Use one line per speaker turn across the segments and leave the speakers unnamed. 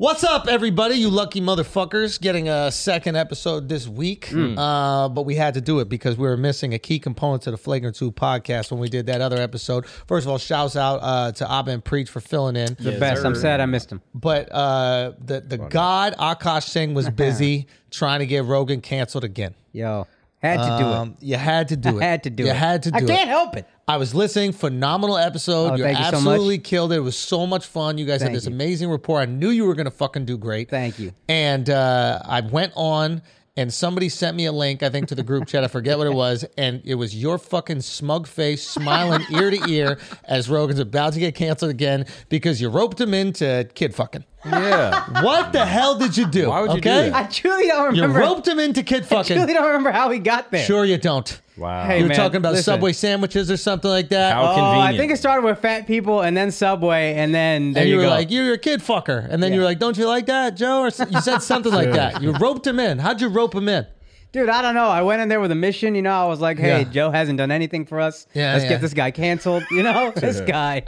What's up, everybody? You lucky motherfuckers getting a second episode this week.
Hmm.
Uh, but we had to do it because we were missing a key component to the Flagrant 2 podcast when we did that other episode. First of all, shouts out uh, to Abin Preach for filling in.
The best. I'm sad I missed him.
But uh, the, the god Akash Singh was busy trying to get Rogan canceled again.
Yo, had to do
Um, you had to do
it.
it.
Had to do
you
it.
had to do
I
it.
can't help it.
I was listening. Phenomenal episode.
Oh,
you
thank you so much.
absolutely killed it. It was so much fun. You guys
Thank
had this
you.
amazing rapport. I knew you were going to fucking do great.
Thank you.
And uh, I went on, and somebody sent me a link, I think, to the group chat. I forget what it was. And it was your fucking smug face smiling ear to ear as Rogan's about to get canceled again because you roped him into kid fucking.
Yeah.
What the hell did you do?
Why would you do
okay?
that?
I truly don't
You
remember.
roped him into kid fucking.
truly don't remember how he got there.
Sure, you don't.
Wow.
Hey,
you were
man,
talking about
listen.
Subway sandwiches or something like that.
How
Oh,
convenient.
I think it started with fat people and then Subway and then there
and you, were
go.
like, "You're a kid fucker," and then you were like, "Don't you like that, Joe?" Or s- you said something like that. You roped him in. How'd you rope him in?
Dude, I don't know. I went in there with a mission. You know, I was like, hey,
Yeah.
Joe hasn't done anything for us.
Yeah,
Let's
yeah.
get this guy canceled. You know, this guy,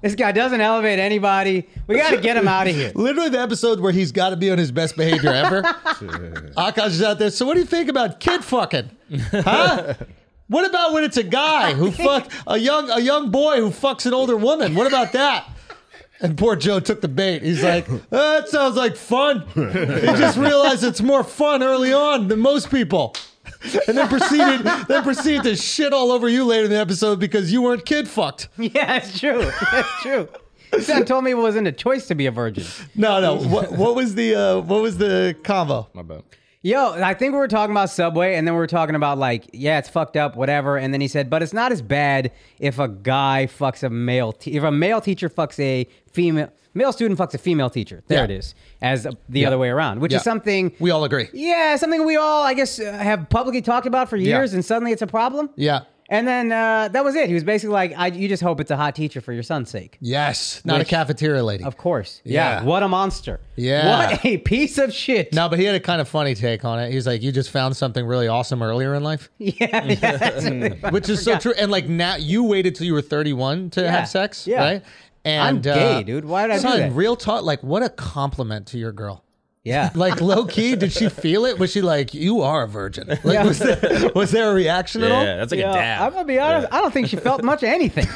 this guy doesn't elevate anybody. We got to get him out of here.
Literally the episode where he's got to be on his best behavior ever. Akash is out there. So what do you think about kid fucking? Huh? What about when it's a guy who fuck a young a young boy who fucks an older woman? What about that? And poor Joe took the bait. He's like, "Uh, "That sounds like fun." He just realized it's more fun early on than most people. And then proceeded then proceeded to shit all over you later in the episode because you weren't kid fucked.
Yeah, it's true. That's true. Sam told me it wasn't a choice to be a virgin.
No, no. What, what was the uh, what was the combo?
My bad.
Yo, I think we were talking about Subway, and then we were talking about like, yeah, it's fucked up, whatever. And then he said, but it's not as bad if a guy fucks a male, te- if a male teacher fucks a female, male student fucks a female teacher. There
Yeah.
it is, as uh, the other way around, which
Yeah.
is something
We all agree.
Yeah, something we all, I guess, uh, have publicly talked about for years, and suddenly it's a problem.
Yeah.
And then uh, that was it. He was basically like, I, you just hope it's a hot teacher for your son's sake.
Yes, not
Which-
a cafeteria lady.
Of course.
Yeah.
What a monster.
Yeah.
What a piece of shit.
No, but he had a kind of funny take on it. He's like, "You just found something really awesome earlier in life,"
Yeah. yeah that's really funny.
which is so true. And like now, you waited till you were thirty-one to have sex,
yeah.
right?
I'm
And uh,
gay, dude. Why did I do
son,
that?
Real talk, like what a compliment to your girl.
yeah.
Like low key, did she feel it? Was she like, "You are a virgin"? Like, was, there, was there a reaction at all?
Yeah, that's like
Yeah,
a dab.
I'm gonna be honest. I don't think she felt much of anything.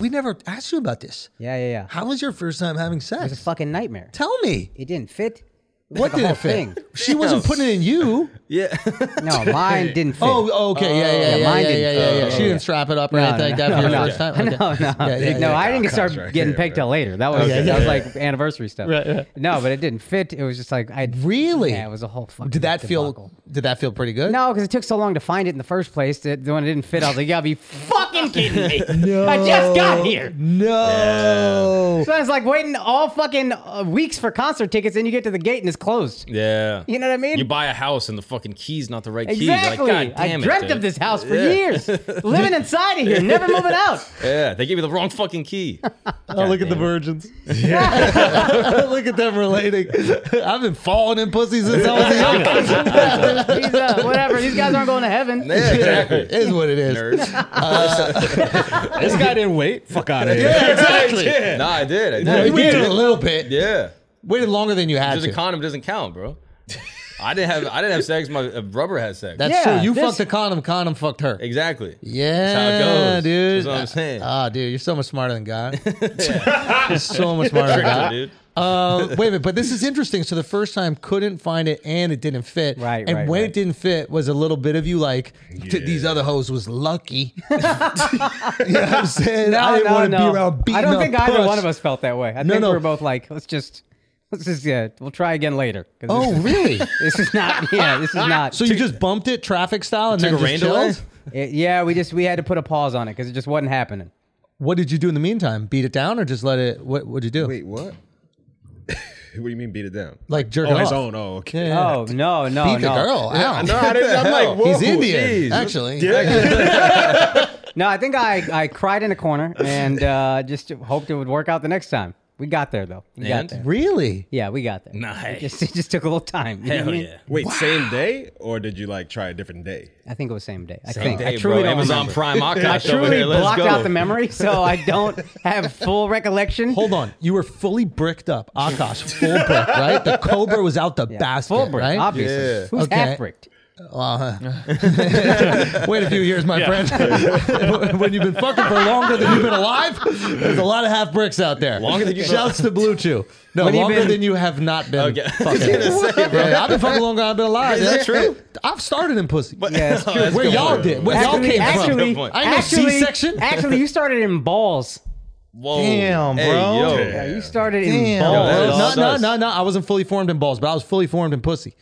We never asked you about this.
Yeah, yeah, yeah.
How was your first time having sex?
It's a fucking nightmare.
Tell me,
It didn't fit.
what
the
did
whole
it fit?
thing.
She wasn't putting it in you.
Yeah.
No, mine didn't fit.
Oh, okay, yeah, yeah, yeah, yeah,
mine
yeah, yeah,
didn't-
yeah, yeah.
oh,
She
yeah.
didn't strap it up or anything like that for your first time. Okay.
No, no,
Yeah, yeah,
no.
yeah.
I didn't get start getting pegged till later. That was that was like anniversary stuff.
Right, right.
No, but it didn't fit. It was just like I
Really?
Yeah, it was a whole fucking.
Did that
debacle.
feel? Did that feel pretty good?
No, because it took so long to find it in the first place that when it didn't fit, I was like, "You gotta be fucking kidding me! I just got here."
No.
So I was like waiting all fucking uh, weeks for concert tickets, and you get to the gate and it's closed.
Yeah.
You know what I mean?
You buy a house and the fucking key's not the right key. You're
Exactly.
Like, God
I
damn it,
dreamt
dude.
of this house for years, living inside of here, never moving out.
Yeah, they gave you the wrong fucking key.
Oh, look at the virgins. look at them relating. I've been falling in pussy since I was a young. person.
These, uh, whatever. These guys aren't going to heaven.
It is what it is.
Nerds.
This guy didn't wait. Fuck out of here.
Yeah, exactly.
Nah, I did. I did.
No, you waited a little bit.
Yeah.
Waited longer than you had
Because a
to.
condom doesn't count, bro. I didn't have I didn't have sex. My uh, rubber had sex.
That's
Yeah,
true. You
this-
fucked the condom. Condom fucked her.
exactly.
Yeah,
That's how it goes.
dude.
That's what I'm saying.
Ah, dude, you're so much smarter than God. you're so much smarter than God.
dude.
Uh, wait a minute, but this is interesting. So the first time couldn't find it and it didn't fit.
Right,
And
right,
when it
right.
didn't fit was a little bit of you like "T- these other hoes was lucky. you know what I'm saying? I didn't want to be around beating
I don't
up
think either
puss.
one of us felt that way. I
No,
think
no.
we were both like, let's just, let's just, yeah, we'll try again later. 'Cause
Oh,
this is,
really?
This is not, yeah, this is not.
So you just bumped it traffic style and then
Took a
just
rain delay.
chilled?
It- yeah, we just we had to put a pause on it because it just wasn't happening.
What did you do in the meantime? Beat it down or just let it? What would you do?
Wait, what? what do you mean beat it down?
Like jerk
Oh,
it
his
off?
own. Oh, okay.
Yeah.
Oh no, no,
Beat the
no, Oh,
girl. Ow.
No, I didn't, I'm like, whoa,
He's Indian,
geez.
actually.
no! I think I I cried in a corner and uh, just hoped it would work out the next time. We got there though. We got
And?
there.
Really?
Yeah, we got there.
Nice.
It just, it just took a little time. you know what I
Hell
mean?
yeah.
Wait, same day or did you like try a different day?
I think it was same day. I
Same
think.
day,
I truly
bro.
don't
Amazon
remember.
Prime
I
Akash over
truly
here. Let's
blocked
go.
out the memory, so I don't have full recollection.
Hold on. You were fully bricked up. Akash, full brick, right? The Cobra was out the basket,
full brick,
right?
obviously.
Yeah.
Who's
Okay.
half bricked?
Wait a few years, my friend. when you've been fucking for longer than you've been alive, there's a lot of half bricks out there. Longer than you Shouts to Blue Chew. No,
When you've
longer
been-
than you have not been.
Okay. I was
fucking. Yeah, I've been fucking longer than I've been alive.
Is that
Yeah.
true? Oh,
I've started in pussy.
Yeah, it's true.
Where y'all did? Where y'all
Actually,
came
actually,
from? I ain't no
actually,
C-section.
actually, you started in balls.
Whoa.
Damn,
Hey,
bro.
yo.
Yeah, you started in
Damn,
Yo,
balls.
that is
no,
all
no,
us.
no, no. I wasn't fully formed in balls, but I was fully formed in pussy.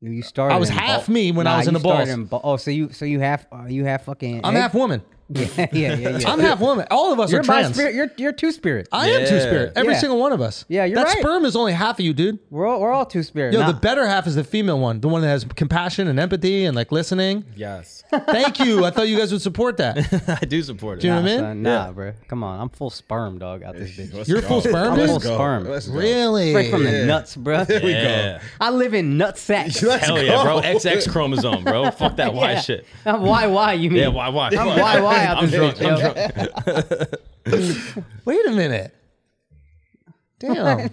You started.
I was
in
half
balls.
me when I
Nah,
was in
you
the balls.
started In ba- oh, so you, so you half, uh, you half fucking.
I'm
egg?
half woman.
Yeah, yeah, yeah. yeah.
I'm half woman. All of us
You're
are trans.
spirit. You're you're two spirit.
I am
Yeah.
two spirit. Every
Yeah.
single one of us.
Yeah, you're
that
right.
sperm is only half of you, dude.
We're all, we're all two spirit.
Yo, the better half is the female one, the one that has compassion and empathy and like listening.
Yes.
Thank you. I thought you guys would support that. You
I do support it.
know what I
nah,
mean?
nah, bro. Come on, I'm full sperm, dog. Out this bitch.
Let's
You're full sperm,
oh, Let's
dude?
go.
Sperm.
Let's go.
Really?
Straight from the nuts, bro.
Yeah.
I live in nut sacks.
Let's
Hell yeah, bro.
go.
XX chromosome, bro. Fuck that Y
Yeah.
shit.
I'm why why you mean?
Yeah, why, why?
I'm why why out
I'm
this
drunk.
bitch.
I'm
yo.
drunk.
Wait a minute. Damn.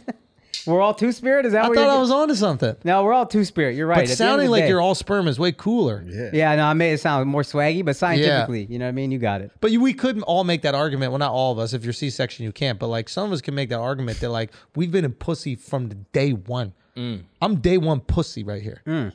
We're all two spirit. Is that
I
what
thought
you're
I was onto something.
No, we're all two spirit. You're right.
But
At the end of
sounding
the
like
day-
you're all sperm is way cooler.
Yeah, no, I made it sound more swaggy, but scientifically, you know what I mean. You got it.
But you, we couldn't all make that argument. Well, not all of us. If you're C-section, you can't. But like some of us can make that argument that like we've been in pussy from the day one.
Mm.
I'm day one pussy right here.
Mm.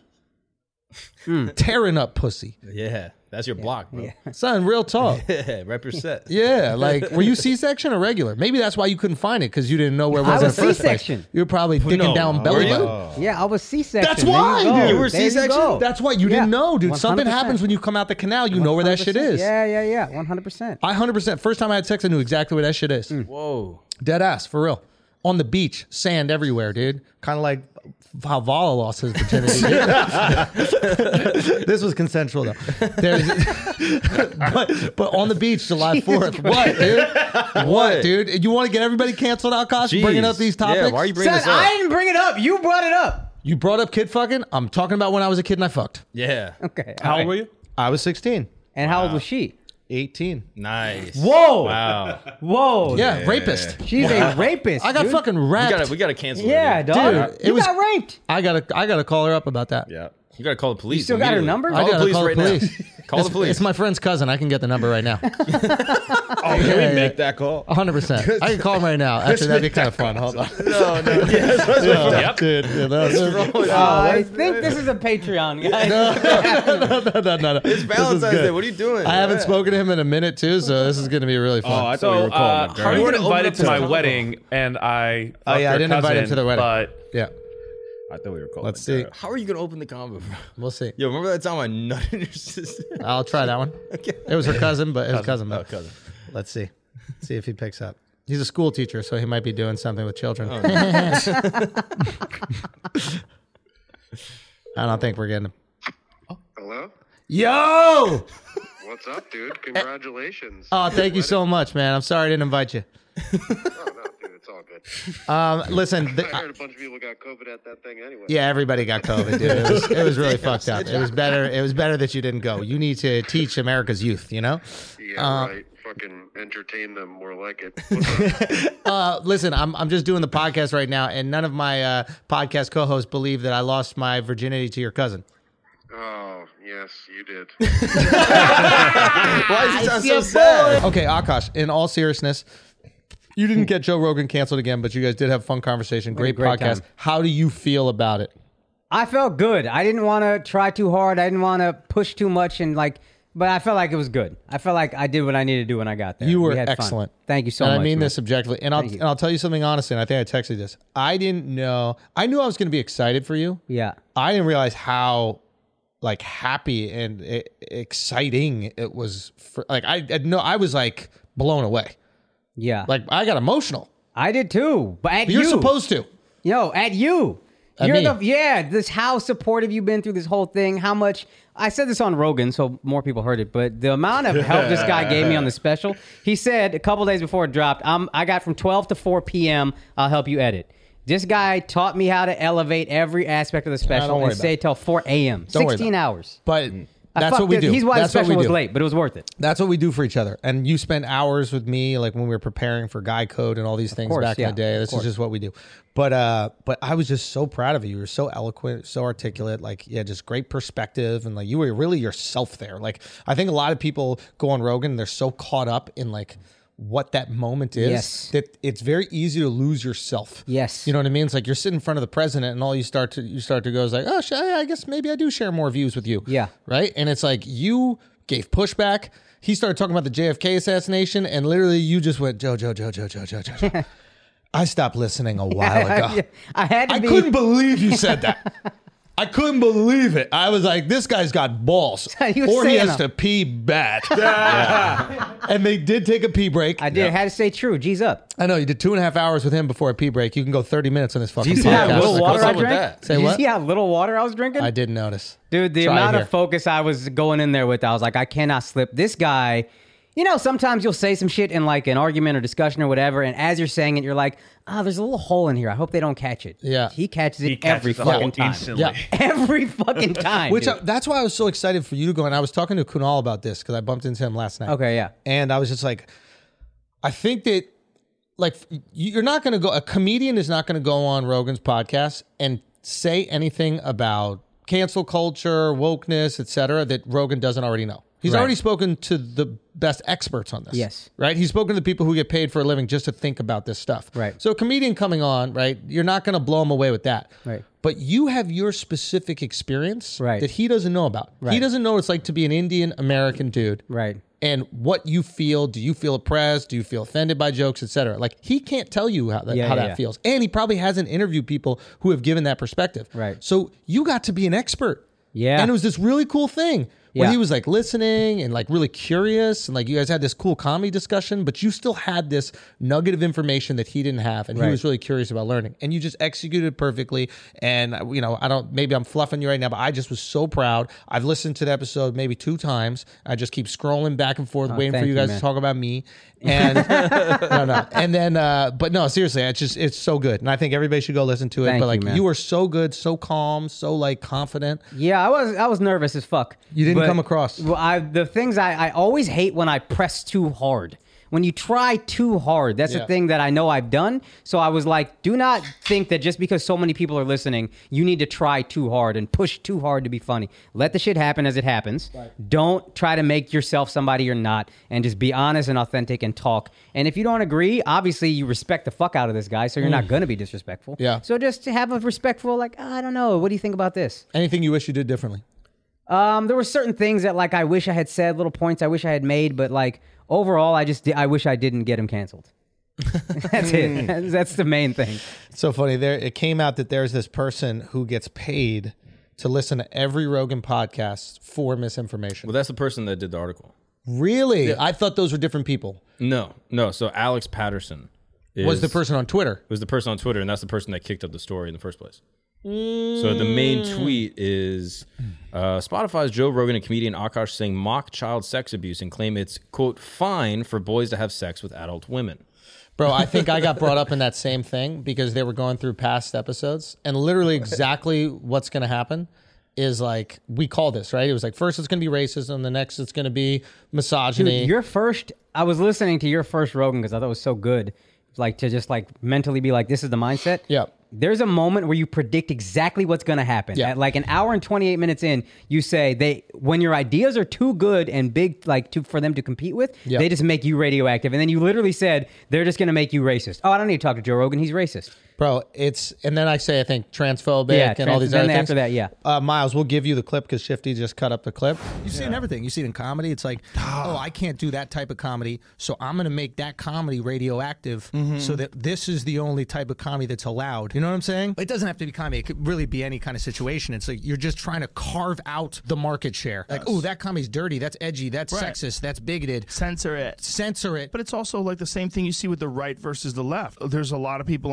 Mm. Tearing up pussy,
Yeah. That's your block, bro.
son. Real talk.
Yeah. Rep your set.
Yeah, like were you C-section or regular? Maybe that's why you couldn't find it because you didn't know where it was.
I was
in the first place.
C-section.
You were probably dicking
no.
down belly
Were you?
button.
Oh,
Yeah, I was C-section.
That's
There
why,
you, go.
dude. You
were
There you
C-section?
go.
That's why you didn't
Yeah.
know, dude. Something
100%.
happens when you come out the canal. You know where that shit
100%.
is.
Yeah, yeah, yeah. One hundred percent.
I hundred percent. First time I had sex, I knew exactly where that shit is.
Mm.
Whoa.
Dead ass, for real. On the beach, sand everywhere, dude. Kind of like how Vala lost his virginity. this was consensual though. There's, but, but on the beach, July Fourth. What, dude? What, dude? You want to get everybody canceled out, Kosh? for Bringing
Jeez.
up these topics?
Yeah, why are you bringing
Son,
this up?
I didn't bring it up. You brought it up.
You brought up kid fucking. I'm talking about when I was a kid and I fucked.
Yeah.
Okay. all
How
right.
old were you?
I was 16,
And how old was she?
18.
Nice.
Whoa!
Wow.
Whoa!
Yeah, rapist.
she's a rapist.
I got
dude.
fucking
We
raped.
gotta, we gotta cancel. her,
Yeah,
dude.
dog.
Dude, it
you
was-
got raped.
I gotta, I gotta call her up about that.
Yeah.
You gotta call the police. You
still got her number?
I
Call the
gotta
police
call the
right
police.
now. call the police.
It's my friend's cousin. I can get the number right now.
Oh, can we make that call?
A hundred percent. I can call him right now. Actually, that'd be kind of fun. Hold on.
No, no.
Yep. Dude, yeah, no, no,
Oh,
I think this is a Patreon, guys.
no, no, no, no. It's
Valentine's Day. What are you doing?
I haven't
Yeah.
spoken to him in a minute too, so this is gonna be really
Oh,
fun.
I
So
thought we were calling
uh,
up Gary.
Harvey
You
got
wouldn't open
invited
up
to
to
my
the
wedding, and I.
oh yeah, I
your
didn't invite him
cousin,
to the wedding.
But
yeah,
I thought we were calling uh,
Let's
up
see.
Gary.
How are you gonna open the combo, bro?
we'll see.
Yo, remember that time I nutted your sister?
I'll try that one. It was her cousin, but his cousin. But
cousin.
let's see, see if he picks up. He's a school teacher, so he might be doing something with children. I don't think we're getting him.
Hello?
Yo! Eh,
What's up, dude? Congratulations.
Oh, thank you so much, man. I'm sorry I didn't invite you.
oh, no, dude, it's all good.
Um, listen, th-
I heard a bunch of people got COVID at that thing anyway.
Yeah, everybody got COVID, dude. It was, it was really fucked up. It was better. It was better that you didn't go. You need to teach America's youth. You know.
Yeah,
uh,
right. Fucking entertain them more like it. What's up?
Uh, listen, I'm I'm just doing the podcast right now, and none of my uh, podcast co-hosts believe that I lost my virginity to your cousin.
oh, yes, you did.
Why is it sound so sad?
Okay, Akash. In all seriousness. You didn't get Joe Rogan canceled again, but you guys did have a fun conversation. Great,
great
podcast.
time.
How do you feel about it?
I felt good. I didn't want to try too hard. I didn't want to push too much, and like, but I felt like it was good. I felt like I did what I needed to do when I got there.
You were
We had fun.
excellent.
Thank you so
and
much.
I mean
man.
this objectively. And I'll
Thank you.
and I'll tell you something honestly, and I think I texted this. I didn't know I knew I was gonna be excited for you.
Yeah.
I didn't realize how like happy and e- exciting it was for like I I no I was like blown away.
Yeah.
Like I got emotional.
I did too. But at
You're
you.
supposed to.
Yo, at you.
At
You're
me.
the yeah. This how supportive you've been through this whole thing. How much I said this on Rogan, so more people heard it. But the amount of help this guy gave me on the special, he said a couple days before it dropped, I'm, I got from 12 to 4 p.m. I'll help you edit. This guy taught me how to elevate every aspect of the special
don't worry
and stay
about it.
till 4 a.m.
Don't worry
16
about it.
hours. Mm.
But
I
that's what
fucked
we
it.
do.
He's why
that's
the special
what we
was
do.
late, but it was worth it.
That's what we do for each other. And you spend hours with me, like when we were preparing for Guy Code and all these things
course,
back
yeah,
in the day.
of
This is
course.
just what we do. But uh, but I was just so proud of you. You were so eloquent, so articulate. Like yeah, just great perspective, and like you were really yourself there. Like I think a lot of people go on Rogan, and they're so caught up in like what that moment is
Yes.
that it's very easy to lose yourself.
Yes.
you know what I mean. It's like you're sitting in front of the president, and all you start to you start to go is like, oh, sh- I guess maybe I do share more views with you
Yeah.
right? And it's like you gave pushback. He started talking about the JFK assassination, and literally you just went, Joe, Joe, Joe, Joe, Joe, Joe, Joe. Joe." I stopped listening a while ago.
I had to
I
be.
couldn't believe you said that. I couldn't believe it. I was like, this guy's got balls.
You were
or he
saying
has
them.
to pee bad. And they did take a pee break.
I
I,
did. I had to stay true. G's up.
know you did two and a half hours with him before a pee break. You can go 30 minutes on this fucking
Jesus.
podcast.
Yeah,
how
What's-
little
what's
water
up
I
with
drank?
that?
Say
Did you
what?
see how little water I was drinking?
I didn't notice.
Dude, the
Try
amount
here.
of focus I was going in there with, I was like, I cannot slip. This guy, you know, sometimes you'll say some shit in like an argument or discussion or whatever, and as you're saying it, you're like, oh, there's a little hole in here. I hope they don't catch it.
Yeah.
He catches it
He catches
every
the whole
fucking time.
instantly.
Yeah.
Every fucking time.
Which I,
dude.
that's why I was so excited for you to go. And I was talking to Kunal about this because I bumped into him last night.
Okay, yeah.
And I was just like, I think that like y- you're not going to go. A comedian is not going to go on Rogan's podcast and say anything about cancel culture, wokeness, etc. That Rogan doesn't already know. He's
Right.
already spoken to the best experts on this.
Yes.
Right. He's spoken to the people who get paid for a living just to think about this stuff.
Right.
So a comedian coming on, right? You're not going to blow him away with that.
Right.
But you have your specific experience
Right.
that he doesn't know about. He
Right.
doesn't know what it's like to be an Indian American dude.
Right.
And what you feel, do you feel oppressed? Do you feel offended by jokes, etc.? Like he can't tell you how that,
Yeah,
how
yeah,
that
yeah.
feels. And he probably hasn't interviewed people who have given that perspective.
Right.
So you got to be an expert.
Yeah.
And it was this really cool thing where
Yeah.
he was like listening and like really curious and like you guys had this cool comedy discussion, but you still had this nugget of information that he didn't have and he
Right.
was really curious about learning. And you just executed perfectly. And uh, you know, I don't maybe I'm fluffing you right now, but I just was so proud. I've listened to the episode maybe two times. I just keep scrolling back and forth, waiting for
Oh, thank
you
you,
guys to
man.
talk about me. And no, no. And then uh but no, seriously, it's just it's so good. And I think everybody should go listen to it.
Thank
but
you,
like
man.
you were so good, so calm, so like confident.
Yeah, I was I was nervous as fuck.
You didn't come across.
Well, I the things I, I always hate when I press too hard. When you try too hard, that's
Yeah.
the thing that I know I've done. So I was like, do not think that just because so many people are listening, you need to try too hard and push too hard to be funny. Let the shit happen as it happens. Don't try to make yourself somebody you're not and just be honest and authentic and talk. And if you don't agree, obviously you respect the fuck out of this guy, so you're not going to be disrespectful.
Mm. Yeah.
So just have a respectful like, "Ah, I don't know, what do you think about this?
Anything you wish you did differently?
Um, there were certain things that like I wish I had said, little points I wish I had made, but like overall, I just di- I wish I didn't get him canceled. That's it. That's, that's the main thing.
It's so funny. There it came out that there's this person who gets paid to listen to every Rogan podcast for misinformation.
Well, that's the person that did the article.
really? I thought those were different people.
No, no. So Alex Patterson is,
Was the person on Twitter?
was the person on Twitter, and that's the person that kicked up the story in the first place.
Mm.
So the main tweet is uh, Spotify's Joe Rogan and comedian Akash Singh mock child sex abuse and claim it's quote fine for boys to have sex with adult women.
Bro, I think I got brought up in that same thing because they were going through past episodes and literally exactly what's going to happen is like we call this, right? It was like first it's going to be racism, the next it's going to be misogyny.
Dude, your first, I was listening to your first Rogan because I thought it was so good, like to just like mentally be like, this is the mindset.
Yeah.
There's a moment where you predict exactly what's going to happen.
Yeah.
At like an hour and 28 minutes in, you say they when your ideas are too good and big like to, for them to compete with,
Yeah.
they just make you radioactive. And then you literally said they're just going to make you racist. Oh, I don't need to talk to Joe Rogan. He's racist.
Bro, it's and then I say I think transphobic
Yeah,
and
trans-
all these
then
other
after
things.
that, yeah.
uh, Miles, we'll give you the clip because Shifty just cut up the clip. You see it in everything. You see it in comedy. It's like, oh, I can't do that type of comedy, so I'm going to make that comedy radioactive, so that this is the only type of comedy that's allowed. You know what I'm saying? It doesn't have to be comedy. It could really be any kind of situation. It's like you're just trying to carve out the market share. Like, oh, that comedy's dirty. That's edgy. That's
Right.
sexist. That's bigoted.
censor it.
Censor it.
But it's also like the same thing you see with the right versus the left. There's a lot of people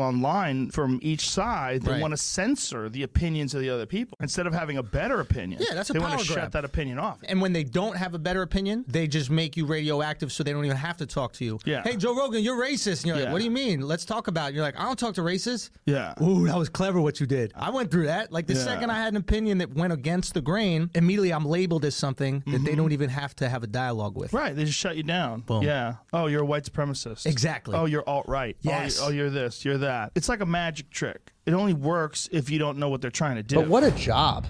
line
online
from each side, they
Right.
want to censor the opinions of the other people instead of having a better opinion.
Yeah, that's a
They want
power
to
grab.
shut that opinion off.
And when they don't have a better opinion, they just make you radioactive so they don't even have to talk to you.
Yeah.
Hey, Joe Rogan, you're racist. And you're like,
Yeah.
what do you mean? Let's talk about it. You're like, I don't talk to racists.
Yeah.
Ooh, that was clever what you did. I went through that. Like the
Yeah.
second I had an opinion that went against the grain, immediately I'm labeled as something that they don't even have to have a dialogue with.
Right, they just shut you down. Yeah. Oh, you're a white supremacist.
Exactly.
Oh, you're alt right.
Yes.
Oh, you're this. You're that. It's like a magic trick. It only works if you don't know what they're trying to do.
But what a job.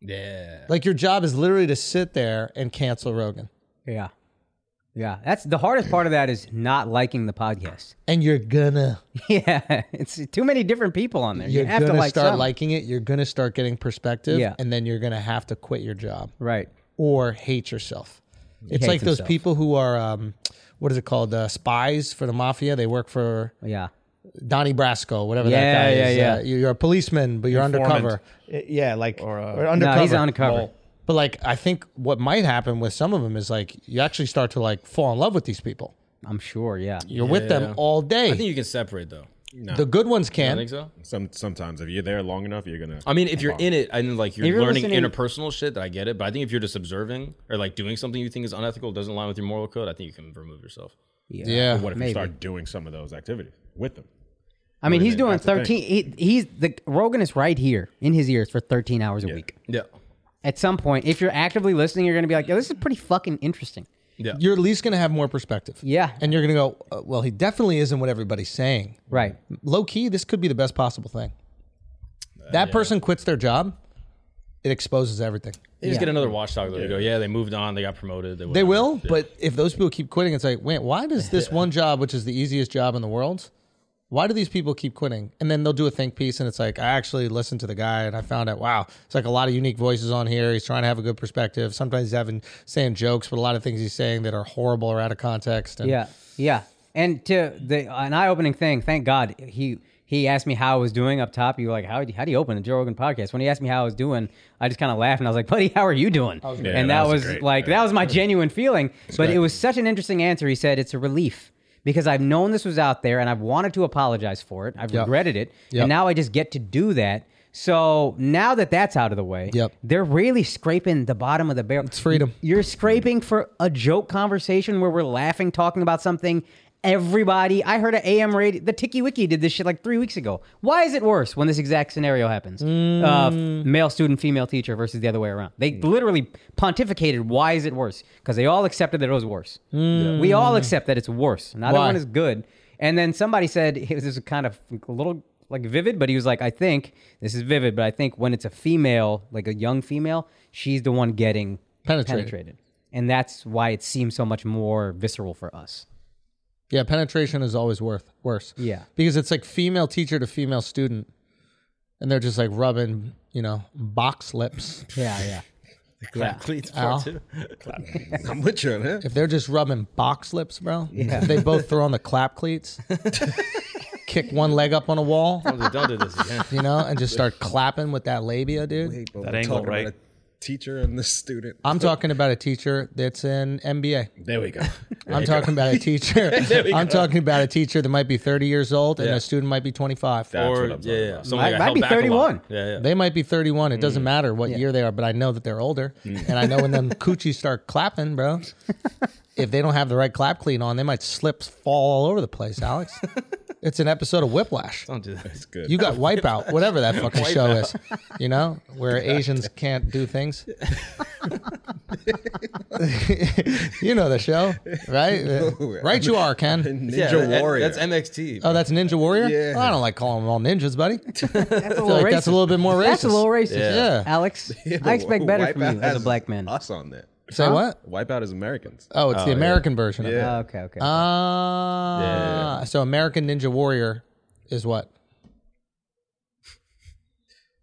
Yeah.
Like your job is literally to sit there and cancel Rogan.
Yeah. Yeah. That's the hardest part of that is not liking the podcast.
And you're gonna
Yeah. It's too many different people on there.
you're
you have
gonna
to like
start
some.
liking it, you're gonna start getting perspective,
Yeah.
and then you're gonna have to quit your job.
Right.
or hate yourself. It's
hates
like those
himself.
people who are, um, what is it called? Uh, spies for the mafia. They work for
Yeah.
Donnie Brasco, whatever
Yeah,
that guy
yeah,
is.
yeah.
Uh, you- you're a policeman, but you're
Informant.
undercover. I- Yeah, like or,
No,
undercover.
he's undercover.
But like, I think what might happen with some of them is like you actually start to like fall in love with these people.
I'm sure. Yeah.
You're with them all
I think
day.
you can separate though.
The good ones
I
can.
think so.
Some sometimes if you're there long enough, you're gonna.
I mean, if you're in it and like you're
If you're
learning
listening-
interpersonal shit, I get it. But I think if you're just observing or like doing something you think is unethical, doesn't align with your moral code, I think you can remove yourself.
Yeah.
what if
maybe.
you start doing some of those activities with them?
I mean, he's
That's
doing
the thing.
13. He, he's the Rogan is right here in his ears for 13 hours a week.
Yeah.
At some point, if you're actively listening, you're going to be like, yo, this is pretty fucking interesting.
You're at least going to have more perspective.
Yeah.
And you're going to go, uh, well, he definitely isn't what everybody's saying.
Right.
low key, this could be the best possible thing. That person quits their job, it exposes everything.
They just get another watchdog. There They go, yeah, they moved on, they got promoted. They,
They
whatever."
will,
Yeah.
but if those people keep quitting, it's like, wait, why does this one job, which is the easiest job in the world, why do these people keep quitting? And then they'll do a think piece, and it's like, I actually listened to the guy, and I found out, wow, it's like a lot of unique voices on here. He's trying to have a good perspective. Sometimes he's having saying jokes, but a lot of things he's saying that are horrible or out of context. And
Yeah, yeah. And to the an eye opening thing, thank God he he asked me how I was doing up top. You were like, how do you, how do you open the Joe Rogan podcast? When he asked me how I was doing, I just kind of laughed and I was like, buddy, how are you doing? and
that
that,
was
was,
great.
like that was my genuine feeling. But it was such an interesting answer. He said it's a relief. Because I've known this was out there and I've wanted to apologize for it. I've regretted it.
Yep.
And now I just get to do that. So now that that's out of the way,
Yep.
they're really scraping the bottom of the barrel. It's
freedom.
you're scraping for a joke conversation where we're laughing, talking about something. Everybody, I heard an AM radio. The Tiki Wiki did this shit like three weeks ago. Why is it worse when this exact scenario happens? Uh, male student, female teacher versus the other way around. They literally pontificated. Why is it worse? Because they all accepted that it was worse. We all accept that it's worse. Neither
Why?
one is good. And then somebody said this is kind of a little like vivid, but he was like, I think this is vivid, but I think when it's a female, like a young female, she's the one getting
Penetrated.
penetrated. And that's why it seems so much more visceral for us.
Yeah, penetration is always worth worse.
Yeah.
Because it's like female teacher to female student and they're just like rubbing, you know, box lips.
Yeah, yeah.
Exactly. It's
Ow.
part two.
I'm with you, man.
If they're just rubbing box lips, bro, if they both throw on the clap cleats, kick one leg up on a wall,
Don't do- Don't do this again.
you know, and just start clapping with that labia, dude.
But
That
we're
angle,
talking about
right?
a Teacher and the student.
I'm talking about a teacher that's an MBA.
there we go.
I'm talking about a teacher. I'm talking about a teacher that might be 30 years old and
Yeah.
a student might be 25.
That's
or,
what I'm
yeah,
talking
yeah.
about.
Someone
Might-
got
might
held
be
back a lot.
31.
Yeah, yeah.
They might be 31. It
Mm.
doesn't matter what year they are, but I know that they're older. And I know when them coochies start clapping, bro, if they don't have the right clap clean on, they might slip, fall all over the place, Alex. it's an episode of Whiplash.
Don't do that.
It's good.
You got Wipeout, whatever that fucking show is, you know, where Asians can't do things. you know the show, right? Uh, right, you are, Ken.
Ninja
Yeah, that-
Warrior.
That's MXT.
Oh, that's Ninja Warrior?
Yeah.
I don't like calling them all ninjas, buddy.
That's a
I feel
little
like that's a little bit more racist.
That's a little racist.
Yeah.
Alex, I expect better from
Wipeout
you as a
has
black man.
Us on that.
Say what?
Wipeout is Americans.
Oh, it's the American version of it.
Oh, okay, okay.
Ah, so American Ninja Warrior is what?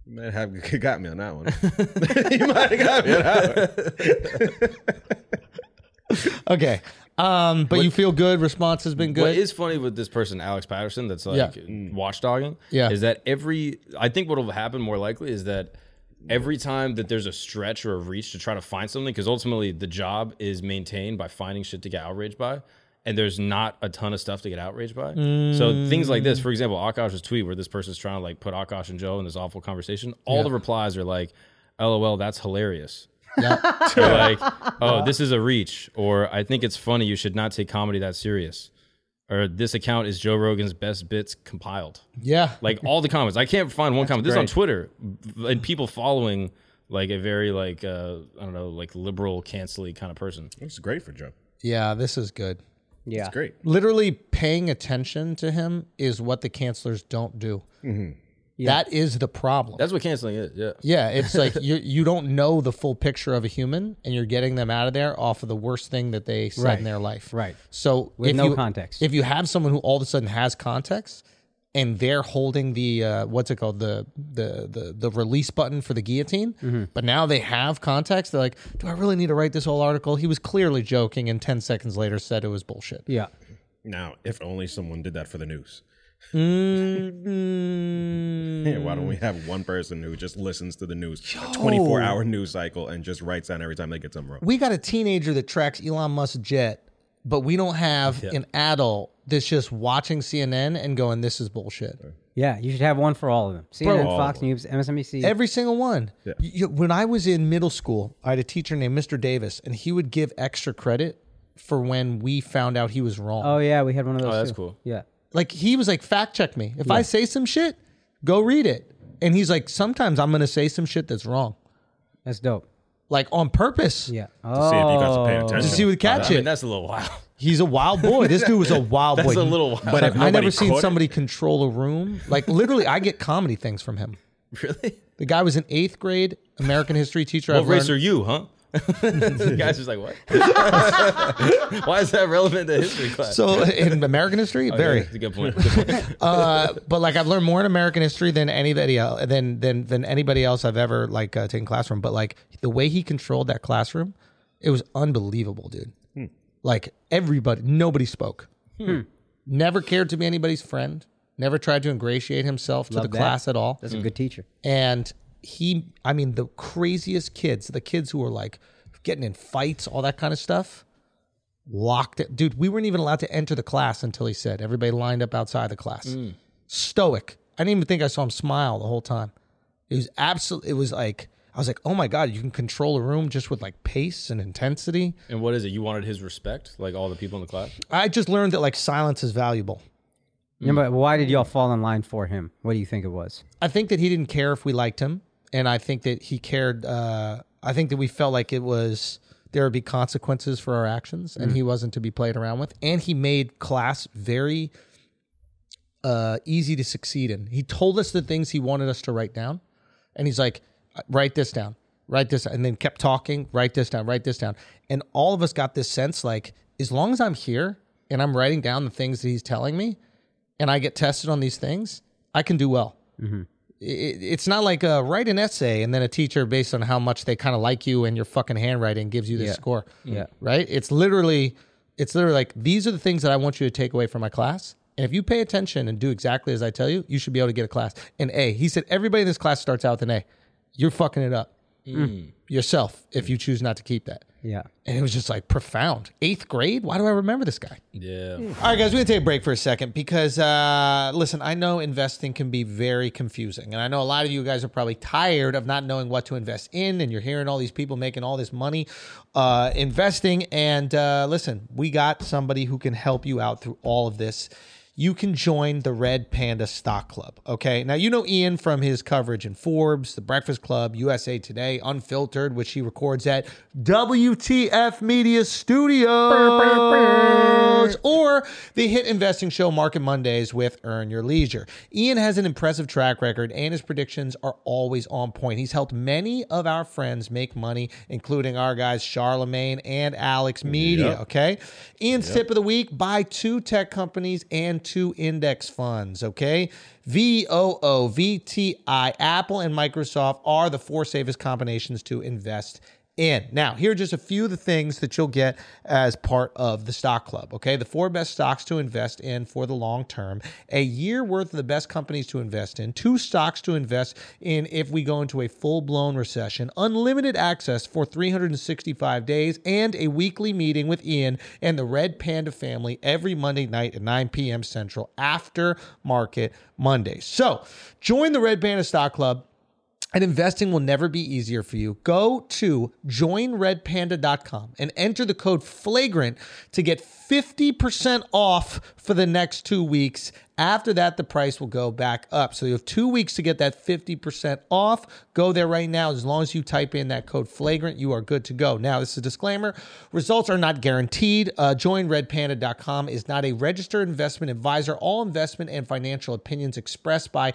You might have you got me on that one. you might have got me on that one.
Okay, um, but you feel good. Response has been
What
good.
is funny with this person, Alex Patterson, that's like
Yeah.
watchdogging,
Yeah.
is that every, I think what will happen more likely is that every time that there's a stretch or a reach to try to find something, because ultimately the job is maintained by finding shit to get outraged by. and there's not a ton of stuff to get outraged by. So things like this, for example, Akash's tweet where this person's trying to like put Akash and Joe in this awful conversation, all the replies are like, "LOL, that's hilarious." Or like, "Oh, this is a reach," or "I think it's funny. You should not take comedy that serious." Or this account is Joe Rogan's best bits compiled.
Yeah.
Like all the comments, I can't find one comment. This is on Twitter, and people following like a very like uh, I don't know like liberal cancelly kind of person.
It's great for Joe.
Yeah, this is good.
Yeah.
It's great.
Literally paying attention to him is what the cancelers don't do.
Mm-hmm.
That is the problem.
That's what canceling is. Yeah.
yeah, it's like you you don't know the full picture of a human, and you're getting them out of there off of the worst thing that they said in
Right.
their life.
Right.
So
With
if
no
you-
context.
if you have someone who all of a sudden has context, and they're holding the uh, what's it called the the the the release button for the guillotine,
Mm-hmm.
but now they have context. They're like, do I really need to write this whole article? He was clearly joking, and ten seconds later said it was bullshit.
Yeah.
Now, if only someone did that for the news.
Mm-hmm.
Mm.
Yeah, why don't we have one person who just listens to the news, a 24 hour news cycle, and just writes down every time they get something wrong?
we got a teenager that tracks Elon Musk's jet, but we don't have an adult that's just watching CNN and going, "This is bullshit."
Yeah. You should have one for all of them. CNN, Fox News, MSNBC.
Every single one. Y- y- when I was in middle school, I had a teacher named Mr. Davis, and he would give extra credit for when we found out he was wrong.
oh yeah, we had one of those.
Oh, that's
too.
cool.
Yeah.
Like he was like, "Fact check me. If I say some shit, go read it." And he's like, "Sometimes I'm going to say some shit that's wrong,
That's dope.
like on purpose."
Yeah.
See if you
Oh.
guys are paying attention.
To see would catch
I
it.
mean, that's a little wild.
He's a wild boy. This dude was a wild boy.
That's a little wild.
But
But
if
I never
nobody
seen
caught it-
somebody control a room. Like literally, I get comedy things from him.
Really?
The guy was an eighth grade American history teacher.
What
I've
race
learned-
are you, huh? the guy's just like, what? Why is that relevant to history class?
So in American history,
Yeah,
very.
that's a good point. Good point.
Uh, but like I've learned more in American history than anybody else than than than anybody else I've ever like uh, taken classroom. But like the way he controlled that classroom, it was unbelievable, dude.
Hmm.
Like everybody, nobody spoke. Never cared to be anybody's friend. Never tried to ingratiate himself to the
that.
class at all.
That's a good teacher.
and he i mean the craziest kids the kids who were like getting in fights all that kind of stuff locked it dude we weren't even allowed to enter the class until he said everybody lined up outside the class stoic i didn't even think i saw him smile the whole time it was absolute it was like i was like oh my god you can control a room just with like pace and intensity
and what is it? You wanted his respect, like all the people in the class?
i just learned that like silence is valuable
Yeah, but why did y'all fall in line for him? What do you think it was?
I think that he didn't care if we liked him, and I think that he cared. Uh, I think that we felt like it was there would be consequences for our actions, and he wasn't to be played around with. And he made class very uh, easy to succeed in. He told us the things he wanted us to write down, and he's like, "Uh, "Write this down, write this," and then kept talking, "Write this down, write this down," and all of us got this sense like, as long as I'm here and I'm writing down the things that he's telling me, and I get tested on these things, I can do well it, it's not like uh, write an essay and then a teacher based on how much they kind of like you and your fucking handwriting gives you this score.
Yeah.
Right? It's literally it's literally like these are the things that I want you to take away from my class. And if you pay attention and do exactly as I tell you, you should be able to get a class. An A. He said everybody in this class starts out with an A. You're fucking it up yourself if you choose not to keep that.
Mm. Yeah.
And it was just like profound. Eighth grade? Why do I remember this guy?
Yeah.
All right, guys, we're going to take a break for a second because, uh, listen, I know investing can be very confusing. And I know a lot of you guys are probably tired of not knowing what to invest in. And you're hearing all these people making all this money uh, investing. And uh, listen, we got somebody who can help you out through all of this you can join the Red Panda Stock Club. Okay. Now, you know Ian from his coverage in Forbes, The Breakfast Club, USA Today, Unfiltered, which he records at WTF Media Studios, or the hit investing show Market Mondays with Earn Your Leisure. Ian has an impressive track record, and his predictions are always on point. He's helped many of our friends make money, including our guys, Charlemagne and Alex Media. Okay. Ian's tip of the week buy two tech companies and two index funds. Okay. VOO, VTI, Apple, and Microsoft are the four safest combinations to invest in. Now, here are just a few of the things that you'll get as part of the stock club. Okay. The four best stocks to invest in for the long term, a year worth of the best companies to invest in, two stocks to invest in if we go into a full blown recession, unlimited access for 365 days, and a weekly meeting with Ian and the Red Panda family every Monday night at 9 p.m. Central after market Monday. So join the Red Panda Stock Club and investing will never be easier for you. Go to joinredpanda.com and enter the code FLAGRANT to get 50% off for the next two weeks. After that, the price will go back up. So you have two weeks to get that 50% off. Go there right now. As long as you type in that code FLAGRANT, you are good to go. Now, this is a disclaimer results are not guaranteed. Uh, joinredpanda.com is not a registered investment advisor. All investment and financial opinions expressed by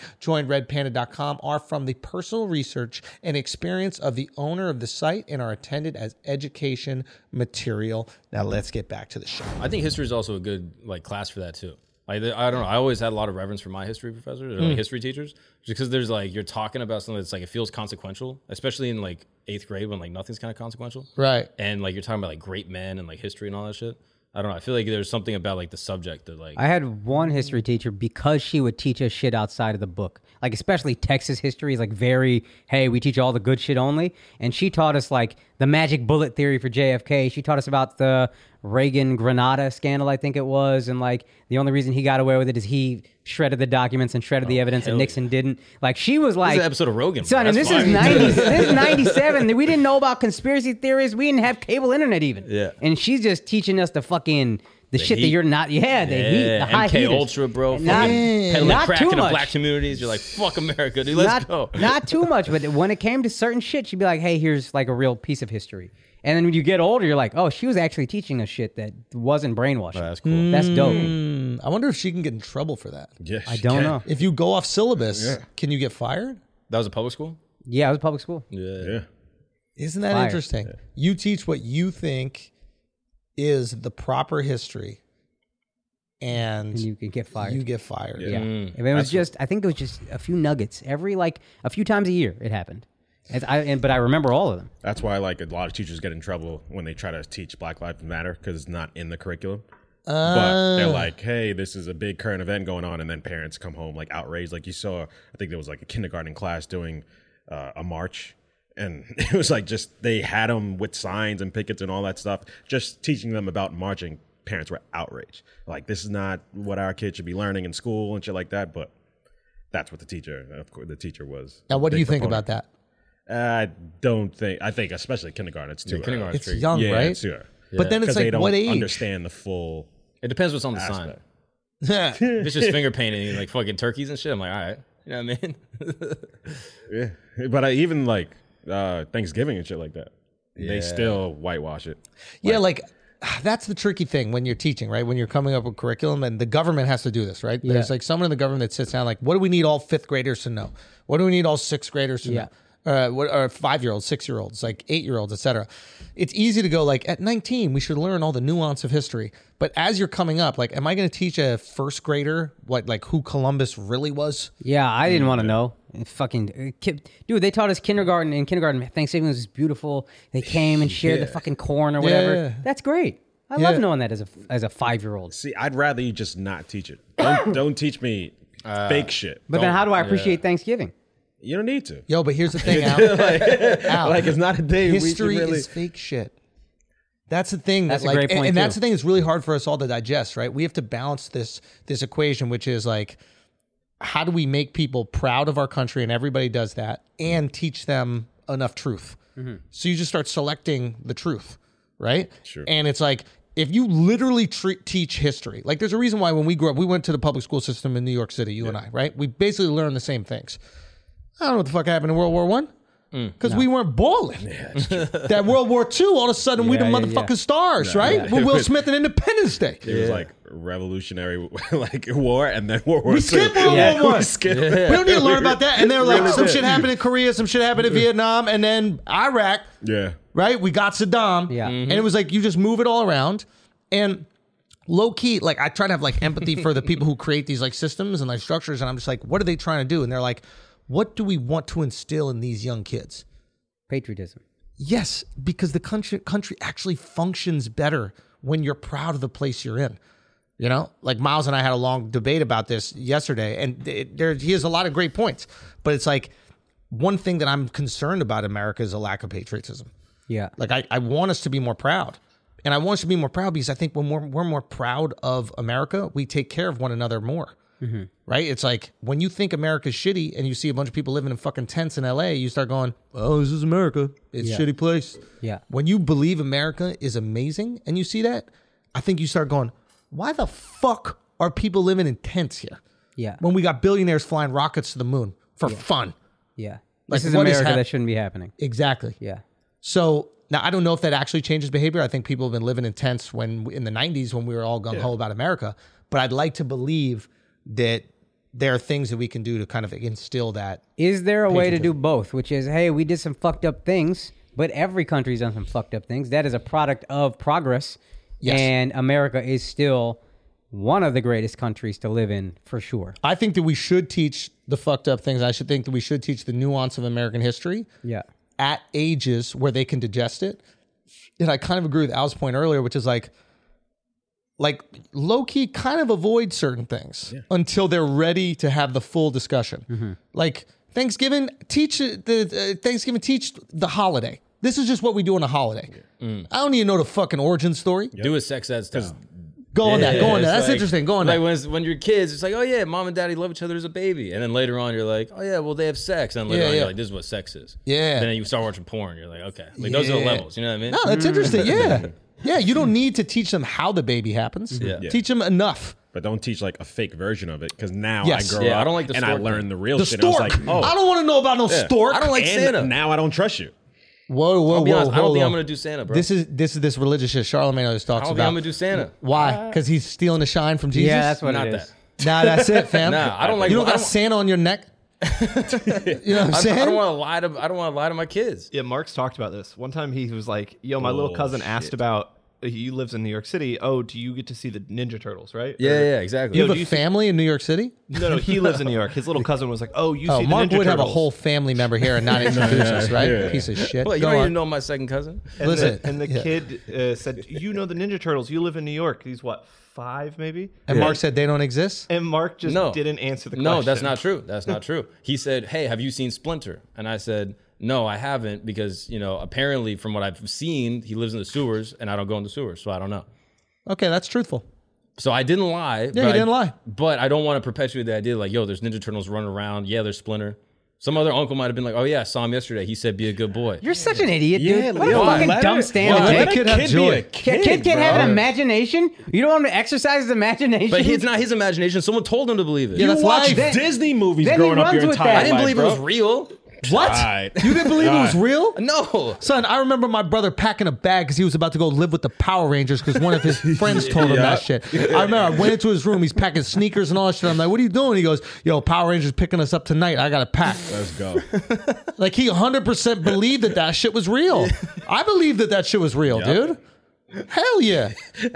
joinredpanda.com are from the personal research and experience of the owner of the site and are intended as education material. Now, let's get back to the show.
I think history is also a good like class for that too. Like the- I don't know, I always had a lot of reverence for my history professors or
Hmm.
like history teachers, just because there's like you're talking about something that's like it feels consequential, especially in like eighth grade when like nothing's kind of consequential,
Right.
And like you're talking about like great men and like history and all that shit. I don't know. I feel like there's something about like the subject that like
I had one history teacher because she would teach us shit outside of the book. Like especially Texas history is like very, hey, we teach all the good shit only. And she taught us like the magic bullet theory for JFK. She taught us about the Reagan Granada scandal, I think it was, and like the only reason he got away with it is he shredded the documents and shredded the evidence and
Oh, hell
Nixon didn't. Like she was like
an episode of Rogan,
Son,
bro.
and
That's
this is
fine.
90, this is 97. We didn't know about conspiracy theories. We didn't have cable internet even.
Yeah.
And she's just teaching us the fucking the, shit that
heat.
you're not yeah, the heat, the high
MK
heaters.
Ultra, bro.
Not,
fucking peddling
not
crack
too
in the
much.
black communities. You're like, fuck America, dude. Let's
not,
go.
not too much, but when it came to certain shit, she'd be like, "Hey, here's like a real piece of history." And then when you get older, you're like, "Oh, she was actually teaching us shit that wasn't brainwashing."
that's cool.
That's dope.
I wonder if she can get in trouble for that.
Yes,
I don't know.
If you go off syllabus, can you get fired?
That was a public school.
Yeah, it was public school.
Yeah.
Isn't that
Fired.
interesting? You teach what you think is the proper history, and
And you could get fired.
you get fired.
Yeah. And it was just, I think it was just a few nuggets every, like, a few times a year it happened. And I, and, but I remember all of them.
That's why like a lot of teachers get in trouble when they try to teach Black Lives Matter because it's not in the curriculum. but they're like, hey, this is a big current event going on, and then parents come home like outraged. Like you saw, I think there was like a kindergarten class doing uh, a march, and it was like just they had them with signs and pickets and all that stuff, just teaching them about marching. Parents were outraged. Like this is not what our kids should be learning in school and shit like that. But that's what the teacher, of course, the teacher was.
Now, what do
Big
you think
proponent.
about that?
I don't think. I think especially kindergarten. It's too early.
Kindergarten
It's
street.
young,
Yeah,
right?
it's too early.
But then it's
Because they
like,
don't
what age?
understand the full.
It depends what's on the sign.
Aspect.
If it's just finger painting, like fucking turkeys and shit. I'm like, all right. You know what I mean?
But I even like uh, Thanksgiving and shit like that. They still whitewash it.
yeah, like that's the tricky thing when you're teaching, right? When you're coming up with curriculum, and the government has to do this, right? There's like someone in the government that sits down, like, what do we need all fifth graders to know? What do we need all sixth graders to know? Uh, what are five year olds, six year olds, like eight year olds, etc. It's easy to go like at 19, we should learn all the nuance of history. But as you're coming up, like, am I going to teach a first grader what like who Columbus really was?
Yeah, I didn't want to know. And Fucking uh, ki- dude, they taught us kindergarten. In kindergarten, Thanksgiving was beautiful. They came and shared the fucking corn or whatever.
Yeah.
That's great. I
Yeah.
love knowing that as a as a five year old.
See, I'd rather you just not teach it. Don't, don't teach me
Uh,
fake shit.
But then, how do I appreciate Thanksgiving?
You don't need to.
Yo, but here's the thing, Al. Al.
Like it's not a day. we should
history
really-
is fake shit. That's the thing.
That's
that,
a
like,
great
and,
point,
and that's
too.
the thing that's really hard for us all to digest, right? We have to balance this this equation, which is like, how do we make people proud of our country, and everybody does that, and teach them enough truth?
Mm-hmm.
So you just start selecting the truth, right? Sure. And it's like. If you literally tre- teach history, like there's a reason why when we grew up, we went to the public school system in New York City, you and I, right? We basically learned the same things. I don't know what the fuck happened in World War One
Mm.
because we weren't balling. that World War II, all of a sudden we the
Yeah, yeah,
motherfucking stars, right? With Will Smith and Independence Day.
It was like revolutionary, like war, and then World War
We
II.
skipped World
Yeah.
War One.
We skipped.
We don't need to learn about that. And they were like, some shit happened in Korea, some shit happened in Vietnam, and then Iraq,
Yeah.
right? We got Saddam.
Yeah. Mhm.
And it was like, you just move it all around. And low key, like, I try to have like empathy for the people who create these like systems and like structures. And I'm just like, what are they trying to do? And they're like, what do we want to instill in these young kids?
Patriotism.
Yes, because the country country actually functions better when you're proud of the place you're in. You know, like Miles and I had a long debate about this yesterday, and it, there he has a lot of great points. But it's like one thing that I'm concerned about in America is a lack of patriotism.
Yeah.
Like I, I want us to be more proud. And I want us to be more proud because I think when we're, we're more proud of America, we take care of one another more.
Mm-hmm.
Right? It's like when you think America's shitty and you see a bunch of people living in fucking tents in LA, you start going, oh, this is America. It's a shitty place.
Yeah.
When you believe America is amazing and you see that, I think you start going, why the fuck are people living in tents here?
Yeah.
When we got billionaires flying rockets to the moon for fun.
yeah.
Like,
this is
what is
America
hap-
that shouldn't be happening.
Exactly.
Yeah.
So now I don't know if that actually changes behavior. I think people have been living in tents when in the 90s when we were all gung ho about America. But I'd like to believe that there are things that we can do to kind of instill that.
Is there a way to do both? Which is, hey, we did some fucked up things, but every country's done some fucked up things. That is a product of progress.
Yes.
And America is still one of the greatest countries to live in for sure.
I think that we should teach the fucked up things. I should think that we should teach the nuance of American history
Yeah.
at ages where they can digest it. And I kind of agree with Al's point earlier, which is like, like low key kind of avoid certain things until they're ready to have the full discussion.
Mm-hmm.
Like Thanksgiving, teach the uh, Thanksgiving, teach the holiday. This is just what we do on a holiday.
Mm.
I don't need to know the fucking origin story.
Do a sex ed style.
Go on that.
Yeah,
Go on
it's
that. That's
like-
interesting. Go on
Like
that.
when, it's- when you're kids, it's like, oh yeah, mom and daddy love each other as a baby, and then later on you're like, oh yeah, well they have sex, and then later
Yeah,
on
yeah.
you're like, this is what sex is.
Yeah.
Then you start watching porn, you're like, okay, like those are the
Yeah.
levels. You know what I mean?
No, that's interesting.
Mm-hmm.
Yeah. Yeah. You don't need to teach them how the baby happens.
Yeah. Yeah.
Teach them enough.
But don't teach like a fake version of it because now
Yes.
I grow
Yeah, I
up
don't like the
and I
stork
learn
thing.
the real
The
shit.
stork.
I was like, oh,
I don't want to know about no stork.
I don't like
and
Santa.
Now I don't trust you.
Whoa, whoa,
I'll be
whoa!
honest, I don't
hold
think
on.
I'm gonna do Santa, bro.
This is this is this religious shit Charlemagne always
I
talks
don't think
about.
I'm gonna do Santa.
Why? Because he's stealing the shine from Jesus.
Yeah, that's what
Not
it is.
that.
Nah, that's it, fam.
Nah, I don't like-
You don't
I
got
don't-
Santa on your neck. you know what I'm
I don't,
saying?
I don't want to lie to. I don't want to lie to my kids.
Yeah, Mark's talked about this. One time he was like, "Yo, my
Oh,
little cousin asked about he lives in New York City. Oh, do you get to see the Ninja Turtles, right?
Yeah,
Or-
yeah, exactly.
you
Yo,
have
do
a
you see-
family in New York City.
No, no, he lives in New York. His little cousin was like, "Oh, you
Oh,
see the
Mark
Ninja
would have a
Turtles.
whole family member here and not introduce us, right? Piece of shit.
Well, you
Go
don't
on.
even know my second cousin.
And
Listen,
the, and the
yeah.
kid uh, said, "You know the Ninja Turtles. You live in New York. He's what five, maybe?"
and Mark said they don't exist.
And Mark just
No,
didn't answer the question.
No, that's not true. That's not true. He said, "Hey, have you seen Splinter?" And I said, "No, I haven't because you know apparently from what I've seen, he lives in the sewers, and I don't go in the sewers, so I don't know."
Okay, that's truthful.
So I didn't lie. Yeah,
you didn't lie.
But I don't want to perpetuate the idea like, yo, there's Ninja Turtles running around. Yeah, there's Splinter. Some other uncle might have been like, oh yeah, I saw him yesterday. He said, be a good boy.
You're such an idiot, dude. what
yo,
a fucking
let
dumb
it- yo,
stand up.
let
Kid,
a
Kid have
be
joy.
a
kid, kid can't have an imagination. You don't want him to exercise his imagination.
but he- it's not his imagination. Someone told him to believe it.
Yeah,
You
that's
watch
life.
Then-
Disney movies
then he
growing up
runs
your
with
entire
that.
life.
I didn't believe
bro.
it was real.
What?
Right.
You didn't believe it was
Right.
real?
No.
Son, I remember my brother packing a bag because he was about to go live with the Power Rangers because one of his friends told him that shit. I remember I went into his room. He's packing sneakers and all that shit. I'm like, what are you doing? He goes, yo, Power Rangers picking us up tonight. I got to pack.
Let's go.
Like, he 100% believed that that shit was real. I believe that that shit was real, dude. Hell yeah.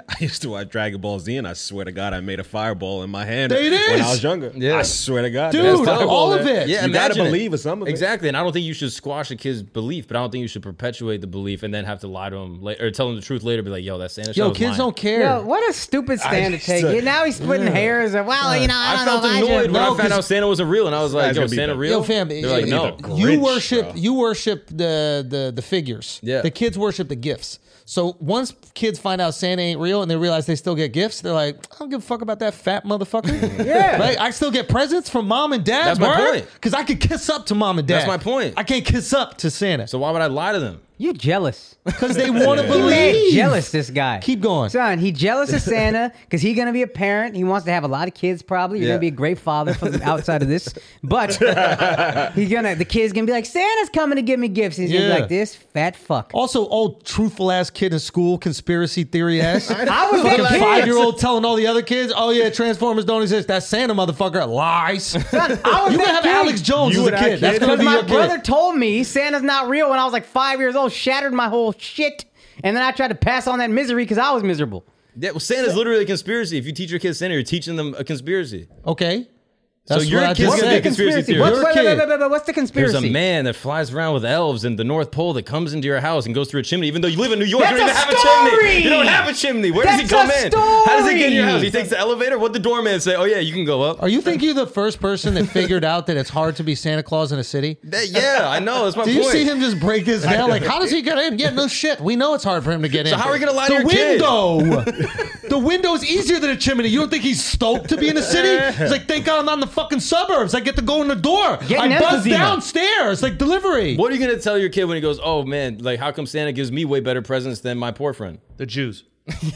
I used to watch Dragon Ball Z, and I swear to God, I made a fireball in my hand
There it
when
is.
I was younger.
Yeah.
I swear to God,
Dude,
that's
all
fireball,
of
man.
it.
You
Yeah,
gotta
imagine it.
believe in some of it.
Exactly. And I don't think you should squash a kid's belief, but I don't think you should perpetuate the belief and then have to lie to him later or tell him the truth later. Be like, yo, that's Santa.
Yo, kids don't care.
Yo, what a stupid stand to take. Yeah, now he's splitting hairs. Of, well, you know, I
I
don't
felt
know. if I
annoyed when
should-
No,
I found
'cause-
out Santa wasn't real, and I was like,
guy's
"Yo,
gonna be
Santa
the-
real?"
Yo, fam,
They're like,
you-
"No."
you
Grinch,
worship
bro.
you worship the the the figures.
Yeah.
the kids worship the gifts. So once kids find out Santa ain't real and they realize they still get gifts, they're like, I don't give a fuck about that fat motherfucker.
Yeah.
right. I still get presents from mom and dad.
That's my point.
Because I could kiss up to mom and dad.
That's my point.
I can't kiss up to Santa
So why would I lie to them?
You're jealous.
because they want to
Mad
believe.
jealous this guy.
Keep going.
Son, he jealous of Santa because he's gonna be a parent. He wants to have a lot of kids. Probably you're
Yeah.
gonna be a great father from outside of this, but he's gonna the kid's gonna be like Santa's coming to give me gifts. He's gonna
Yeah.
be like this fat fuck.
Also, old truthful ass kid in school, conspiracy theory ass.
I was
Fucking
that kid.
five year old telling all the other kids, "Oh yeah, Transformers don't exist." That's Santa, motherfucker. Lies.
I was
You would
that
have
kid.
Alex Jones
You
as a
and I,
kid.
kid.
That's gonna
Because
be
my
your
brother
kid.
told me Santa's not real when I was like five years old, shattered my whole shit, and then I tried to pass on that misery because I was miserable.
Yeah, well, Santa's literally a conspiracy. If you teach your kids Santa, you're teaching them a conspiracy.
Okay. That's
so you're
what I
a kid's
just
gonna
said.
be a conspiracy
Conspiracy.
theorist.
You're a
Wait, wait,
kid.
wait, wait, wait, wait, what's the conspiracy?
There's a man that flies around with elves in the North Pole that comes into your house and goes through a chimney, even though you live in New York. you don't
That's
even
a
have a
story!
chimney. You don't have a chimney. Where does he
That's
come
a
in? How does he get in your
story!
house? He takes the elevator. What did the doorman say? Oh yeah, you can go up.
Are you think you're the first person that figured out that it's hard to be Santa Claus in a city?
That- yeah, I know. That's my
Do you
point.
see him just break this down? Like, how does he get in? Yeah, no shit. We know it's hard for him to get in.
how are we gonna lie to
the
your kid?
window? the window's easier than a chimney. You don't think he's stoked to be in the city? He's like, thank God I'm not in the fucking suburbs. I get to go in the door.
Getting
I buzz
emphysema.
downstairs like delivery.
What are you gonna tell your kid when he goes, "Oh man, like how come Santa gives me way better presents than my poor friend?"
The Jews.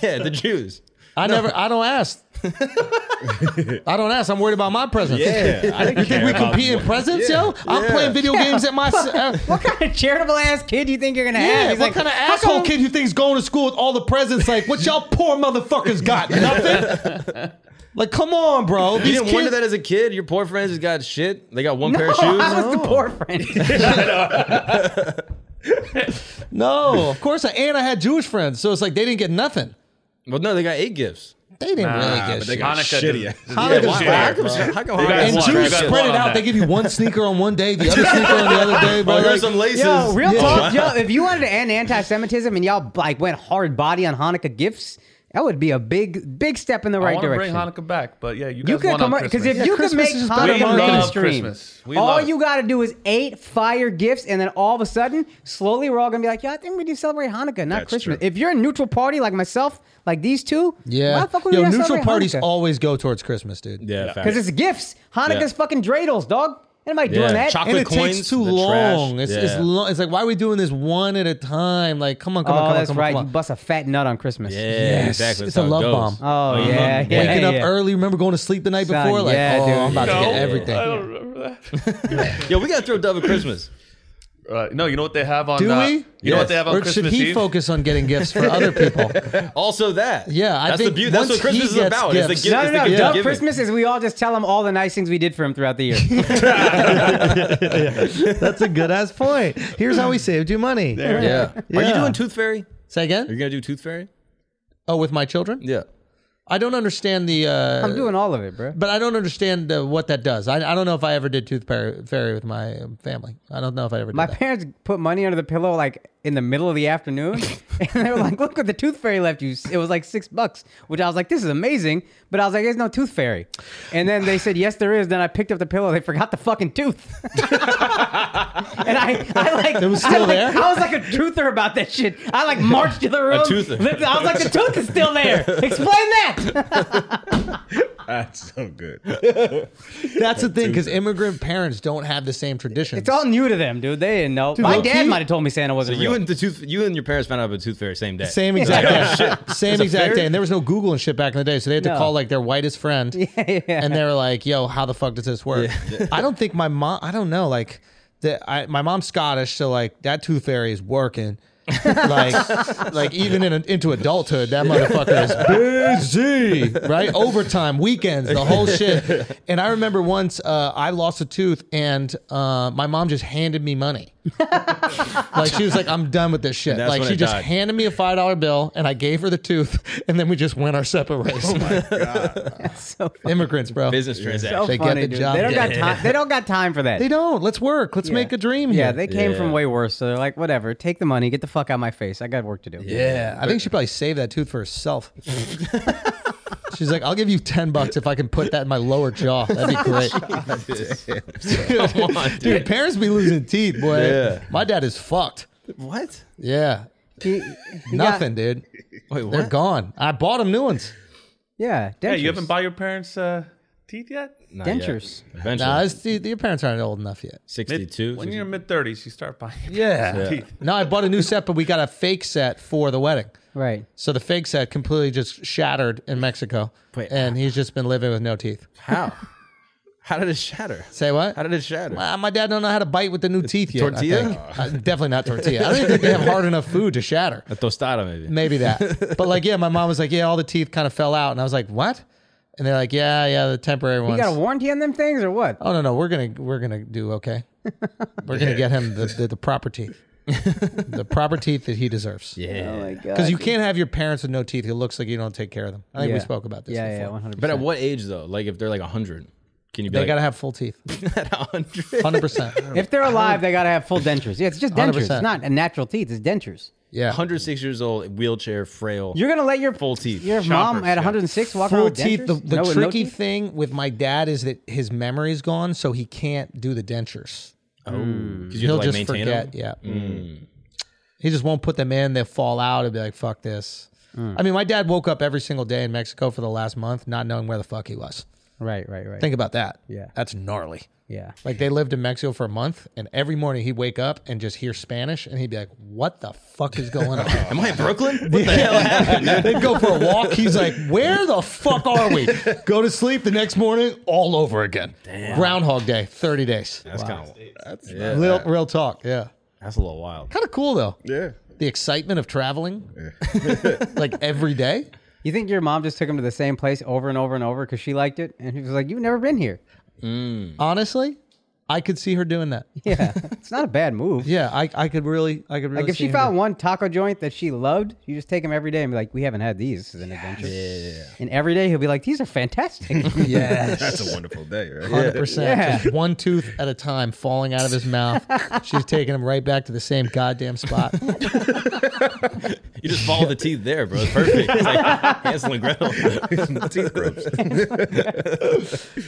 Yeah, the Jews.
I never. I don't ask. I don't ask. I'm worried about my presents.
Yeah, I
You think we compete in presents, yo? I'm playing video games at my. Uh,
what kind of charitable ass kid do you think you're gonna have?
yeah,
He's
what
like,
kind of
"How
asshole
come-
kid you think's going to school with all the presents? Like, what y'all poor motherfuckers got? Nothing. like, come on, bro.
You
These
didn't
kids.
wonder that as a kid. Your poor friends just got shit. They got one pair
No,
of shoes.
I was the poor friend.
no, of course. I, and I had Jewish friends, so it's like they didn't get nothing.
Well, no, they got eight gifts.
They didn't really get
but they
shit.
got
Hanukkah
shitty.
does-
ass.
Hanukkah's
why-
bad.
How come? How come?
got
and
one.
Jews
You got
spread it
one on
out. They
that.
give you one sneaker on one day, the other sneaker on the other day. But
Oh,
like,
here's some laces.
yo, real
Yeah.
talk, yo, if you wanted to end anti-Semitism and y'all like went hard body on Hanukkah gifts, that would be a big, big step in the
I
right
want to bring
direction.
Hanukkah back, but yeah, you
you
guys
could
won
come
on
because
Christmas.
if you could
Christmas
make
is better
Hanukkah
than Hanukkah.
mainstream,
love Christmas. We
all
love it.
you got to do is eight fire gifts, and then all of a sudden, slowly, we're all gonna be like, "Yeah, I think we do celebrate Hanukkah, not
That's
Christmas."
true.
If you're a neutral party like myself, like these two, why
yeah,
the fuck would we
yo,
not
neutral
celebrate
parties
Hanukkah?
always go towards Christmas, dude.
Yeah,
Because it's gifts. Hanukkah's fucking dreidels, dog. Anybody doing
Yeah.
that?
Chocolate
and it takes
coins,
too
the
long.
trash.
It's, it's,
Yeah.
lo- it's like why are we doing this one at a time? Like, come on, come on,
oh,
come
that's
on, come
right.
on,
You
come on.
bust a fat nut on Christmas.
Yeah,
Yes,
exactly.
it's
That's
a
how it
love
goes.
bomb.
Oh,
you
yeah,
love-
yeah.
Waking Uh-huh. up early, remember going to sleep the night
Son,
before? Like,
yeah,
oh,
dude.
I'm about to
No,
get everything.
I don't remember
Yo, we gotta throw Dove at Christmas.
that. Uh, no, you know what they have on?
Do
uh,
we?
You know
Yes.
what they have on
Or
Christmas
should he
Eve?
focus on getting gifts for other people?
Also, that.
Yeah, I
that's
think
the beauty. That's
once
what Christmas
he
is
gets
about. It's
gifts-
the gift.
No,
it's
no,
the
no.
gift
Dub
giving.
Christmas is we all just tell him all the nice things we did for him throughout the year.
That's a good ass point. Here's how we saved you money.
Yeah. Are you
Yeah.
doing Tooth Fairy?
Say
Are you
again?
gonna do Tooth Fairy?
Oh, with my children?
Yeah.
I don't understand the. Uh,
I'm doing all of it, bro.
but I don't understand uh, what that does. I, I don't know if I ever did Tooth Fairy, fairy with my um, family. I don't know if I ever did
My
that.
parents put money under the pillow like in the middle of the afternoon, and they were like, "Look what the tooth fairy left you." It was like six bucks, which I was like, "This is amazing," but I was like, "There's no tooth fairy." And then they said, "Yes, there is." Then I picked up the pillow. They forgot the fucking tooth, and I, I like,
It was
I,
still
like-
there?
I was like a truther about that shit. I like marched to the room.
toother.
lifted- I was like, "The tooth is still there." Explain that.
That's so good.
That's the thing, because immigrant parents don't have the same traditions.
It's all new to them, dude. They didn't know. My
low-key-
dad might have told me Santa wasn't
You
real.
and the tooth. You and your parents found out about Tooth Fairy same day.
Same exact day. Same exact
fairy?
day. And there was no Google and shit back in the day, so they had to
No.
call like their whitest friend, and they were like, "Yo, how the fuck does this work?" I don't think my mom. I don't know. Like, the, I, my mom's Scottish, so like that tooth fairy is working. like, like even in into adulthood, that motherfucker is busy, right? Overtime, weekends, the whole shit. And I remember once uh, I lost a tooth, and uh, my mom just handed me money. Like she was like, "I'm done with this shit."
That's
like
when
she
it
just
died.
handed me a five dollar bill, and I gave her the tooth, and then we just went our separate ways.
so
Immigrants, bro.
Oh business transaction.
so
They get
funny,
the
dude.
job
They don't got
done.
time. They don't got time for that.
They don't. Let's work. Let's make a dream.
Yeah,
here.
they came from
Yeah.
way worse. So they're like, whatever, take the money, get the fuck out of my face. I got work to do.
Yeah, I think she probably saved that tooth for herself. She's like, I'll give you ten bucks if I can put that in my lower jaw. That'd be great.
Come on,
dude, parents be losing teeth, boy.
Yeah.
My dad is fucked.
What?
Yeah,
He- he got-
nothing, dude.
Wait, what?
They're gone. I bought him new ones.
yeah, dentures.
Yeah, you haven't bought your parents uh, teeth yet.
Not yet.
dentures.
Eventually.
Nah, it's the, your parents aren't old enough yet.
Sixty-two.
When you're in mid thirties, you start buying. your
Yeah.
Teeth.
No, I bought a new set, but we got a fake set for the wedding.
Right.
So the fake set completely just shattered in Mexico,
Wait,
and he's just been living with no teeth.
How? How did it shatter?
Say what?
How did it shatter?
Uh, my dad don't know how to bite with the new teeth yet. I
tortilla?
think. Uh, definitely not tortilla. I don't even think they have hard enough food to shatter.
A tostada, maybe.
Maybe that. But like, yeah, my mom was like, yeah, all the teeth kind of fell out, and I was like, what? And they're like, yeah, yeah, the temporary
You
ones.
got a warranty on them things or what?
oh no, no, we're gonna we're gonna do okay. We're gonna get him the, the, the proper teeth, the proper teeth that he deserves.
Yeah.
my god.
Because you can't have your parents with no teeth. It looks like you don't take care of them. I think we spoke about this
Yeah, yeah,
before.
one hundred.
But at what age though? Like if they're like hundred, Can you be
They
like,
gotta have full teeth. Hundred percent.
If they're alive, they gotta have full dentures. Yeah, it's just dentures. It's
100%.
not natural teeth. It's dentures.
Yeah.
106 years old, wheelchair, frail.
You're gonna let your
Full teeth.
Your mom
Chompers, yeah.
at 106 walk around
Full
with
teeth. The,
dentures?
the
No- no
tricky
teeth?
thing with my dad is that his memory's gone, so he can't do the dentures.
Because Oh. you
He'll
have to like
just
maintain
forget.
them. Mm.
Yeah. He just won't put them in. They'll fall out and be like, fuck this.
Mm.
I mean, my dad woke up every single day in Mexico for the last month not knowing where the fuck he was.
Right, right, right.
Think about that.
Yeah.
That's gnarly.
yeah.
Like they lived in Mexico for a month, and every morning he'd wake up and just hear Spanish, and he'd be like, "What the fuck is going on?"
Am I in Brooklyn? What the hell happened?
They'd go for a walk. He's like, "Where the fuck are we?" Go to sleep the next morning, all over again. Groundhog Day, thirty days.
That's kind of that's, yeah,
Real,
that-
real talk. Yeah,
that's a little wild.
kind of cool though.
Yeah.
The excitement of traveling, like every day.
You think your mom just took him to the same place over and over and over because she liked it, and he was like, "You've never been here."
Honestly, I could see her doing that.
Yeah, it's not a bad move.
Yeah, I, I could really, I could really.
Like if
see
she
her-
found one taco joint that she loved, you just take him every day and be like, "We haven't had these. This is an adventure." And every day he'll be like, "These are fantastic."
yes.
That's a wonderful day, right?
hundred percent. Just one tooth at a time falling out of his mouth. She's taking him right back to the same goddamn spot.
You just follow the teeth there, bro. It's perfect. It's like Hansel and Gretel. teeth groups.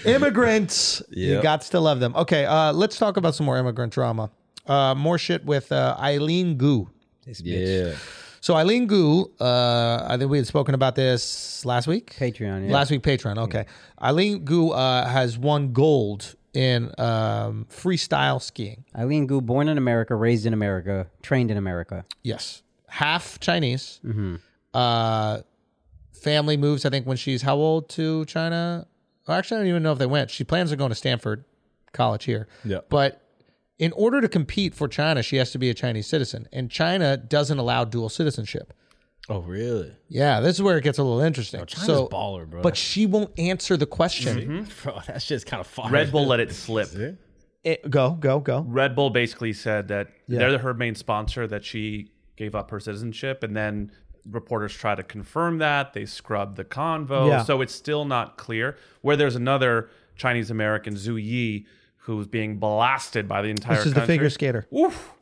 Immigrants, you
Yep.
got to love them. Okay, uh, let's talk about some more immigrant drama. Uh, more shit with uh, Eileen Gu.
Yeah.
So Eileen Gu, uh, I think we had spoken about this last week.
Patreon, yeah. Mm.
Last week, Patreon. Okay, Eileen Gu uh, has won gold in um, freestyle skiing.
Eileen Gu, born in America, raised in America, trained in America.
Yes, half Chinese.
Mm-hmm.
Uh, family moves. I think when she's how old to China? Well, actually, I don't even know if they went. She plans on going to Stanford College here.
Yeah.
But in order to compete for China, she has to be a Chinese citizen, and China doesn't allow dual citizenship.
Oh, really?
Yeah, this is where it gets a little interesting.
Oh, China's
so,
baller, bro. Mm-hmm.
but she won't answer the question.
Bro, that shit's kind of fire.
Red Bull let it slip.
It- go, go, go.
Red Bull basically said that they're her main sponsor, that she gave up her citizenship, and then reporters try to confirm that. They scrub the convo.
Yeah.
So it's still not clear. Where there's another Chinese American, Zhu Yi, who's being blasted by the entire
This is the
country.
figure skater.
Oof.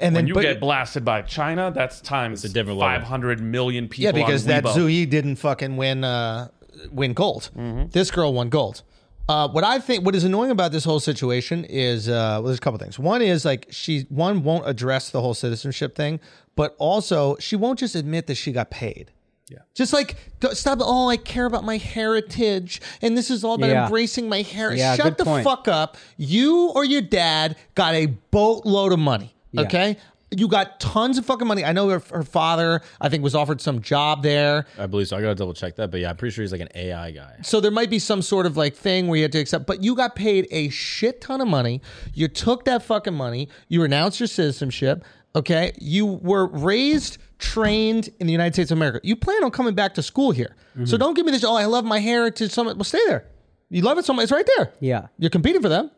And
When
then
you
but-
get blasted by China, that's times
a different level.
five hundred million
Yeah,
people.
because
on
that
Weibo.
Zuyi didn't fucking win uh, win gold. This girl won gold. Uh, what I think, what is annoying about this whole situation is, uh, well, there's a couple things. One is like she one won't address the whole citizenship thing, but also she won't just admit that she got paid. Yeah. Just like d- stop. Oh, I care about my heritage, and this is all about
Yeah.
embracing my heritage.
Yeah,
Shut
good
the
point.
fuck up. You or your dad got a boatload of money. Okay. You got tons of fucking money. I know her, her father, I think, was offered some job there.
I believe so. I gotta double check that, but yeah, I'm pretty sure he's like an AI guy.
So there might be some sort of like thing where you had to accept, but you got paid a shit ton of money. You took that fucking money. You renounced your citizenship. Okay. You were raised, trained in the United States of America. You plan on coming back to school here. So don't give me this, oh, I love my heritage. Some, well, stay there. You love it so much. It's right there.
Yeah.
You're competing for them,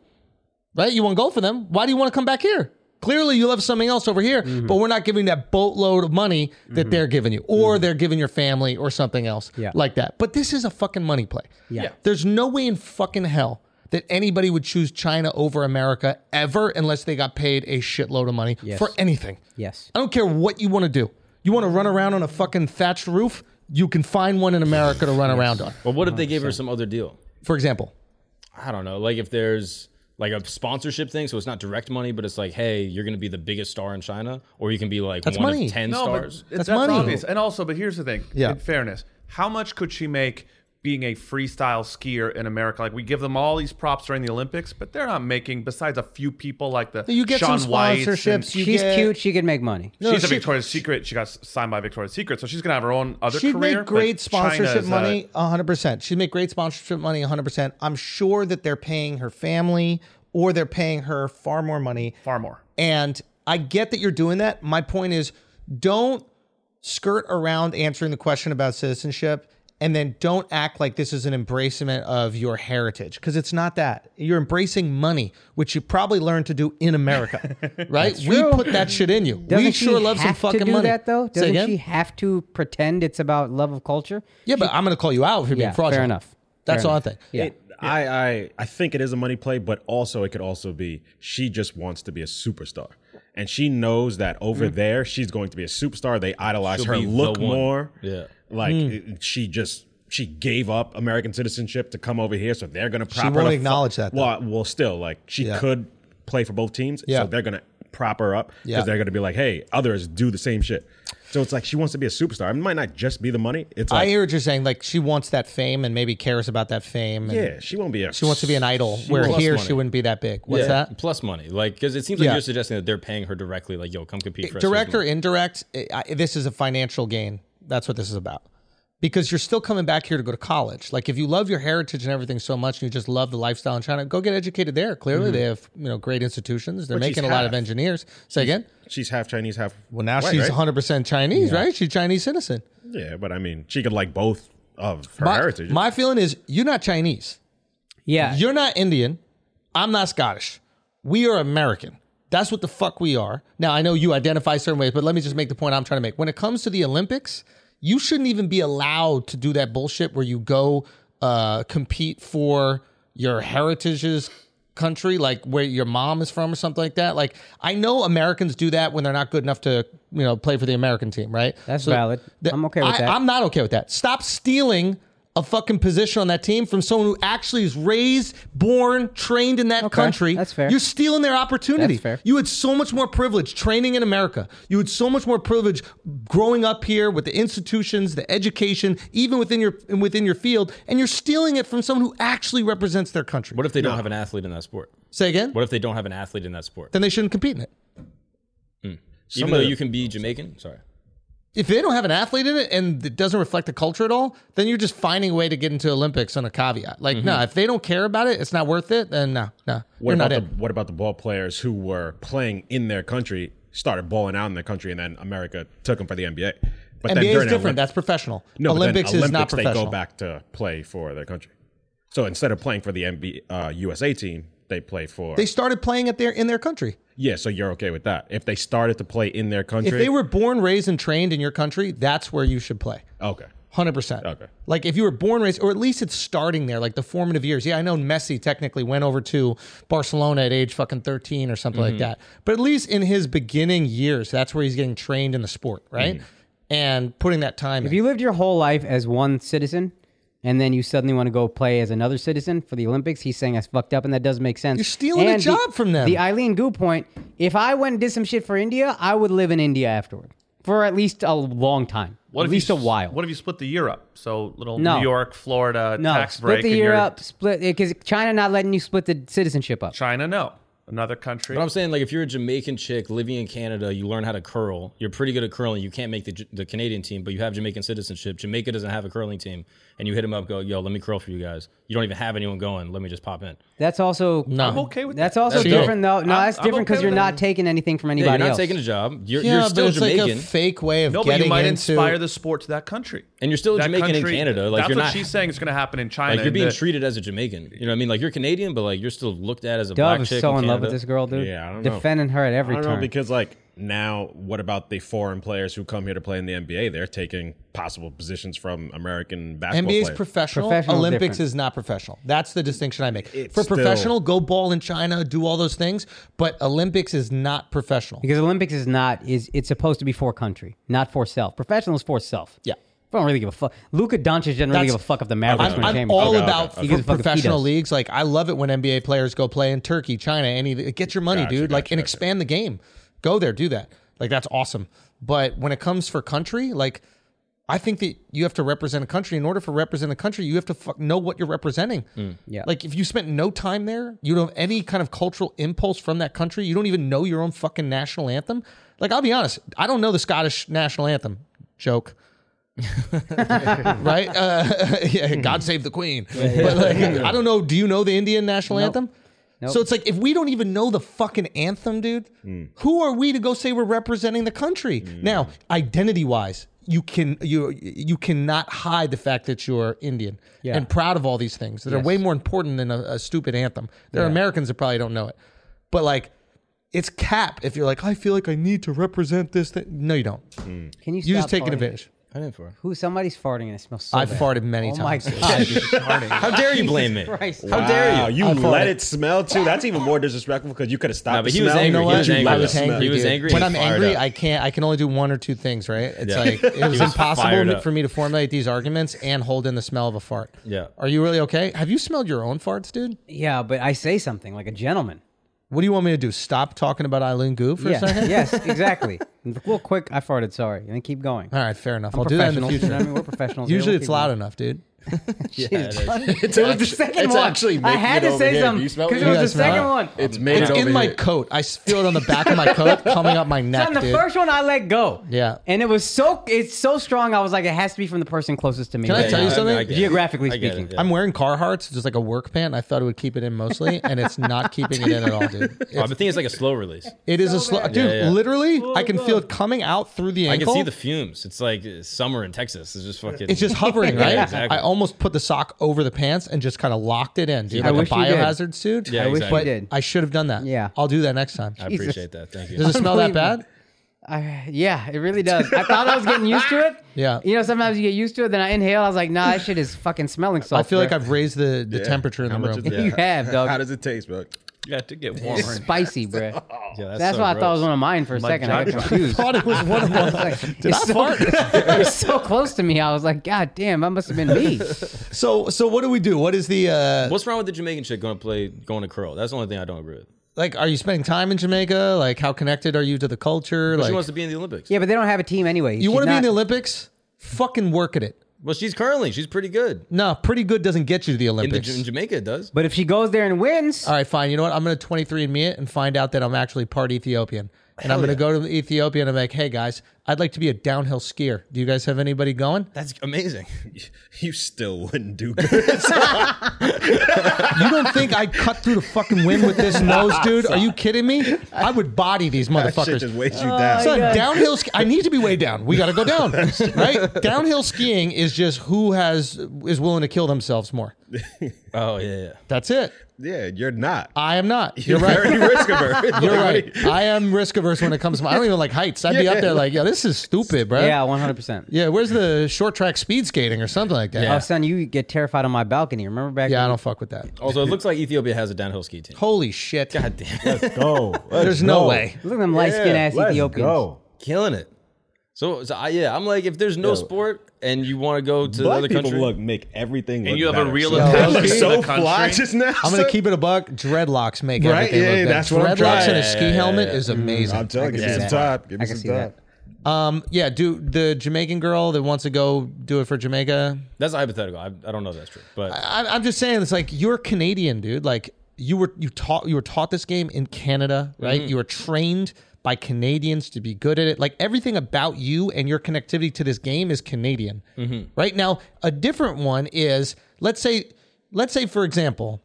right? You want gold for them. Why do you want to come back here? Clearly, you love something else over here, but we're not giving that boatload of money that they're giving you, or they're giving your family, or something else
Mm-hmm. Yeah.
like that. But this is a fucking money play.
Yeah.
There's no way in fucking hell that anybody would choose China over America ever unless they got paid a shitload of money for anything.
Yes.
I don't care what you want to do. You want to run around on a fucking thatched roof? You can find one in America to run around on.
But what if they gave her some other deal?
For example,
I don't know. Like if there's like a sponsorship thing, so it's not direct money, but it's like, hey, you're gonna be the biggest star in China, or you can be like
That's
one
money.
of ten
No, but
stars.
it-
That's
that's,
money.
obvious. And also, but here's the thing.
Yeah.
In fairness, how much could she make being a freestyle skier in America? Like we give them all these props during the Olympics, but they're not making besides a few people like the
you get
Shaun
some
Whites and-
sponsorships. you
She's
get-
cute. She could make money.
No,
she's a
she-
Victoria's Secret. She got s- signed by Victoria's Secret, so she's gonna have her own other
She'd
career.
make
but uh,
great
China
sponsorship
uh,
is a-
money, hundred percent. She'd make great sponsorship money, hundred percent. I'm sure that they're paying her family or they're paying her far more money.
far more.
And I get that you're doing that. My point is, don't skirt around answering the question about citizenship, and then don't act like this is an embracement of your heritage because it's not that. You're embracing money, which you probably learned to do in America, right? We put that shit in you.
Doesn't
we sure
she
love some
have
fucking
to do
money.
that though?
Say
Doesn't
again?
she have to pretend it's about love of culture?
Yeah, but I'm going to call you out if you're being
Yeah, fair
fraudulent.
enough.
That's
Fair
all
enough.
I think.
Yeah.
It-
I, I I think it is a money play, but also it could also be she just wants to be a superstar, and she knows that over there she's going to be a superstar. They idolize
Mm-hmm. She'll
her
be the
look
one.
more.
Yeah.
Hmm.
like it- she just she gave up American citizenship to come over here, so they're going to prop her
won't
the fu-
acknowledge that, though.
Well, well, still like she
Yeah.
could play for both teams,
Yeah.
so they're going to prop her up because
Yeah.
they're going to be like, hey, others do the same shit. So it's like she wants to be a superstar. It might not just be the money. It's like
I hear what you're saying. Like she wants that fame and maybe cares about that fame. And
yeah, she won't be a
She wants to be an idol. Where
wants
here
money.
she wouldn't be that big. What's
Yeah,
that?
Plus money, like because it seems like
Yeah.
you're suggesting that they're paying her directly. Like, yo, come compete for us.
Direct or indirect, I, I- this is a financial gain. That's what this is about. Because you're still coming back here to go to college. Like if you love your heritage and everything so much, and you just love the lifestyle in China. Go get educated there. Clearly, they have you know great institutions. They're
But she's
making a lot of
half.
engineers. Say again.
She's half Chinese, half.
Well, now
white,
she's
right?
100 percent Chinese, right? She's Chinese citizen.
Yeah, but I mean, she could like both of her
My,
heritage.
my feeling is you're not Chinese.
Yeah.
You're not Indian. I'm not Scottish. We are American. That's what the fuck we are. Now, I know you identify certain ways, but let me just make the point I'm trying to make. When it comes to the Olympics, you shouldn't even be allowed to do that bullshit where you go uh, compete for your heritage's country, like where your mom is from or something like that. Like, I know Americans do that when they're not good enough to, you know, play for the American team, right?
That's valid. I'm okay with
I-
that.
I'm not okay with that. Stop stealing a fucking position on that team from someone who actually is raised, born, trained in that country.
that's fair.
You're stealing their opportunity.
That's fair.
You had so much more privilege training in America. You had so much more privilege growing up here with the institutions, the education, even within your within your field, and you're stealing it from someone who actually represents their country.
What if they don't have an athlete in that sport?
Say again?
What if they don't have an athlete in that sport?
then they shouldn't compete in it.
Even
Some of
though
the-
you can be Jamaican, sorry.
If they don't have an athlete in it and it doesn't reflect the culture at all, then you're just finding a way to get into Olympics on a caveat. Like, no, if they don't care about it, it's not worth it. Then no, no,
Mm-hmm. what
you're
about
not
the
in.
what about the ball players who were playing in their country, started balling out in their country, and then America took them for the NBA? But
NBA is
during the
different.
Olymp-
That's professional.
no, but then
Olympics, is not
Olympics,
professional.
They go back to play for their country. So instead of playing for the NBA, uh, USA team, they play for
They started playing at their in their country.
yeah. So you're okay with that if they started to play in their country?
If they were born, raised, and trained in your country, that's where you should play.
okay,
Hundred percent.
Okay.
Like if you were born raised, or at least it's starting there, like the formative years. Yeah, I know Messi technically went over to Barcelona at age fucking thirteen or something like that. But at least in his beginning years, that's where he's getting trained in the sport, right? And putting that time.
If
in.
you lived your whole life as one citizen and then you suddenly want to go play as another citizen for the Olympics, he's saying that's fucked up and that doesn't make sense.
You're stealing a
And the-
job from them.
The Eileen Goo point if I went and did some shit for India, I would live in India afterward for at least a long time. at
you
least a
s-
while.
What if you split the year up? So little
No.
New York, Florida
no,
tax
split
break.
the
and
year
you're-
up, split because China not letting you split the citizenship up.
China, no. Another country.
But I'm saying, like, if you're a Jamaican chick living in Canada, you learn how to curl. You're pretty good at curling. You can't make the, J- the Canadian team, but you have Jamaican citizenship. Jamaica doesn't have a curling team, and you hit them up, go, yo, let me curl for you guys. You don't even have anyone going. Let me just pop in.
That's also
No. I'm
okay with
that's
that.
also
That's
different though. No,
I'm-
that's
I'm
different
okay
because
with
you're
that.
not taking anything from
Yeah,
anybody
you're not
else.
taking a job. You're,
yeah,
you're still
but it's
Jamaican.
like a fake way of
no, but
getting
you might
into.
inspire the sport to that country.
And you're still
that
Jamaican in Canada, like,
that's
you're
what
not-
she's saying is going to happen in China.
like, you're being
that-
treated as a Jamaican. You know what I mean? Like, you're Canadian, but, like, you're still looked at as a
Dove
black
is
chick.
so
in
in love with
Canada.
this girl, dude.
yeah, I don't know.
defending her at every
I don't
turn.
know because like now, what about the foreign players who come here to play in the NBA? They're taking possible positions from American basketball
NBA's
players.
professional.
Professional
Olympics
different.
is not professional. That's the distinction I make.
It's
For
still-
professional, go ball in China, do all those things, but Olympics is not professional.
Because Olympics is not is it's supposed to be for country, not for self. Professional is for self.
Yeah.
I don't really give a fuck. Luka Doncic doesn't really
That's-
give a fuck if the Mavericks
I'm,
win
I'm
championships.
all
Okay,
about
okay,
okay.
for
Fuck if he
professional
does.
leagues. Like I love it when NBA players go play in Turkey, China, any get your money,
Gotcha,
dude. like
gotcha,
and
gotcha.
expand the game. Go there, do that. Like that's awesome. But when it comes for country, like I think that you have to represent a country. In order for represent a country, you have to fuck know what you're representing.
Mm.
Yeah.
Like if you spent no time there, you don't have any kind of cultural impulse from that country. You don't even know your own fucking national anthem. Like I'll be honest, I don't know the Scottish national anthem. Joke right? Uh, yeah,
Hmm.
God save the Queen. But like, I don't know. Do you know the Indian national anthem? So it's like if we don't even know the fucking anthem, dude,
Hmm.
who are we to go say we're representing the country? Now, identity wise, you can you you cannot hide the fact that you're Indian
Yeah.
and proud of all these things that are way more important than a, a stupid anthem. There are Americans that probably don't know it, but like. It's cap if you're like, I feel like I need to represent this thing. No, you don't.
Can you
You're
stop
just taking
calling-
advantage.
I didn't fart.
Who? Somebody's farting and it smells so
I
bad.
farted many
oh
times.
my god, you're farting.
How dare you blame me?
Christ.
How dare
Wow,
you?
you let it smell too. That's even more disrespectful because you could have stopped.
No, but
the
he was
smell,
angry.
but
He was
you
angry.
let
I
it
was
smell.
angry.
He was
dude.
angry
When
and
I'm
fired
angry,
up.
I can't. I can only do one or two things. Right? It's
Yeah.
like it was,
was fired
impossible
up.
for me to formulate these arguments and hold in the smell of a fart.
Yeah.
Are you really okay? Have you smelled your own farts, dude?
Yeah, but I say something like a gentleman.
What do you want me to do? Stop talking about Eileen Goo for
yeah.
a second?
yes, exactly. Real quick, I farted. Sorry, and then keep going.
All right, fair enough.
I'm
I'll do that in the
professionals, you know what I mean?
future.
We're professionals. here.
Usually
We'll
it's
keep
loud
going.
enough, dude.
Jesus, buddy.
It's
it was the second one. I had to say something
It's making it over
because it was
here.
You guys smell
the second
it?
one.
Do you smell it? It's made
It's
over
in my
here.
coat. I s- feel it on the back of my coat coming up my neck,
On the
dude.
first one, I let go.
Yeah.
and it was so it's so strong. I was like, it has to be from the person closest to me.
Can I
right
tell
now.
you something?
I get it.
Geographically
I get it,
speaking.
yeah.
I'm wearing Carhartts, just like a work pant. I thought it would keep it in mostly, and it's not keeping it in at all, dude.
Oh, I think it's like a slow release.
It is a slow, dude.
Yeah, yeah.
Literally, I can feel it coming out through the
I
ankle.
can see the fumes. It's like uh, summer in Texus. It's just fucking.
It's just hovering,
Yeah,
right?
exactly.
I almost put the sock over the pants and just kind of locked it in, dude,
I
like a
wish you did.
biohazard suit.
Yeah,
I wish
exactly.
you did.
I should have done that.
Yeah.
I'll do that next time.
I appreciate that. Thank you.
Does it smell that bad?
I, yeah, it really does. I thought I was getting used to it.
Yeah.
you know, sometimes you get used to it. Then I inhale. I was like, nah, that shit is fucking smelling so.
I feel like I've raised the, the temperature in the
How much
room.
is- yeah.
You have, dog.
How does it taste, bro?
You have to get
It's spicy, bruh.
Yeah, that's
That's
so
why I thought it was
gross.
one of mine for a second. I got
judge-
confused.
thought it was one of
I was
them.
like, it's so, it was so close to me. I was like, God damn, that must have been me.
So, so what do we do? What is the uh,
What's wrong with the Jamaican chick going to play going to curl? That's the only thing I don't agree with.
like? Are you spending time in Jamaica? Like, how connected are you to the culture?
She
Like,
wants to be in the Olympics.
Yeah, but they don't have a team anyway.
you want to be in the
Olympics?
Olympics? Fucking work at it.
Well, she's curling. She's pretty good.
No, pretty good doesn't get you to the
In, the,
Olympics.
in Jamaica, it does.
But if she goes there and wins,
All right, fine. You know what? I'm going to 23 and me it and find out that I'm actually part Ethiopian. And I'm going to go to Ethiopia and I'm like, hey guys, I'd like to be a downhill skier. Do you guys have anybody going?
That's amazing.
You still wouldn't do good.
You don't think I'd cut through the fucking wind with this nose, dude? Are you kidding me? I would body these
that shit just
motherfuckers.
weighs you down.
Son, downhill. Ski- I need to be way down. We got to go down, right? Downhill skiing is just who has is willing to kill themselves more.
Oh yeah, yeah.
That's it.
yeah, you're not.
I am not.
You're
You're right.
very risk averse.
You're right. I am risk averse when it comes to. My, I don't even like heights. I'd be up there like, yo, this is stupid, bro.
yeah, one hundred percent.
Yeah, where's the short track speed skating or something like that? Oh,
Oh, son, you get terrified on my balcony. Remember back?
Yeah, I
when-
don't fuck with that.
Also, it looks like Ethiopia has a downhill ski team.
Holy shit.
God damn,
Go.
There's no way.
Look at them light skinned ass
Let's
Ethiopians.
go.
killing it. So, so I, yeah, I'm like, if there's no sport and you want to go to
Black
another
people
country,
look make everything.
And
look
you have a
better.
real
So-
attachment
Look
to
so
the country.
fly just now.
I'm gonna
son.
keep it a buck. Dreadlocks make
Right?
everything
Yeah,
look good.
that's what I'm
Dreadlocks
trying. Mm-hmm.
and a ski
Yeah, yeah,
helmet
yeah.
is amazing.
I'm telling you, give me some
that.
top. Give
I
me
can
some
see
top.
that.
Um, yeah, do the Jamaican girl that wants to go do it for Jamaica.
that's hypothetical. I, I don't know if that's true, but
I, I'm just saying, it's like you're Canadian, dude. Like you were you taught you were taught this game in Canada, right? You were trained by Canadians to be good at it. Like everything about you and your connectivity to this game is Canadian, right? Now, a different one is let's say let's say for example,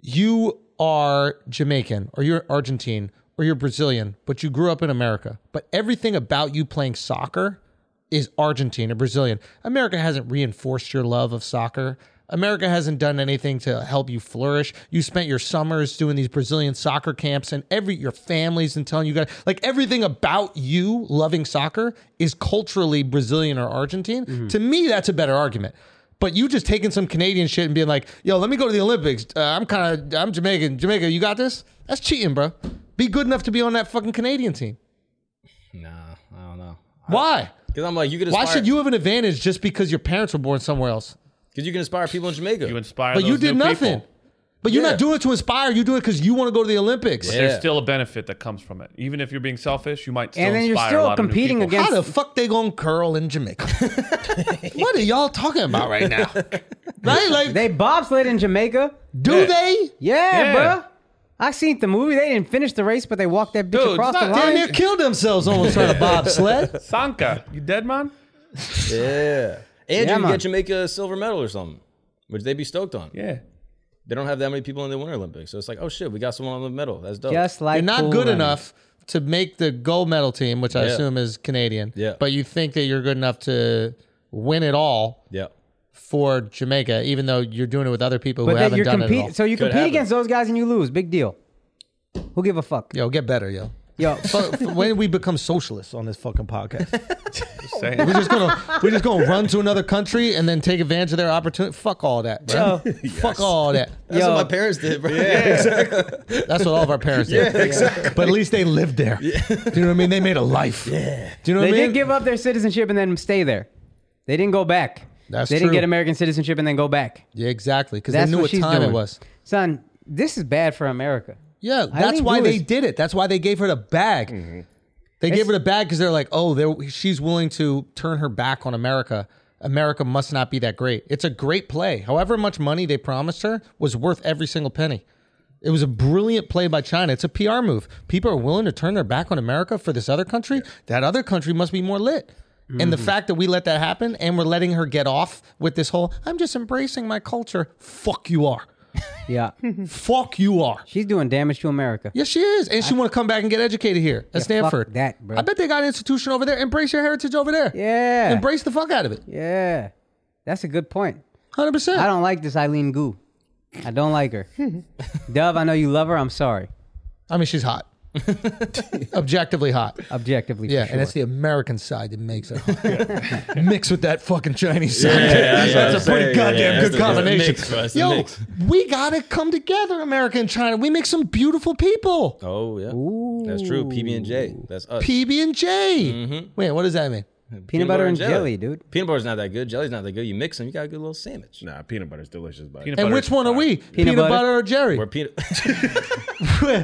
you are Jamaican or you're Argentine or you're Brazilian, but you grew up in America, but everything about you playing soccer is Argentine or Brazilian. America hasn't reinforced your love of soccer. America hasn't done anything to help you flourish. You spent your summers doing these Brazilian soccer camps and every your families and telling you guys like everything about you loving soccer is culturally Brazilian or Argentine. To me, that's a better argument. But you just taking some Canadian shit and being like, "Yo, let me go to the Olympics. Uh, I'm kind of, I'm Jamaican. Jamaica, you got this? That's cheating, bro. Be good enough to be on that fucking Canadian team.
nah, I don't know.
Why?
Because I'm like, you could
Why
aspire,
should you have an advantage just because your parents were born somewhere else?
Because you can inspire people in Jamaica.
You inspire,
But you
those
did
new
nothing.
people.
But you're
Yeah.
not doing it to inspire. You do it because you want to go to the Olympics.
Yeah.
There's still a benefit that comes from it, even if you're being selfish. You might still
And then you're
inspire a
still
lot of new
competing
people.
against-
How the fuck they gonna curl in Jamaica? what are y'all talking about right now? right? Like,
They bobsled in Jamaica.
do they?
Yeah,
Yeah.
bro. I seen the movie. They didn't finish the race, but they walked that bitch
Dude,
across
it's
the
not-
Damn
line.
near killed themselves almost trying to bobsled.
Sanka, you dead man?
Yeah. And
Yeah,
you can
man.
get Jamaica a silver medal or something, which they'd be stoked on.
Yeah.
They don't have that many people in the Winter Olympics. So it's like, oh shit, we got someone on the medal. That's dope.
Just like
You're not
Cool
good
Runnings.
enough to make the gold medal team, which I
Yeah.
assume is Canadian.
Yeah.
But you think that you're good enough to win it all
Yeah.
for Jamaica, even though you're doing it with other people
But
who
then
haven't
you're
done it at all.
compete. So you
Could
compete
happen.
against those guys and you lose. Big deal. Who give a fuck?
yo, get better, yo.
Yo,
Fu- fu- when did we become socialists on this fucking podcast? we're just gonna we're just gonna run to another country and then take advantage of their opportunity. Fuck all that, bro. Fuck all that.
That's
yo,
what my parents did, bro.
That's what all of our parents did. But at least they lived there. Do you know what I mean? They made a life. Do you know what
they
I mean?
did give up their citizenship and then stay there. They didn't go back.
That's
they didn't
true.
get American citizenship and then go back.
yeah, exactly. Because they
That's
knew
what
what
she's
time
doing.
it was.
Son, this is bad for America.
Yeah, that's
Eileen
why they
Lewis-
did it. That's why they gave her the bag. They gave her the bag because they're like, oh, they're, she's willing to turn her back on America. America must not be that great. It's a great play. However much money they promised her was worth every single penny. It was a brilliant play by China. It's a PR move. People are willing to turn their back on America for this other country. That other country must be more lit. And the fact that we let that happen and we're letting her get off with this whole, I'm just embracing my culture. Fuck you are.
Yeah.
Fuck you are.
She's doing damage to America.
Yes, she is, and she want to come back and get educated here at
Yeah, fuck
Stanford.
that, bro.
I bet they got an institution over there. Embrace your heritage over there.
Yeah.
embrace the fuck out of it.
Yeah. That's a good point.
Hundred
I
percent.
don't like this Eileen Gu. I don't like her. Dove, I know you love her. I'm sorry.
I mean, she's hot, objectively hot.
Objectively.
Yeah,
Oh, for
and
sure.
it's the American side that makes it hot. Mixed with that fucking Chinese side.
that's what I'm
that's a pretty
saying.
goddamn
Yeah,
good
that's a-
combination.
mix, that's a
Yo,
mix.
we gotta come together, America and China. We make some beautiful people.
Oh yeah, that's true. PB and J, that's us.
PB and
Mm-hmm.
J. Wait, what does that mean?
peanut butter and jelly, dude.
Peanut butter's not that good. Jelly's not that good. You mix them, you got a good little sandwich.
Nah, peanut butter's delicious, but
Peanut
And
butter
which
is
one are
fire.
we? Peanut,
butter?
butter or Jerry?
We're peanut.
Where-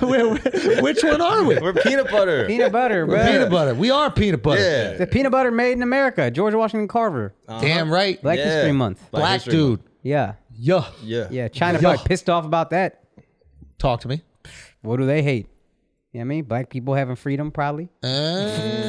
where- which one are we?
We're peanut butter.
Peanut butter, bro.
Peanut butter. We are peanut butter.
Yeah. Uh-huh.
The peanut butter made in America. George Washington Carver.
Damn right.
Black
Black,
Yeah.
History Month.
Black History
dude.
Month.
Yeah.
Yeah.
Yeah.
Yeah. China probably
Yo.
pissed off about that.
Talk to me.
What do they hate? You know what I mean? Black people having freedom, probably.
Uh,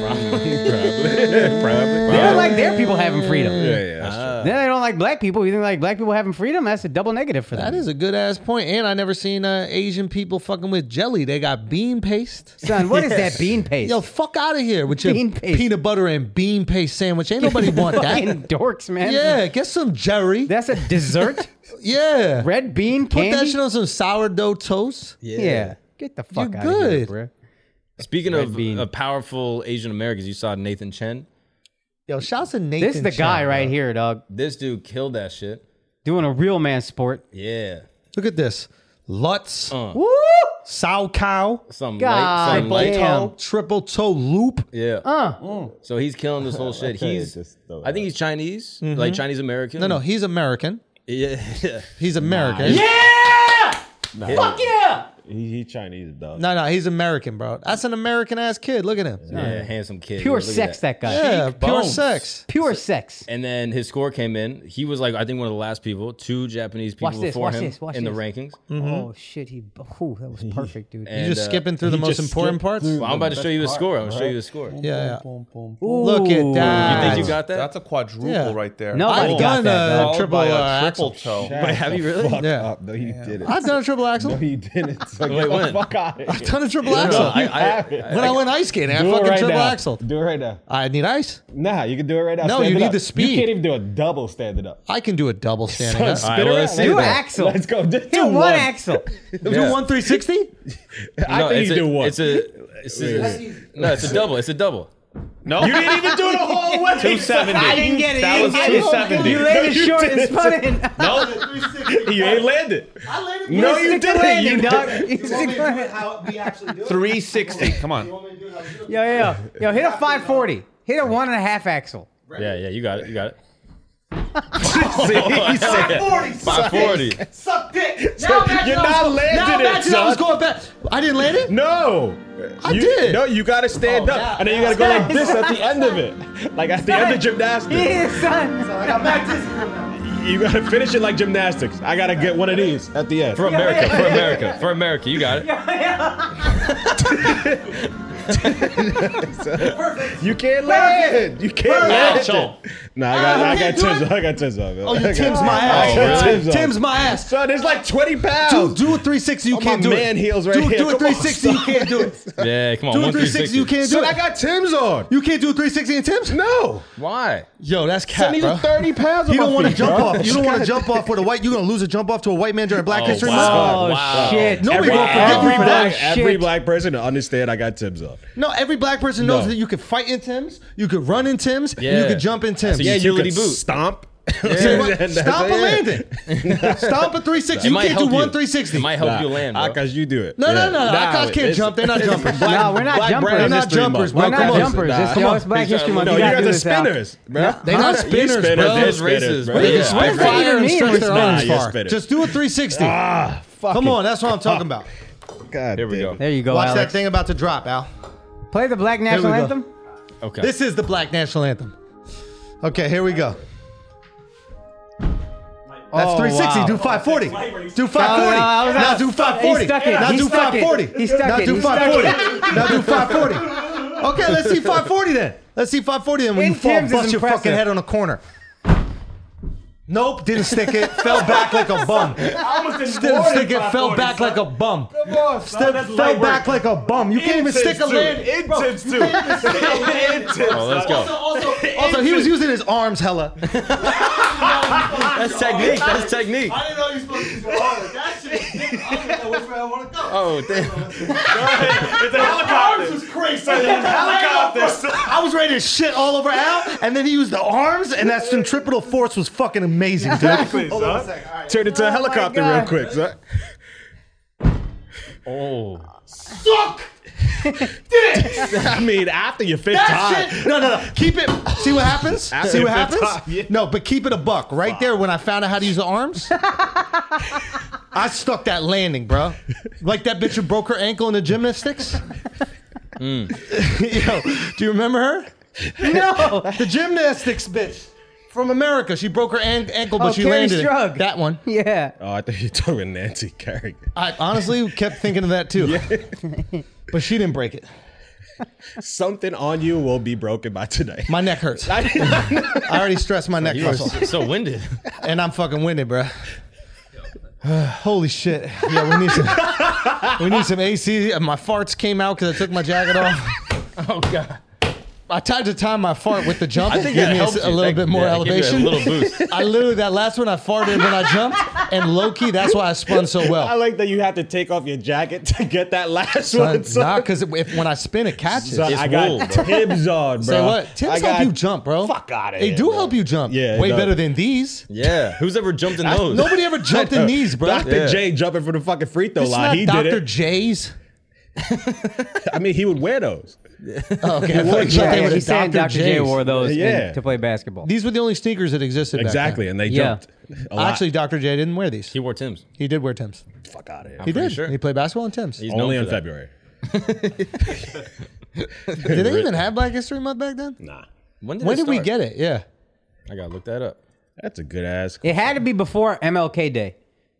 probably.
They don't like their people having freedom.
Yeah, yeah, that's true.
Then they don't like black people. You think like black people having freedom? That's a double negative for them.
That is a good ass point. And I never seen uh, Asian people fucking with jelly. They got bean paste.
Son, what is that bean paste?
Yo, fuck out of here with your
Bean paste.
peanut butter and bean paste sandwich. Ain't nobody want that.
Fucking dorks, man.
Yeah, get some jelly.
That's a dessert?
yeah.
Red bean
Put
candy?
that shit on some sourdough toast.
yeah. Get the fuck
You're
out of here,
good.
bro.
Speaking of,
bean.
of powerful Asian Americans, you saw Nathan Chen.
Yo, shouts to Nathan.
This is the
Chen,
guy right
bro.
here, dog.
This dude killed that shit.
Doing a real man sport.
Yeah.
Look at this. Lutz,
Uh.
Woo!
sow cow,
Some
God
light. Some light.
damn. Uh.
triple toe loop.
Yeah.
Mm.
So he's killing this whole shit. He's. I think he's Chinese, like Chinese American.
Mm-hmm. No, no, he's American.
Yeah.
He's American.
Fuck
Yeah!
He, he Chinese dog.
No, no, he's American, bro. That's an American ass kid. Look at him.
Yeah, handsome kid.
Pure
Look at
sex, that, guy.
Yeah, pure
Cheekbones.
sex.
Pure sex.
And then his score came in. He was like, I think one of the last people, two Japanese people
Watch this,
before
watch
him
this, watch
in
this.
the rankings.
Mm-hmm.
Oh, shit. He, oh, that was perfect, dude.
You're just
uh,
skipping through the most
just
important
skipped
parts.
through-
Well, I'm about to show you his score. I'm gonna show you his score.
Yeah, yeah. Look at that.
You think you got that?
That's a quadruple
Yeah.
right there.
No,
I've
Nobody got
done
that,
a
Followed
triple,
by a
uh, axel.
triple toe.
Wait, have you really?
Yeah,
No, you didn't.
I've done a triple axel.
You didn't. So
Wait,
get the
when?
Fuck out of
I've
here.
done a triple axel.
No, I, I, I,
when I, went ice skating, I
Do it
fucking
right
triple
now.
axel.
Do it right now.
I need ice.
Nah, you can do it right now.
No,
Stand
you
it
need
up.
the speed.
You can't even do a double stand it up.
I can do a double standing up.
Son,
right, well, let's
around.
see
Do
that.
Axel.
Let's go. Just
Do
do
one,
one.
Axel.
Do one three
I
sixty?
think
it's
you
a,
do one.
It's a, it's a, no, it's a double. It's a double.
No, you didn't even do the whole way. Two seventy.
I didn't get it.
That
you
was
didn't get it.
270.
You laid it
You
short and
didn't.
spun it.
you ain't landed. No, you
Stick the
didn't.
landing,
You
dog. You stick the landing.
Three sixty. Come on.
Yo, yo, yo. Yo, hit a 540. Hit a one and a half axle.
Yeah, yeah, you got it. You got it.
Five
40.
Suck dick. Now imagine
you're not
I was go-
landing
now
it,
imagine I was
son.
going back. I didn't land it.
No.
I
you,
did.
No, you gotta stand
Oh,
up.
yeah,
and then you
yeah.
gotta go like this at the end of it. Like at the end of gymnastics.
Yeah, son.
You gotta finish it like gymnastics. I gotta get one of these at the end.
For America, for America, for America. You got it.
You can't land. You can't land.
Axel.
it.
No, I got, I
Uh, can't
got
do
Tim's.
it.
I got Tim's up.
Oh, you Tim's my ass.
Tim's up.
Tim's my ass.
Son, there's like 20
Do,
pounds.
do a 360, you
Oh, my
can't do it.
man heels right
do,
here.
Do a
Come on,
360, you can't do it.
Yeah, come on.
Do a
one
360, you can't do
Son, I
it.
got Tim's on.
You can't do a 360 in Tim's?
No.
Why?
Yo, that's
I
cat,
need
bro.
30 pounds on
You
my
don't want to
feet,
jump
bro.
off. You don't want to jump off with a white. You're gonna lose a jump off to a white man during Black History Month.
Oh shit!
Nobody
Every,
gonna forgive
every
you for
black,
that.
every black person to understand I got Tim's on.
No, every black person knows
No.
that you could fight in Tims, you could run in Tims, and
Yeah.
you could jump in Tims.
a Yeah, you
Utility
could
boot. Stomp.
Say what?
And that's
Stop a
it.
landing. Stop a 360. You
might
can't do
help you.
one 360.
It might help
Nah,
you land, bro.
Akash, you do it.
No, no, no, no.
Nah,
Akash can't
it's-
jump. They're not jumpers.
No, we're not jumpers.
They're
They're
not jumpers, bro.
We're
Come
not
on.
jumpers. It's,
Nah.
yo, it's Black History Month.
No,
You
you
gotta
are
do
the
this out.
spinners, bro.
They're not spinners, bro.
spinners. They're
Those
spinners,
races,
bro.
bro.
They
Yeah.
can spit
What do you
fire and
mean
stretch
we're
their arms
spinners? Nah, you're
far.
spinners.
Just do a 360.
Ah, fuck.
Come on, that's what I'm talking about.
God
Here we
damn
go.
it.
There you go,
Watch that
Alex.
thing about to drop, Al.
Play the Black National
we go.
Anthem.
Okay.
This is the Black National Anthem. Okay, here we go. That's
Oh,
360.
wow.
Do 540. Do
I
540.
was
Now
out.
do 540.
He stuck it.
Now
He
do
stuck it.
540.
He stuck
Now
it.
do
He stuck
540. Now do 540. Okay, let's see 540 then. Let's see 540 then. When
In
you fall,
Tim's is
bust your
impressive.
fucking head on a corner. Nope, didn't stick it. fell back like a bum. Didn't stick it. Fell back like a bum. Come on, fell back like a bum. You can't even stick a land. Bro, you can't even stick a land.
oh, let's go.
Also, also, he was using his arms hella.
That's technique. That's technique.
I didn't know you were supposed to use water. That shit was thick. I don't even know which way I want to go.
Oh, damn.
It's a helicopter. was crazy. helicopter.
I was ready to shit all over Al, and then he used the arms, and that centripetal force was fucking amazing, dude.
Hold on a second. All right.
Turn it to a helicopter real
God.
quick, son.
Oh.
Suck!
I mean, after your fifth
That
time.
shit. No, no, no. Keep it. See what happens. see what happens. No, but keep it a buck. Right there, when I found out how to use the arms, I stuck that landing, bro. Like that bitch who broke her ankle in the gymnastics. Yo, do you remember her?
No.
The gymnastics bitch from America. She broke her an- ankle, but
Oh,
she
Carrie
landed it.
Strug.
that one.
Yeah.
Oh, I think you're talking about Nancy Kerrigan.
I honestly kept thinking of that too. but she didn't break it.
Something on you will be broken by today.
My neck hurts. I already stressed my neck
You are
muscle,
so so winded.
and I'm fucking winded, bro. Holy shit! Yeah, we need some. We need some AC. My farts came out because I took my jacket off. Oh god! I tried to time my fart with the jump.
I
It
think
gave
that
me a,
helps
s- a
you.
little
That-
bit more
yeah, give you
elevation.
A little boost.
I literally that last one I farted when I jumped, and low key that's why I spun so well.
I like that you have to take off your jacket to get that last
Son,
one. Son.
nah, because if when I spin, it catches.
Son,
It's
I got
wool, bro.
Tibbs on, bro.
Say what?
I
Tips
got-
help you jump, bro.
Fuck outta
They
here,
do
bro.
help you jump.
Yeah, it
way
does.
better than these.
Yeah. Who's ever jumped in those?
Nobody ever jumped in these, bro.
Dr.
This
J jumping from the fucking free throw
is
line.
not
He did
Dr.
it.
J's.
I mean, he would wear those.
Oh, okay, I thought you
Yeah,
said they
Yeah,
were
he's saying Dr. J
J's.
wore those in-
Yeah.
to play basketball.
These were the only sneakers that existed. back then.
Exactly, and they
Yeah.
jumped. A lot.
Actually, Dr. J didn't wear these.
He wore Tim's.
He did wear Tim's.
fuck out of here.
He
pretty
did.
sure.
He played basketball in Tim's.
He's known
Only
for
in
that.
February.
Did they even have Black History Month back then?
Nah,
When did,
When
it
did we
start?
get it? Yeah.
I gotta look that up.
that's a good ass.
It had to be before MLK Day.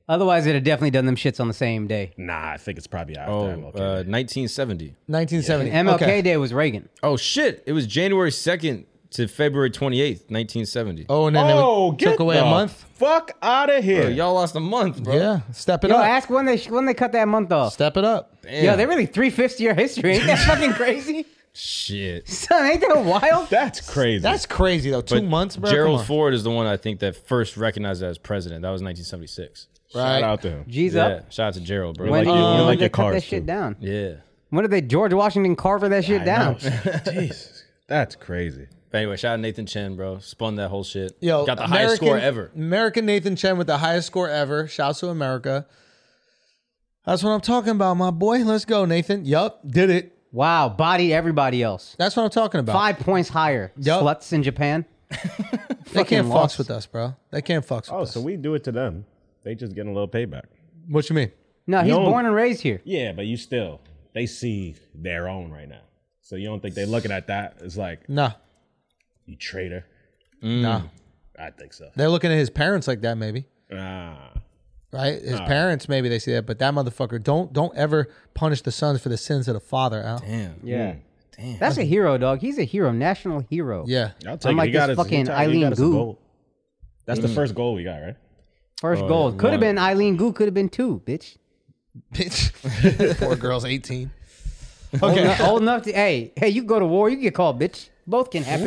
Otherwise, it'd have definitely done them shits on the same day.
Nah, I think it's probably after
Oh,
MLK.
uh, 1970.
1970.
MLK
Okay.
Day was Reagan.
Oh shit! It was January 2nd to February 28th, 1970.
Oh, and then
oh,
they
get
took away
the
a month.
Fuck out of here.
Bro, y'all lost a month, bro.
Yeah. Step it
Yo,
up.
ask when they when they cut that month off.
Step it up.
Damn.
Yo, they really three fifths year history. Ain't that fucking crazy?
shit.
Son, ain't that wild?
that's crazy.
That's crazy though. Two
But
months, bro.
Gerald
Come on.
Ford is the one I think that first recognized as president. That was 1976.
shout
right.
out to him.
G's
Yeah.
up.
Shout out to Gerald, bro.
When
Like,
did
you- you like
they
your
cut that
cars,
shit
too.
down?
yeah.
When did they George Washington Carver that shit down?
Jesus, that's crazy.
But anyway, shout out Nathan Chen, bro. Spun that whole shit.
Yo,
got the highest score ever.
American Nathan Chen with the highest score ever. Shouts to America. That's what I'm talking about, my boy. Let's go, Nathan. Yup, did it.
Wow, bodied everybody else.
That's what I'm talking about.
Five points higher.
Yup.
Sluts in Japan.
they can't
fucking
fucks
lost.
with us, bro. They can't fucks with
Oh,
us.
so we do it to them. They just getting a little payback.
what you mean?
No, he's
No.
born and raised here.
Yeah, but you still they see their own right now. So you don't think they're looking at that? It's like
Nah,
you traitor.
nah.
I think so.
They're looking at his parents like that, maybe.
Ah,
Right? His parents, maybe they see that, but that motherfucker. Don't don't ever punish the sons for the sins of the father. Al.
Damn.
Yeah. That's a hero, dog. He's a hero, national hero.
Yeah.
I'll take
Unlike
it. He got
this
us- he
fucking
got us a
Eileen Gu.
goal. That's the first goal we got, right?
First
Oh,
goal
yeah,
could have
one.
been Eileen Gu. Could have been two, bitch.
Bitch. Poor girl's 18.
Old
Okay.
enough, old enough to hey hey you go to war you get called bitch. Both can happen.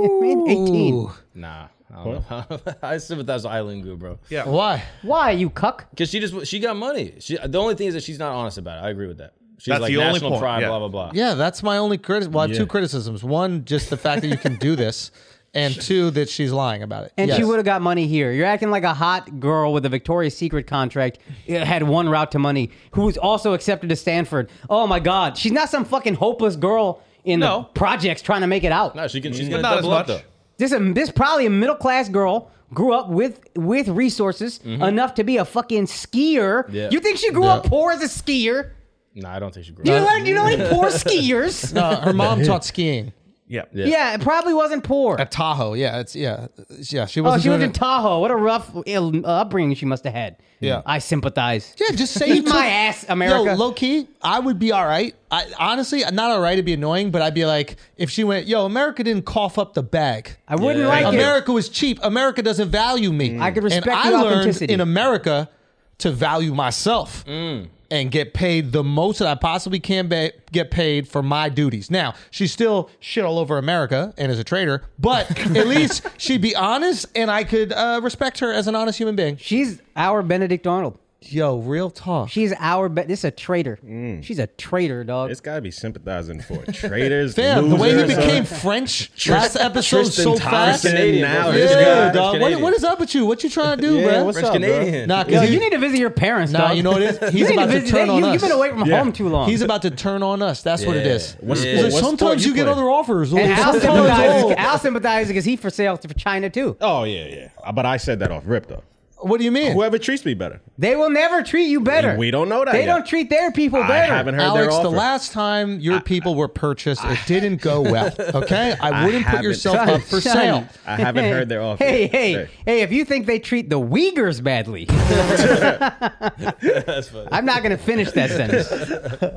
Yeah, man, Eighteen.
Ooh.
Nah, I don't know. I sympathize with Eileen Gu, bro. Yeah,
Why?
Why you cuck?
because she just she got money. She the only thing is that she's not honest about it. I agree with that. She's
That's
like
the only
national
point,
pride,
yeah.
blah blah blah.
Yeah, that's my only criticism. Well, I have two criticisms. One, just the fact that you can do this, and two, that she's lying about it.
And she
Yes.
would have got money here. You're acting like a hot girl with a Victoria's Secret contract that had one route to money, who was also accepted to Stanford. Oh my God, she's not some fucking hopeless girl in
No.
the projects trying to make it out.
No, she can. She's gonna
Not as
double up
much.
though.
This is this probably a middle class girl grew up with with resources enough to be a fucking skier.
Yeah.
You think she grew up poor as a skier?
Nah, I don't think she grew
Do you
up.
learn? Do you know any poor skiers?
Uh, her mom taught skiing
Yeah.
Yeah, it probably wasn't poor.
at Tahoe. Yeah, it's yeah, yeah. She
Oh,
wasn't.
she lived
doing
in Tahoe. What a rough ill, uh, upbringing she must have had.
Yeah.
I sympathize.
it. Yeah, just say
Eat
you took-
my ass, America.
Yo, low key, I would be all right. I honestly, not all right. It'd be annoying, but I'd be like, if she went, yo, America didn't cough up the bag.
I wouldn't
Yeah.
like it.
America was cheap. America doesn't value me.
Mm. I could respect
and I
your
learned
authenticity. Mm.
in America to value myself and get paid the most that I possibly can ba- get paid for my duties. Now she's still shit all over America and is a traitor, but at least she'd be honest, and I could uh, respect her as an honest human being.
She's our Benedict Arnold.
Yo, real talk.
She's our. Be- this is a traitor.
Mm.
She's a traitor, dog.
It's got to be sympathizing for traitors.
Damn, the way he
losers,
became
uh,
French last episode
Tristan
so fast.
Thompson.
Yeah,
Canadian now.
Yeah,
this guy.
dog.
dog. What,
Canadian.
what is up with you? What you trying to do, bro?
French Canadian.
Nah, 'cause
Yo,
he-
you need to visit your parents,
Nah,
dog.
you know what it is? He's
need
about to
visit-
turn
they-
on
you, You've
us.
been away from home too long.
He's about to turn on us. That's what it
Yeah.
is.
What
He's
sport-
like,
what
sometimes
sport
you
you
get
play?
other offers.
and Al
Sometimes-
sympathizes.
Oh,
Al sympathizes because he for sale to China too.
Oh yeah, yeah. Uh, But I said that off rip though.
What do you mean?
Whoever treats me better,
They will never treat you better.
we don't know that.
They
yet.
don't treat their people
I
better.
haven't heard their
Alex,
offer.
the last time your people were purchased, it didn't go well. Okay, I wouldn't put
haven't.
yourself up for
Shut
sale.
up.
I haven't heard their offer.
Hey, hey, hey,
Hey.
if you think they treat the Uyghurs badly, I'm not going to finish that sentence,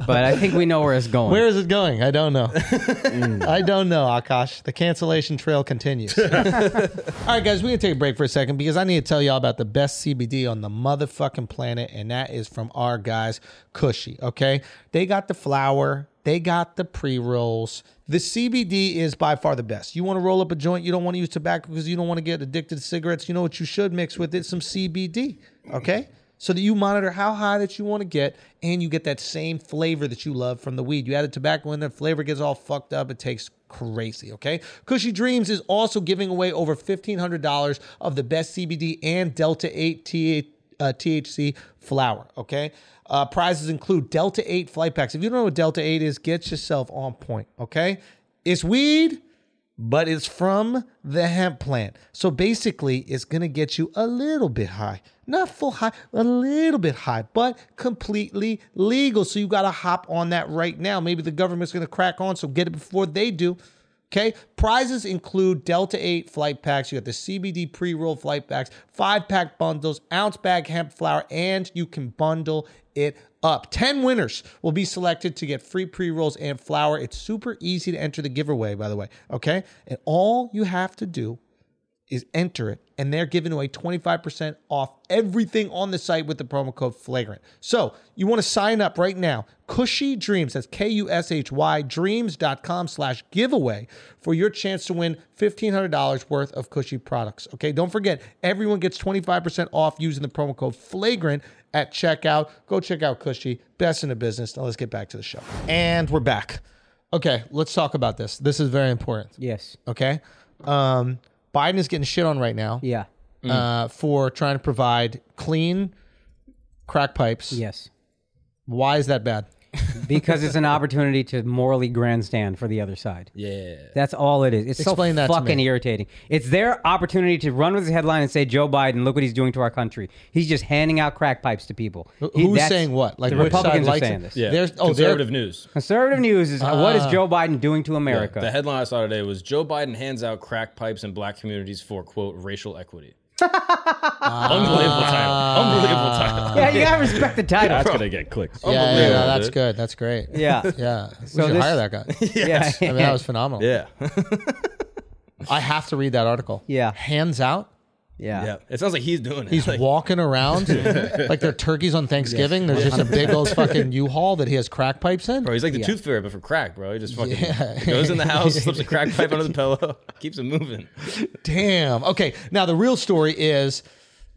but I think we know where it's going.
Where is it going? I don't know. I don't know, Akash. The cancellation trail continues. all right, guys, we're going to take a break for a second because I need to tell y'all about the best CBD on the motherfucking planet, and that is from our guys, Cushy. Okay? They got the flower, they got the pre rolls. The CBD is by far the best. You want to roll up a joint, you don't want to use tobacco because you don't want to get addicted to cigarettes. You know what you should mix with it? Some CBD. Okay? so that you monitor how high that you want to get and you get that same flavor that you love from the weed. You added tobacco in there, flavor gets all fucked up. It tastes crazy, okay? Cushy Dreams is also giving away over $1,500 of the best CBD and Delta 8 THC uh, THC flower. Okay. Uh, prizes include Delta 8 flight packs. If you don't know what Delta 8 is, get yourself on point. Okay. It's weed, but it's from the hemp plant. So basically, it's going to get you a little bit high. Not full high, a little bit high, but completely legal. So you got to hop on that right now. Maybe the government's going to crack on, so get it before they do. Okay. Prizes include Delta 8 flight packs. You got the CBD pre roll flight packs, five pack bundles, ounce bag hemp flour, and you can bundle it up. 10 winners will be selected to get free pre rolls and flour. It's super easy to enter the giveaway, by the way. Okay. And all you have to do is enter it and they're giving away 25% off everything on the site with the promo code flagrant so you want to sign up right now cushy dreams that's k-u-s-h-y dreams.com slash giveaway for your chance to win $1500 worth of cushy products okay don't forget everyone gets 25% off using the promo code flagrant at checkout go check out cushy best in the business now let's get back to the show and we're back okay let's talk about this this is very important
yes.
okay? Um, Biden is getting shit on right now
Yeah.
uh, for trying to provide clean crack pipes.
Yes.
Why is that bad?
Because it's an opportunity to morally grandstand for the other side.
Yeah.
That's all it is. It's
Explain
so
that to
fucking
me.
irritating. It's their opportunity to run with this headline and say, Joe Biden, look what he's doing to our country. He's just handing out crack pipes to people. He-
Who's
that's-
saying what? Like
the
which
Republicans
side
are
likes
saying
it?
this.
Yeah.
There's oh,
Conservative
there-
news.
Conservative news is what
Ah.
is Joe Biden doing to America?
The headline I saw today was Joe Biden hands out crack pipes in black communities for quote racial equity. Unbelievable title. Unbelievable title.
Yeah, you gotta respect the title.
That's gonna get clicks.
Yeah, yeah,
Unbelievable,
no, that's
dude.
good. That's great.
Yeah.
Yeah. We
So
should
this-
hire that guy.
Yeah.
I mean, that was phenomenal.
Yeah.
I have to read that article.
Yeah.
Hands out.
yeah.
yeah. It sounds like he's doing it.
He's
like,
walking around like they're turkeys on Thanksgiving. There's just a big old fucking U-Haul that he has crack pipes in.
bro, he's like the tooth fairy, but for crack, bro. He just fucking goes in the house, slips a crack pipe under the pillow, keeps it moving.
Damn. Okay. Now the real story is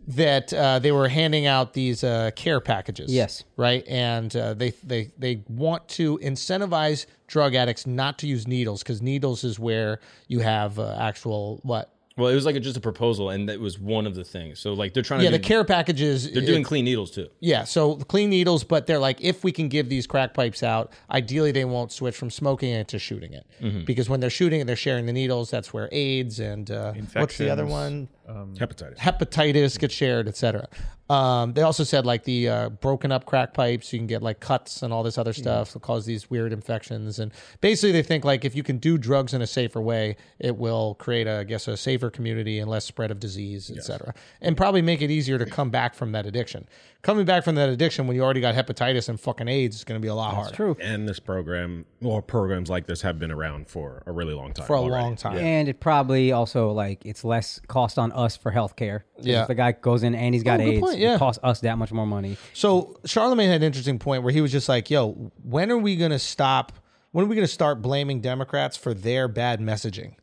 that uh, they were handing out these uh, care packages.
Yes.
Right. And uh, they they they want to incentivize drug addicts not to use needles because needles is where you have uh, actual what.
Well, it was like a, just a proposal, and that was one of the things. So, like, they're trying
Yeah,
to
the
do,
care packages.
They're doing clean needles too.
Yeah, so clean needles, but they're like, if we can give these crack pipes out, ideally they won't switch from smoking it to shooting it,
Mm-hmm.
because when they're shooting it, they're sharing the needles. That's where AIDS and uh, what's the other
Infections.
one?
Hepatitis.
hepatitis get shared, etc. Um, they also said like the uh, broken up crack pipes, you can get like cuts and all this other stuff that cause these weird infections. And basically, they think like if you can do drugs in a safer way, it will create, a, I guess, a safer community and less spread of disease, etc. And probably make it easier to come back from that addiction. Coming back from that addiction when you already got hepatitis and fucking AIDS is going to be a lot harder.
True.
And this program, or programs like this, have been around for a really long time.
For a
already.
long time.
And it probably also like it's less cost on us for healthcare. 'Cause
Yeah. Oh,
If the guy goes in and he's got
good
AIDS,
point, yeah.
it costs us that much more money.
So Charlemagne had an interesting point where he was just like, "Yo, when are we gonna stop? When are we gonna start blaming Democrats for their bad messaging?"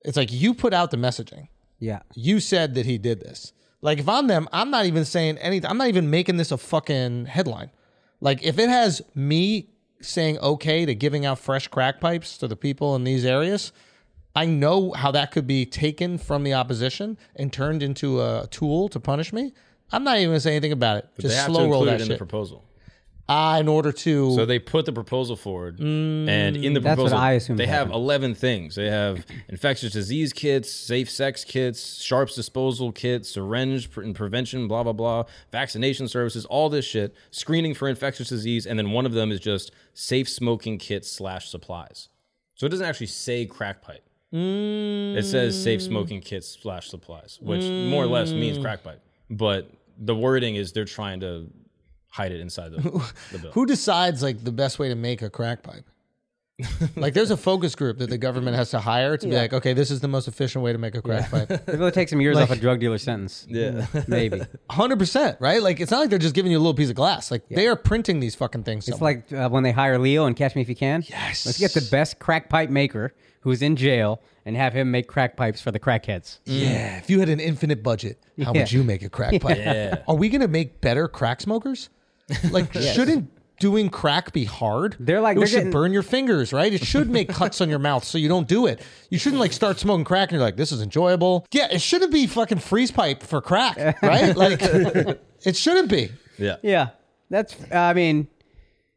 It's like you put out the messaging.
Yeah.
You said that he did this. Like if I'm them, I'm not even saying anything. I'm not even making this a fucking headline. Like if it has me saying okay to giving out fresh crack pipes to the people in these areas, I know how that could be taken from the opposition and turned into a tool to punish me. I'm not even gonna say anything about it.
they
Just
have
slow
to
roll
include
that
it in
shit
the proposal.
uh, in order to.
So they put the proposal forward, and in the
Mm, That's what
proposal,
I assumed
they have
happened.
eleven things. They have infectious disease kits, safe sex kits, sharps disposal kits, syringe pre- and prevention, blah blah blah, vaccination services, all this shit, screening for infectious disease, and then one of them is just safe smoking kits slash supplies. So it doesn't actually say crack pipe. It says safe
Mm.
smoking kits slash supplies, which more or less means crack pipe, but the wording is they're trying to hide it inside the, the bill.
who decides like the best way to make a crack pipe? like, there's a focus group that the government has to hire to be like, okay, this is the most efficient way to make a crack pipe.
It really takes some years off a drug dealer sentence.
Yeah.
Maybe.
100%, right? Like, it's not like they're just giving you a little piece of glass. Like, they are printing these fucking things.
It's like uh, when they hire Leo and Catch Me If You Can.
Yes.
Let's get the best crack pipe maker who's in jail and have him make crack pipes for the crackheads.
yeah, if you had an infinite budget, how
Yeah.
would you make a crack pipe? Are we going to make better crack smokers? Like, shouldn't. Doing crack be hard.
They're
it
like- they're
should
getting-
burn your fingers, right? It should make cuts on your mouth so you don't do it. You shouldn't like start smoking crack and you're like, this is enjoyable. Yeah, it shouldn't be fucking freeze pipe for crack, right? Like, it shouldn't be.
yeah.
Yeah, that's. I mean,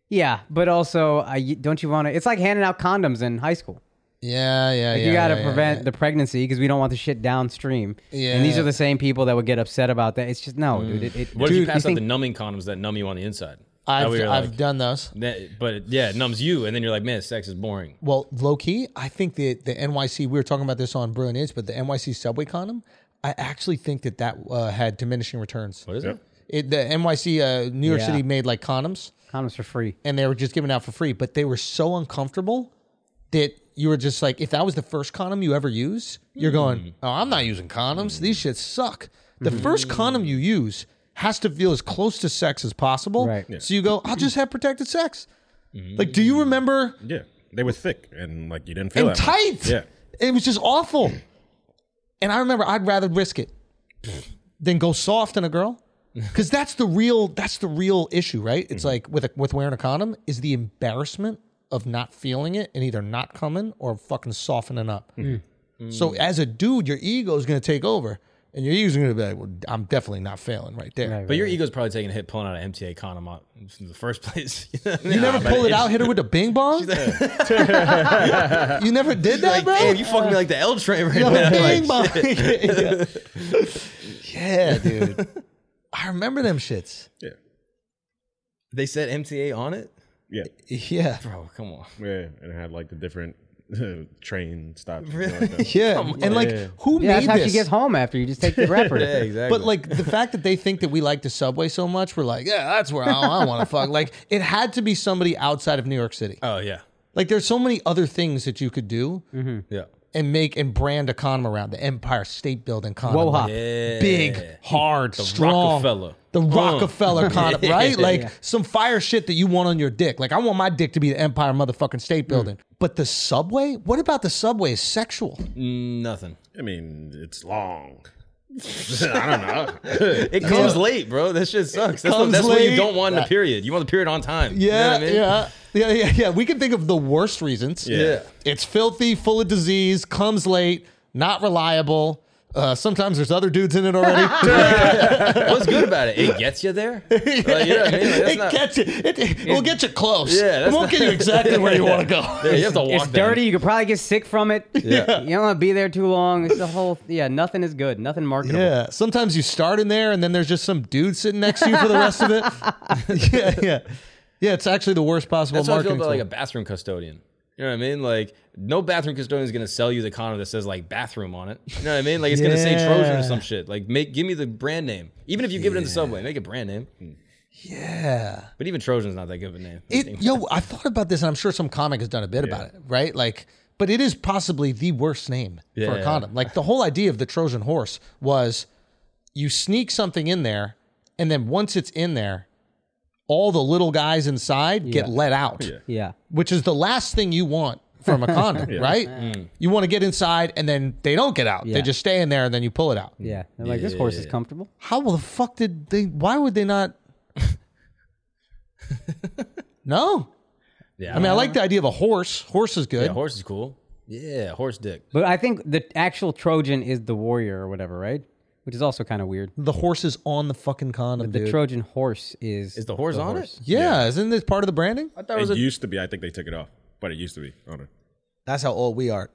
yeah, but also, I don't you want to? It's like handing out condoms in high school.
Yeah, yeah, yeah.
you got to
yeah, yeah,
prevent
yeah.
the pregnancy because we don't want the shit downstream. and
Yeah. Mm.
these are the same people that would get upset about that. It's just no, dude. It, it,
What
dude,
if you pass out
these
the
things-
numbing condoms that numb you on the inside? That
I've,
way you're
I've
like,
done those.
that- but it- yeah, it numbs you, and then you're like, man, sex is boring.
Well, low key, I think that the NYC, we were talking about this on Bruin Is, but the NYC subway condom, I actually think that that uh, had diminishing returns.
What is it?
It, the NYC, uh, New York
Yeah.
City made like condoms
condoms for free.
and they were just given out for free, but they were so uncomfortable that you were just like, if that was the first condom you ever use, you're going, oh, I'm not using condoms. These shits suck. The
Mm.
first condom you use has to feel as close to sex as possible.
Right. Yeah.
So you go, I'll just have protected sex. Like, do you remember?
Yeah, they were thick and like you didn't feel
and
that much.
tight.
Yeah.
It was just awful. And I remember I'd rather risk it than go soft on a girl. Cause that's the real that's the real issue, right?
Mm-hmm.
It's like with a, with wearing a condom is the embarrassment of not feeling it and either not coming or fucking softening up.
Mm-hmm.
So as a dude, your ego is gonna take over, and your ego's gonna be like, "Well, I'm definitely not failing right there."
But your ego's probably taking a hit pulling out an MTA condom out in the first place. you know what I mean?
You never pull it out, hit her with a bing bong. you never did that,
Like,
bro.
damn, you fucking me like the L train right now.
Yeah,
Like,
bang bong. yeah. Yeah, dude. I remember them shits.
Yeah.
they said MTA on it,
Yeah.
Yeah.
bro. Come on.
Yeah. And it had like the different train stop. something like that.
Yeah, and like who
Yeah, that's
made
how
this?
she gets home after you just take the wrapper.
Yeah, exactly.
But like the fact that they think that we like the subway so much, we're like, yeah, that's where I, I want to fuck. Like it had to be somebody outside of New York City.
oh yeah,
Like there's so many other things that you could do
Mm-hmm.
yeah,
and make and brand a condom around the Empire State Building condom.
Whoa,
Like, Big, hard, strong.
Rockefeller. Uh-huh.
The Rockefeller condom, right? Like
Yeah.
some fire shit that you want on your dick. Like I want my dick to be the Empire motherfucking State
Mm.
Building. But the subway? What about the subway is sexual?
nothing.
I mean, it's long. I don't know.
It comes late, bro. That shit sucks. That's, the-
comes
that's what you
late.
don't want in the period. You want the period on time. You know
Yeah,
what I mean?
yeah, yeah, yeah, yeah. We can think of the worst reasons.
Yeah.
it's filthy, full of disease, comes late, not reliable. Uh, sometimes there's other dudes in it already.
What's good about it? It gets you there. Like, you know what I mean? Like, that's
it
not-
gets you. It, it, will get you close.
Yeah, that's
it won't
not-
get you exactly where you want to go.
Yeah, you have to walk
It's
down.
dirty. You could probably get sick from it.
Yeah.
You don't want to be there too long. It's the whole. Yeah, nothing is good. Nothing marketable.
Yeah, sometimes you start in there, and then there's just some dude sitting next to you for the rest of it. yeah, yeah, yeah. It's actually the worst possible
That's how I feel
marketing.
about like a
tool.
bathroom custodian. You know what I mean? Like no bathroom custodian is gonna sell you the condom that says like bathroom on it. You know what I mean? Like it's gonna say Trojan or some shit. Like make give me the brand name. Even if you give it in the subway, make a brand name. Hmm.
yeah.
But even Trojan's not that good of a name.
It, yo, I thought about this, and I'm sure some comic has done a bit about it, right? Like, but it is possibly the worst name for a
Yeah.
condom. Like the whole idea of the Trojan horse was you sneak something in there, and then once it's in there, all the little guys inside get let out,
Yeah.
which is the last thing you want from a condom, right? You want to get inside, and then they don't get out;
Yeah.
they just stay in there, and then you pull it out.
Yeah. They're like, this horse is comfortable.
How the fuck did they? Why would they not? no.
yeah,
I mean, I like the idea of a horse. Horse is good.
yeah, horse is cool. Yeah, horse dick.
But I think the actual Trojan is the warrior or whatever, right? Which is also kind of weird.
the horse is on the fucking condom,
The
dude.
Trojan horse is
Is the horse on it?
yeah, isn't this part of the branding?
I thought it was
It
a
used to be. I think they took it off, but it used to be on it.
That's how old we are.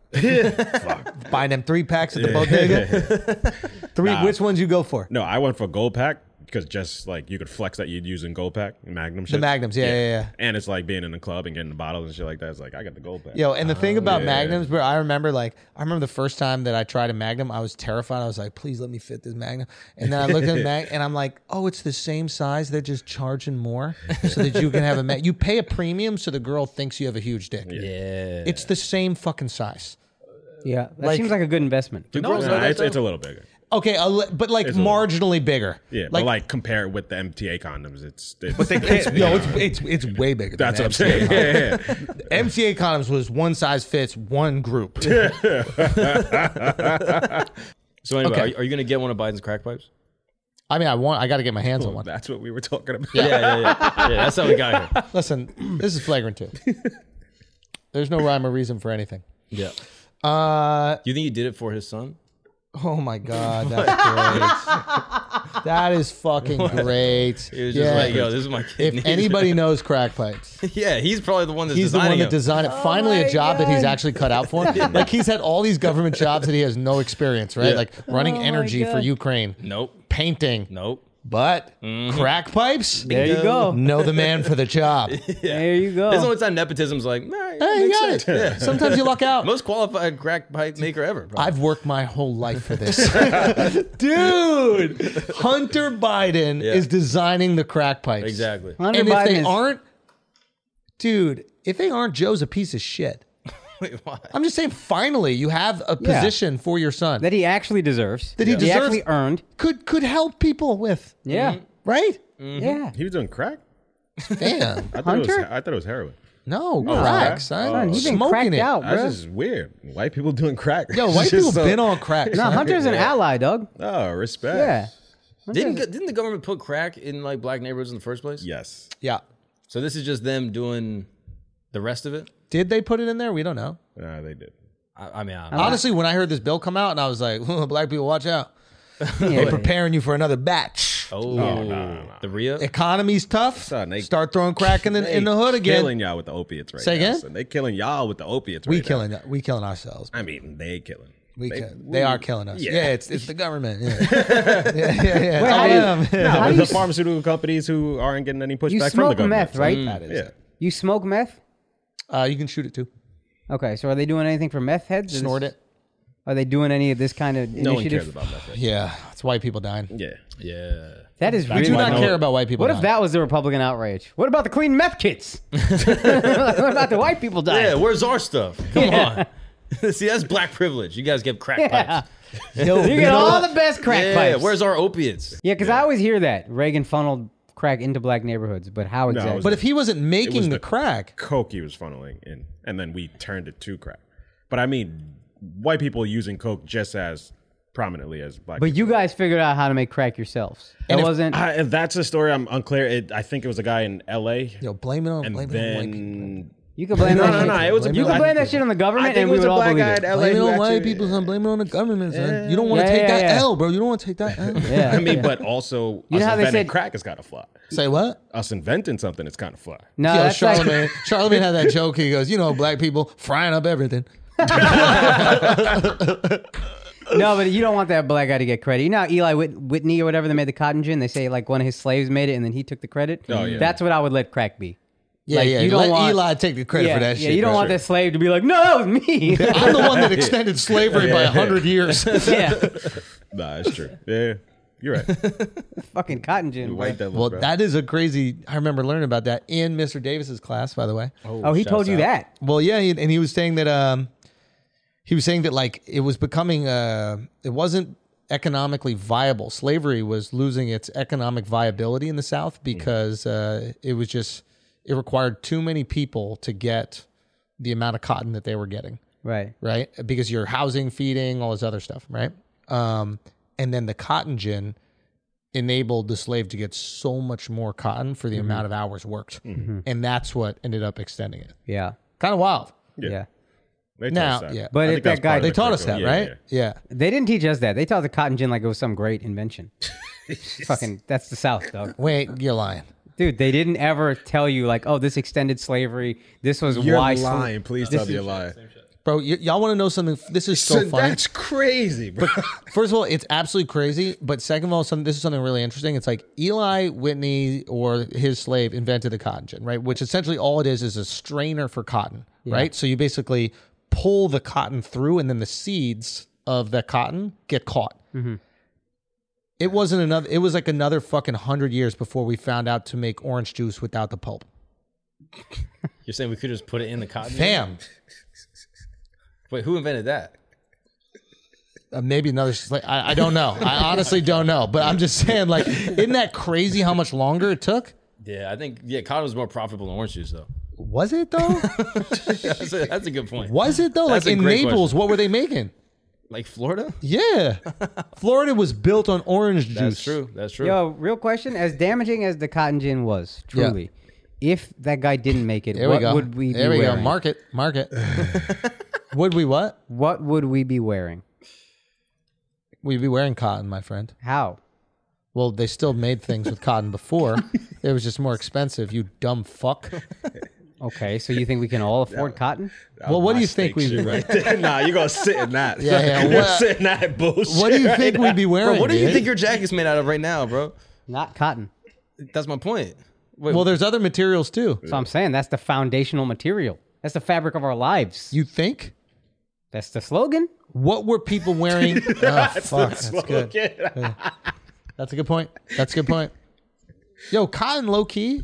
Buying them three packs at the bodega. three. Which ones you go for?
No, I went for gold pack because just like you could flex that you'd use in gold pack, Magnum shit.
The Magnums. Yeah, yeah, yeah.
And it's like being in the club and getting the bottles and shit like that. It's like I got the gold pack.
Yo, and the
Oh,
thing about magnums, bro, I remember like I remember the first time that I tried a magnum, I was terrified. I was like, please let me fit this magnum. And then I looked at the mag and I'm like, oh, it's the same size. They're just charging more so that you can have a mag. You pay a premium so the girl thinks you have a huge dick.
yeah.
It's the same fucking size.
yeah. That
like-
seems like a good investment.
Do
Nah,
girls know that,
it's, it's
though?
a little bigger.
Okay, a li- but like
It's a little-
marginally bigger.
Yeah, but like compare it with the MTA condoms. It's, it's
But they can't.
no, it's it's it's way bigger.
that's
than
what I'm saying. Yeah, yeah.
MCA. MCA condoms was one size fits one group.
So anyway,
Okay.
are, are you gonna get one of Biden's crack pipes?
I mean, I want. I got to get my hands on one.
That's what we were talking about.
Yeah, yeah, yeah. yeah that's how we got here.
Listen, this is flagrant too. There's no rhyme or reason for anything.
Yeah.
Uh,
You think he did it for his son?
oh my god, that's great. that is fucking great.
He was
Yeah.
just like, yo, this is my kid.
if anybody knows crack pipes,
yeah, he's probably the one that's
he's the one
designing
that
them.
designed it. Finally, a
Oh my
job that he's
God.
actually cut out for. Like he's had all these government jobs that he has no experience, right? Like running energy for
Oh God.
Ukraine,
Nope.
painting,
Nope.
but
Mm-hmm.
crack pipes.
There you go.
Know the man for the job.
There you
That's the
go.
only time nepotism's like, nah, it
Hey, you
makes
got
sense.
it. Sometimes you luck out.
Most qualified crack pipe maker ever. probably.
I've worked my whole life for this. Dude, Hunter Biden
Yeah.
is designing the crack pipes.
exactly.
Hunter
And if
Biden
they
is-
aren't, dude, if they aren't, Joe's a piece of shit.
Wait, why?
I'm just saying, finally, you have a
Yeah.
position for your son
that he actually deserves.
That he deserves-
actually earned.
could could help people with,
Mm-hmm.
Yeah.
right?
Yeah.
He was doing crack.
Damn.
Mm-hmm. I thought, it was,
Hunter?
I thought it was heroin.
No,
Oh,
crack, son.
Son, he's been
Smoking
cracked
it.
out,
That's
bro.
just weird. White people doing crack.
Yo,
It's
white
just
people
so-
been on crack.
No,
son.
Hunter's an ally, dog.
Oh, respect.
Yeah.
Didn't go- didn't the government put crack in like black neighborhoods in the first place?
Yes.
Yeah.
So this is just them doing the rest of it.
Did they put it in there? We don't know.
Nah, they did.
I, I mean, I,
Honestly, when I heard this bill come out, and I was like, "Black people, watch out! They're
Yeah.
preparing you for another batch."
oh, the Ria.
Economy's tough.
Son, they-
Start throwing crack in the, in the hood again.
Killing y'all with the opiates right
Say
now.
again?
son. They killing y'all with the opiates
We
right
killing we killing ourselves.
now. I mean, they killing.
We kill- they, are killing us. Yeah,
yeah.
it's it's the government. Yeah, yeah, yeah. yeah. It's
Wait, how
all
do you-
them.
No,
How
but
do
the
you-
pharmaceutical companies who aren't getting any pushback
You
from the
smoke
government.
meth, right?
Yeah.
You smoke meth?
Uh, you can shoot it too.
Okay, so are they doing anything for meth heads? Is-
Snort it.
Are they doing any of this kind of
No one
initiative?
cares about that.
Yeah, it's white people dying.
Yeah.
Yeah.
that is
We
really
do not
what
care about white people.
if
dying.
that was the Republican outrage? What about the clean meth kits? what about the white people dying?
Yeah, where's our stuff? Come on. See, that's black privilege. You guys give crack
Yeah.
pipes.
Yo,
You get all the best crack
yeah,
pipes.
where's our opiates?
yeah, because I always hear that Reagan funneled crack into black neighborhoods, but how exactly?
was-
But if he wasn't making the,
the-
crack,
Coke he was funneling in, and then we turned it to crack. But I mean, white people using Coke just as prominently as black.
but you guys figured out how to make crack yourselves. It
And if-
wasn't.
I, that's a story I'm unclear. It, I think it was a guy in L.A.
yo, blame it on
and
blame it on white people.
then
you can blame
no,
that
no,
shit.
no, it was a
you
black-
can blame that shit on the
I
government,
think
and
it
we
was
would
a
all
black
believe
guy
it.
in L.A.
Blame it
who
on white
actually-
people, son. Blame it on the government, son. You don't want
Yeah,
to take
yeah,
that
yeah.
L, bro. You don't want to take that L.
Yeah,
I mean,
yeah.
but also
You know
us
how they
inventing
said-
crack has got to fly.
Say what?
Us inventing something, it's kind of fly.
no,
Yo,
Uh, that's like-
Charlemagne. Charlemagne had that joke. He goes, you know, black people frying up everything.
No, but you don't want that black guy to get credit. You know how Eli Whit- Whitney or whatever that made the cotton gin? They say like one of his slaves made it and then he took the credit.
Oh, yeah.
That's what I would let crack be.
Yeah,
Like,
yeah.
you don't
Let
want-
Eli take the credit
yeah,
for that
yeah
shit.
you don't
bro.
want that slave to be like, no, that was me.
I'm the one that extended slavery by hundred years.
yeah.
Nah, it's true. yeah, you're right.
Fucking cotton gin. bro.
White devil,
Well,
bro.
that is a crazy. I remember learning about that in Mr. Davis's class, by the way.
Oh, he told you that.
Well, yeah, he- and he was saying that um, he was saying that like it was becoming uh, it wasn't economically viable. Slavery was losing its economic viability in the South because uh, it was just it required too many people to get the amount of cotton that they were getting
Right.
right? Because you're housing, feeding, all this other stuff, right? Um, and then the cotton gin enabled the slave to get so much more cotton for the amount of hours worked, and that's what ended up extending it.
Yeah.
Kind of wild.
Yeah.
They taught
Now,
us that.
yeah.
But
I
it-
think that's
that guy-
part of
They
the
taught us that,
curriculum. Yeah,
right? Yeah.
They didn't teach us that. They taught the cotton gin like it was some great invention. Fucking, that's the South, dog.
Wait, you're lying.
Dude, they didn't ever tell you like, oh, this extended slavery. This was
You're
why. sla-
lying. Please tell me you're lying.
Bro, y- y'all want to know something? This is so
So
fun.
that's crazy, bro.
First of all, it's absolutely crazy. But second of all, some, this is something really interesting. It's like Eli Whitney or his slave invented the cotton gin, right? Which essentially all it is is a strainer for cotton, right? So you basically pull the cotton through, and then the seeds of the cotton get caught. It wasn't another. It was like another fucking hundred years before we found out to make orange juice without the pulp.
You're saying we could just put it in the cotton?
Damn.
Wait, who invented that?
Uh, maybe another. sla- I, I don't know. I honestly don't know. But I'm just saying, like, isn't that crazy how much longer it took?
Yeah, I think yeah, cotton was more profitable than orange juice though.
Was it though?
That's a, that's a good point.
Was it though?
That's
like
a
in
great
Naples, what were they making?
Like Florida?
Yeah, Florida was built on orange juice.
That's true. That's true.
Yo, real question: as damaging as the cotton gin was,
Yeah.
truly, if that guy didn't make it,
There
what
we go.
would we be
there we
wearing?
go. Market, market. would we what?
What would we be wearing?
We'd be wearing cotton, my friend.
How?
Well, they still made things with cotton before. It was just more expensive. You dumb fuck.
Okay, so you think we can all afford cotton?
Well, what do
My
you think
steak
we'd be
shit right there. Nah, you're gonna sit in that.
Yeah, yeah,
You're
what-
sitting that bullshit.
What do you think we'd be wearing?
Bro, what do you
dude?
think your jacket's made out of right now, bro?
Not cotton.
That's my point. Wait,
Well, there's other materials too.
So I'm saying that's the foundational material. That's the fabric of our lives.
You think?
that's the slogan.
What were people wearing? oh, fuck. That's good. Yeah. That's a good point. That's a good point. Yo, cotton low key.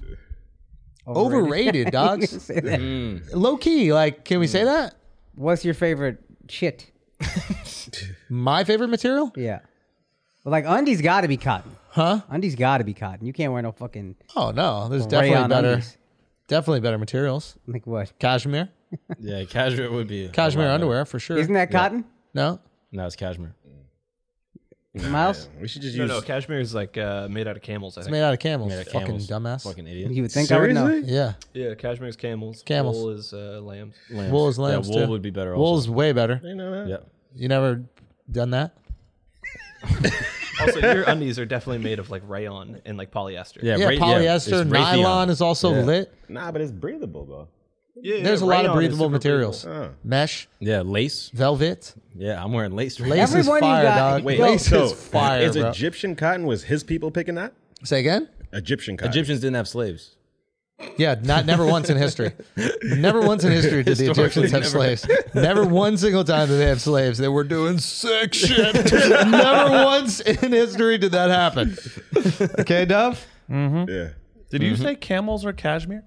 Overrated, dogs.
Say that.
Mm.
low key, like, can we say that?
What's your favorite shit?
My favorite material?
Yeah. But like undies got to be cotton, huh? Undies got to be cotton. You can't wear no fucking
Oh no, there's
rayon
definitely better,
undies.
definitely better materials.
Like what?
Cashmere,
yeah, cashmere would be
cashmere
a lot
underwear for sure.
Isn't that cotton,
no?
better. No, it's cashmere.
Miles?
We should just
No,
use.
no, cashmere is like uh, made out of camels. I
It's
think.
made out of camels.
Yeah,
Fucking
camels.
dumbass.
Fucking idiot.
You would think I would know.
Seriously?
Yeah,
yeah, cashmere is camels.
Camels.
Wool is uh, lambs.
Lambs.
wool is lambs.
Yeah, wool
too.
would be better.
Wool's way better.
also. yeah.
You never done that?
Also, your undies are definitely made of like rayon and like polyester.
Yeah,
Yeah,
ra-
polyester,
it's
nylon
Raytheon.
is also lit.
Nah, but it's breathable though.
Yeah,
There's
yeah,
a lot
rayon
of
is
breathable
super
materials.
breathable.
Mesh,
Yeah, lace.
velvet,
Yeah, I'm wearing lace. Right
lace
now.
is
Everyone you
fire,
got-
dog.
Wait,
lace
so
is fire,
is
bro.
Egyptian cotton was his people picking that?
Say again.
Egyptian cotton.
Egyptians didn't have slaves.
Yeah, not never once in history. Never once in history did the Egyptians have slaves. Never one single time did they have slaves. They were doing sick shit. never once in history did that happen. Okay, Dove?
Yeah.
Did
Mm-hmm.
you say camels are cashmere?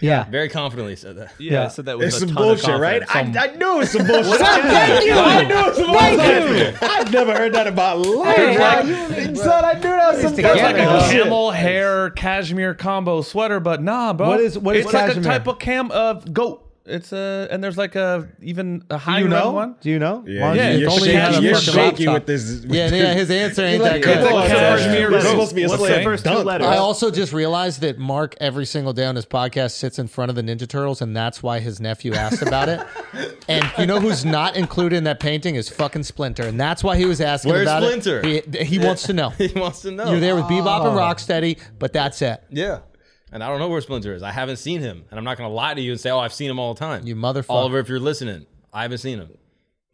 Yeah.
Very confidently said that.
Yeah, so that was
It's
a
some
ton of
bullshit,
confidence.
right? I, I knew it's some bullshit.
Thank you.
I knew it's some bullshit.
Thank
I've never heard that in my life.
Hey,
Like,
you
son, I knew that was some
together,
that's like a
though.
camel.
camel hair cashmere combo sweater, but nah, bro.
What is- what is
it's like a
cashmere?
type of cam of goat. It's a and there's like a even a high
Do you know?
one.
Do you know?
Yeah,
Yeah,
yeah, you're
if only he had a
shaky, you're
fucking
shaky
laptop.
with this. With
Yeah, yeah, his answer ain't that
Like,
good.
It's a
Oh, it's
cashmere
It's
goat.
supposed to be a
What's
slave.
that?
First two
Dunk.
letters.
I also just realized that Mark, every single day on his podcast, sits in front of the Ninja Turtles, and that's why his nephew asked about it. and you know who's not included in that painting is fucking Splinter, and that's why he was asking
Where's
about
Splinter?
it. He, he wants to know.
He wants to know.
You're there with Bebop
Oh.
and Rocksteady, but that's it.
Yeah. And I don't know where Splinter is. I haven't seen him. And I'm not going to lie to you and say, oh, I've seen him all the time.
You motherfucker.
Oliver, if you're listening, I haven't seen him.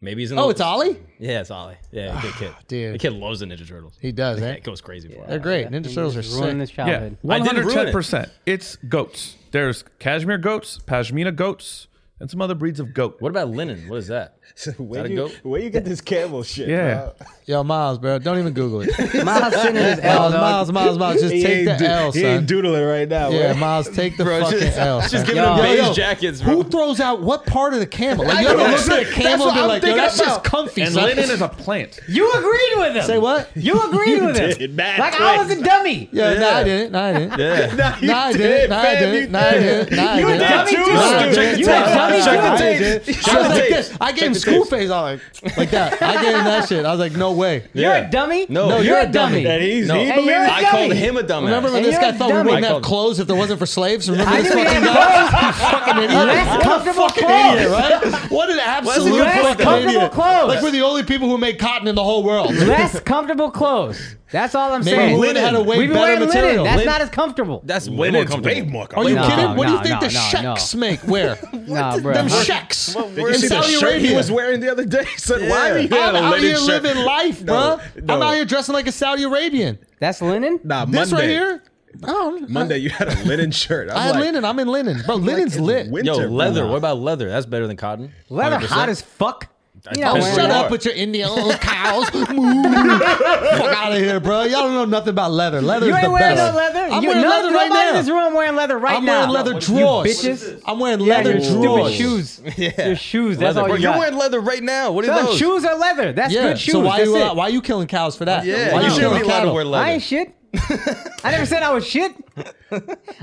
Maybe he's in the.
Oh, it's Ollie.
Yeah, it's Ollie. Yeah, good kid.
dude.
The kid loves the Ninja Turtles.
He does. Eh?
It goes crazy for
They're
it.
great. Ninja Turtles are
Ruin
sick.
this
Yeah,
childhood.
one
I didn't
hundred
ruin
ten
it.
percent. It's goats. There's cashmere goats, pashmina goats, and some other breeds of goat.
What about linen? What is that?
Where
that a
you,
goat?
where you get this camel shit?
Yeah,
Yo, Miles, bro, don't even Google it.
Miles sitting his L,
Miles,
dog.
Miles, Miles, Miles, just
He
take
ain't,
the
do-
L,
he ain't
son.
doodling right now.
Yeah,
right?
Miles, take the
Bro,
fucking
just,
L.
just
son.
giving
Yo,
him beige
yo, yo.
jackets, bro.
Who throws out what part of the camel? Like, you ever
know.
looked at a
That's
camel and
what
been
I'm
like, yo,
thinking
that's just
about.
comfy,
and
son.
linen is a plant.
You agreed with him.
Say what?
You agreed with him.
Did bad
Like I was a
things.
dummy.
Yeah, no, I didn't. No, I didn't.
Yeah.
Nah, you
No, I
did,
didn't. No, I
fam,
didn't.
you
No, I
did.
didn't. No, I
You
didn't.
did
No,
dummy
I
too,
didn't.
Check
You were dummy too. I
the tapes. Check the
tapes.
did.
Check
I was
the
like
tapes.
this. I gave him school face. I was like, like that. I gave him that shit. I was like, no way.
You're
Yeah.
a dummy.
No.
No,
you're a dummy.
And he's,
No.
he
Hey,
believes-
you're a
I called
dummy.
him a dumbass.
Rember when
And
this
you're
guy
a
thought we
dummy.
wouldn't
I
have
called-
clothes if there wasn't for slaves? Remember
I
this
didn't even
fucking
have
guy?
clothes.
fucking idiot.
Less comfortable
fucking
clothes.
idiot, right? What an absolute
Less
fucking
comfortable
idiot.
clothes.
Like we're the only people who make cotton in the whole world.
Less comfortable clothes. That's all I'm
Maybe
saying.
linen had a way
We've been
better
wearing
material.
linen. That's
Lin-
not as comfortable.
That's way more
It's way
comfortable.
more
Are you
comfortable.
No,
kidding? What do you
no,
think
no,
the
no,
sheiks make? Where?
nah, bro.
Them sheiks.
Did you
in
see the
Saudi
shirt he
Arabia.
was wearing the other day? Son, why are you
I'm
wearing a
out
linen
here
shirt?
living life,
No,
bruh. I'm
no.
out here dressing like a Saudi Arabian.
That's linen.
Nah,
This
Monday.
right here? I don't
Monday, you had a linen shirt. I'm
I had
like,
linen. I'm in linen. Bro, linen's lit.
winter,
Yo,
bro.
leather. What about leather? That's better than cotton.
Leather
100%.
hot as fuck. You know,
don't
wearing-
Shut
Where
up
are.
with your Indian old cows. Moo. Fuck out of here, bro. Y'all don't know nothing about leather. Leather's
You ain't
the
wearing
best.
no leather.
I'm
you,
wearing
no-
leather right
nobody
now.
in this room wearing leather right
I'm
now.
wearing leather
You
drawers.
bitches.
I'm wearing
Yeah,
leather
your
drawers.
Stupid shoes. Your shoes. That's
Leather.
all
Bro,
you
you're
got.
wearing leather right now. What are
Son,
those?
shoes are leather. That's
Yeah.
good shoes.
So why
That's
you
it.
why you killing cows for that?
Yeah,
Why
you
you
shouldn't be
killing
allowed to
cattle?
wear
I
leather.
ain't shit. I never said I was shit.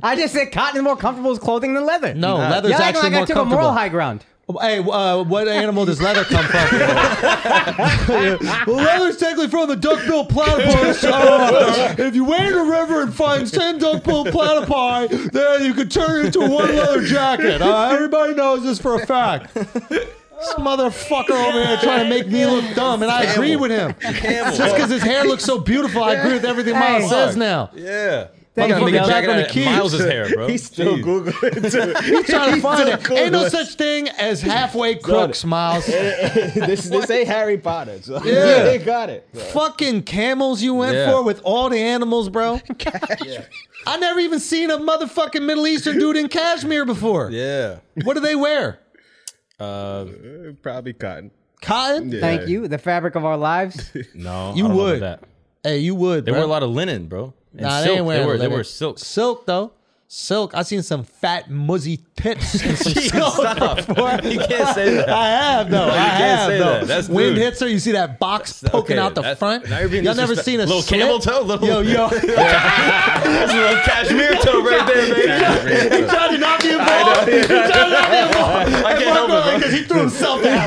I just said cotton is more comfortable as clothing than leather.
No,
Nah.
leather's
Y'all acting
actually
like I
more
took
comfortable.
a moral high ground.
Hey, uh, what animal does leather come from? well, leather's technically from the duckbill platypus. Uh, if you wade in a river and find 10 duckbill platypi, then you can turn it into one leather jacket. Uh, everybody knows this for a fact. This motherfucker over here trying to make me look dumb, and I agree with him. Just because his hair looks so beautiful, I agree with everything Miles
Hey.
says now.
Yeah.
Thank you,
Motherfucker
Miguel.
back on the
Miles'
keys.
Miles's hair, bro.
He's still
Jeez.
Googling it, too.
He's trying to find it.
still
Ain't no
clueless.
such thing as halfway crooks, Miles.
this, this ain't Harry Potter. So
Yeah.
they got it. bro.
fucking camels you went
Yeah.
for with all the animals, bro. I never even seen a motherfucking Middle Eastern dude in cashmere before.
Yeah.
What do they wear?
Uh,
Probably cotton.
Cotton?
Thank you. The fabric of our lives.
no.
You
I don't know about
would.
that.
Hey, you would.
They
bro.
wear a lot of linen, bro. And
Nah,
silk.
they ain't wearing.
They were, they
leather.
were silk.
Silk though. Silk. I seen some fat muzzy tits and some silk.
Stop. you can't say that.
I have though. I
you can't
have
say
though.
that. That's
Wind
rude.
hits her. You see that box
That's-
poking
okay,
out the
that's-
front.
now you're being
Y'all never
disrespect-
seen a
Little
slit?
camel toe, little-
Yo, yo.
That's a little cashmere toe right there, baby.
tried to not be involved. He tried to not be involved.
I can't help it,
because he threw himself out.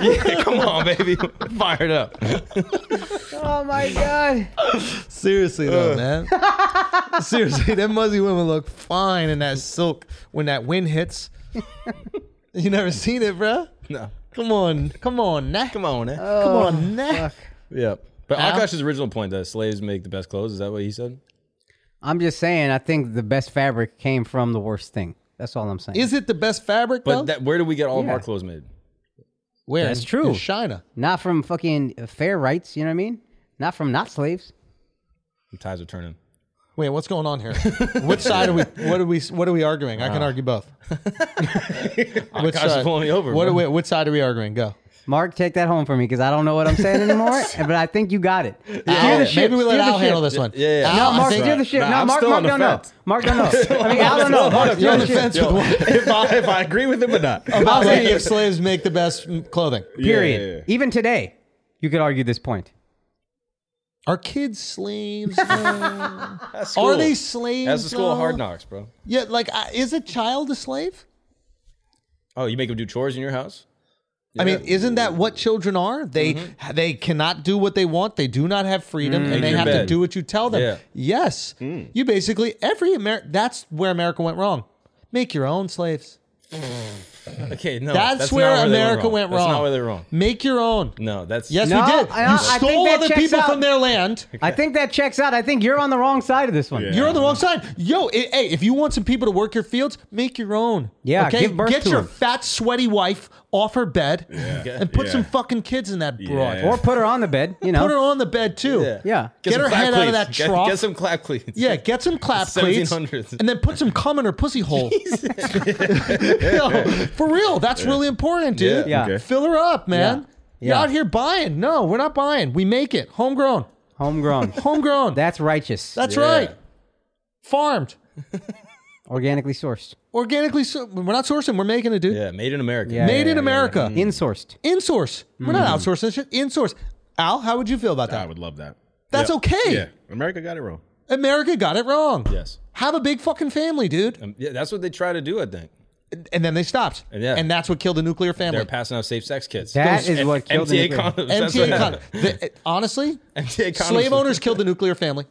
bro. Yeah, come on, baby. Fired up.
oh my god.
Seriously though, man. Seriously, them muzzy women look fine in that silk when that wind hits. you never seen it, bruh?
No.
Come on, come on, nah.
Come on, eh?
Come on, nah.
yeah. But
Al?
Akash's original point that slaves make the best clothes, is that what he said?
I'm just saying. I think the best fabric came from the worst thing. That's all I'm saying.
Is it the best fabric
But
though?
that, where do we get all of
Yeah.
our clothes made?
Where?
that's
In-
true.
in China.
not from fucking fair rights. You know what I mean? Not from not slaves.
The tides are turning.
Wait, what's going on here? Which side are we? What are we? What are we arguing? I can argue both. which
Akash is
side?
pulling me over,
What are
bro.
we, which side are we arguing? Go.
Mark, take that home for me because I don't know what I'm saying anymore. but I think you got it. Steer
Al,
the ship.
maybe we let
steer the
Al
ship.
handle this one.
Yeah, yeah.
Al,
No, Mark,
I
steer
think,
the ship.
Nah,
no,
I'm
Mark,
still
Mark,
on the
don't know.
fence.
Mark, don't know. I mean, Al, don't know. Mark,
you're
steer
on
the
the
ship.
fence with one.
if I if I agree with him or not.
About saying if slaves make the best mm, clothing.
Period.
Yeah, yeah, yeah.
Even today, you could argue this point.
Are kids slaves? though? Are they slaves?
That's the school of
though?
hard knocks, bro.
Yeah, like uh, is a child a slave?
Oh, you make them do chores in your house?
I mean, isn't that what children are? They
Mm-hmm.
they cannot do what they want. They do not have freedom,
Mm,
and they
your
have to
bed.
do what you tell them.
Yeah.
Yes, you basically every Amer- That's where America went wrong. Make your own slaves.
Okay, no.
That's,
not
where,
they
America went wrong.
That's not where they're wrong.
Make your own.
No, that's
Yes,
No,
we did.
I- I
you
think
stole
that
other
checks
people
out.
from their land.
I think that checks out. I think you're on the wrong side of this one.
You're on the wrong side. Yo, i- hey, if you want some people to work your fields, make your own.
Yeah,
okay.
give birth
Get
to
your
'em.
fat, sweaty wife off her bed and put
Yeah.
some fucking kids in that broad.
Yeah.
Or put her on the bed, you know.
Put her on the bed too.
Yeah.
Get,
some
her
clap
head out of that
cleats. Get-
trough.
Get, some clap cleats.
yeah, get some clap cleats,
1700s.
and then put some cum in her pussy hole. Yo, for real, that's really important, dude.
Yeah.
Okay.
fill her up, man.
Yeah.
You're
Yeah.
out here buying. No, we're not buying. We make it homegrown.
Homegrown.
Homegrown.
That's righteous.
that's
Yeah.
right. Farmed,
Organically sourced.
organically. So- we're not sourcing. We're making it, dude.
Yeah, made in America.
Yeah.
Made in America.
Hmm.
Insourced.
Insource. We're not outsourcing this shit. Insource. Al, how would you feel about
I
that?
would love that.
That's okay.
Uh, Yeah, America got it wrong.
America got it wrong.
Yes.
Have a big fucking family, dude.
Um, yeah, that's what they try to do, I think.
and then they stopped.
Yeah.
And that's what killed the nuclear
They're
family.
passing out safe sex kits.
That
Those
is
M-
what killed the
MTA
nuclear-
condoms. That's what
MTA con-
happened.
the, honestly,
MTA condoms.
slave owners killed the nuclear family.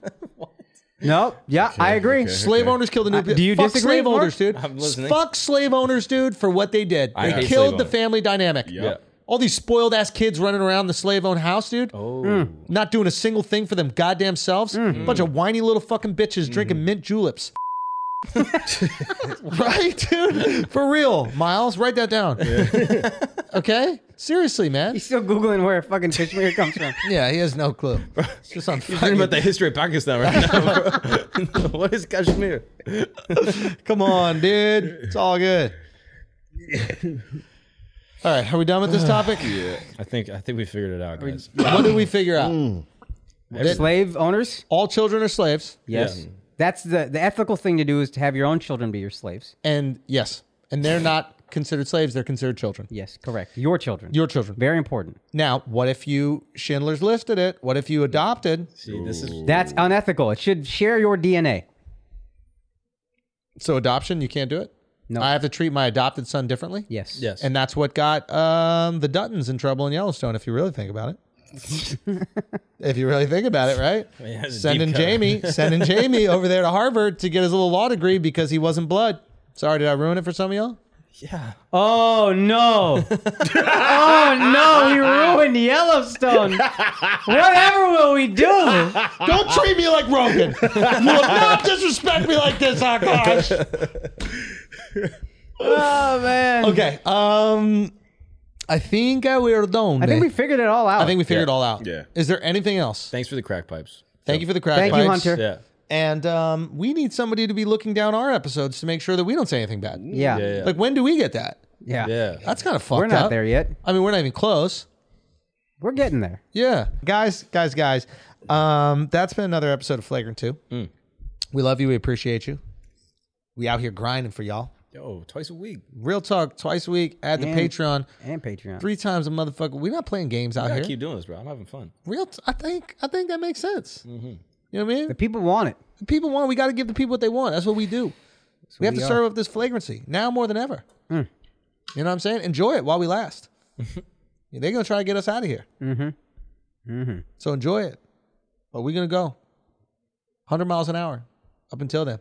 Nope. Yeah, I agree.
Slave owners killed the nuclear.
do you
Fuck
disagree,
slave
Mark?
owners, dude?
I'm listening.
Fuck slave owners, dude, for what they did.
I
they
hate
killed
slave
the
owners.
family dynamic.
Yeah.
All these spoiled ass kids running around the slave owned house, dude. Oh. Not doing a single thing for them goddamn selves. Bunch of whiny little fucking bitches
Mm-hmm.
drinking mint juleps. right, dude? For real. Miles, write that down. okay? Seriously, man.
He's still Googling where fucking fishmeal comes from.
Yeah, he has no clue. It's just on
Think
fucking,
about the history of Pakistan right now, bro. what is Kashmir?
Come on, dude. It's all good. All right, are we done with this topic? yeah.
I think I think we figured it out, guys.
What did we figure out?
Slave owners?
All children are slaves,
Yes. That's the, the ethical thing to do is to have your own children be your slaves.
and yes, and they're not considered slaves; they're considered children.
Yes, correct. Your children.
Your children.
Very important.
Now, what if you Schindler's listed it? What if you adopted?
See, this is
That's unethical. It should share your DNA.
So adoption, you can't do it.
No.
I have to treat my adopted son differently.
Yes.
yes.
and that's what got um, the Duttons in trouble in Yellowstone. If you really think about it, if you really think about it, right?
Yeah, it's a
sending
deep cut.
Jamie, sending Jamie over there to Harvard to get his little law degree because he wasn't blood. Sorry, did I ruin it for some of y'all?
Oh no! oh no! He ruined Yellowstone. Whatever will we do?
Don't treat me like Rogan. You will not disrespect me like this, Akash.
Oh man!
Okay. Um, I think uh, we are done.
I think we figured it all out.
I think we figured it all out.
Yeah.
Is there anything else?
Thanks for the crack pipes.
Thank you for the crack
Thank you,
pipes.
Hunter.
Yeah.
And um, we need somebody to be looking down our episodes to make sure that we don't say anything bad.
Yeah.
Yeah.
Yeah.
Yeah.
Like when do we get that?
yeah.
That's kind of fucked
We're not
up.
there yet.
I mean, we're not even close.
We're getting there.
Yeah, guys, guys, guys. Um, that's been another episode of Flagrant Two.
Mm.
We love you. We appreciate you. We out here grinding for y'all.
Yo, twice a week.
Real talk, twice a week. Add the
And-
Patreon
And Patreon.
three times a motherfucker. We're not playing games out
I
here.
keep doing this, bro. I'm having fun. Mm-hmm.
Real, t- I think, I think that makes sense. You know what I mean?
The people want it.
The people want. We got to give the people what they want. That's what we do. we have
we
to
are.
serve up this flagrancy now more than ever. You know what I'm saying? Enjoy it while we last. They're gonna try to get us out of here. Mm-hmm. Mm-hmm. So enjoy it. But we're gonna go 100 miles an hour up until then.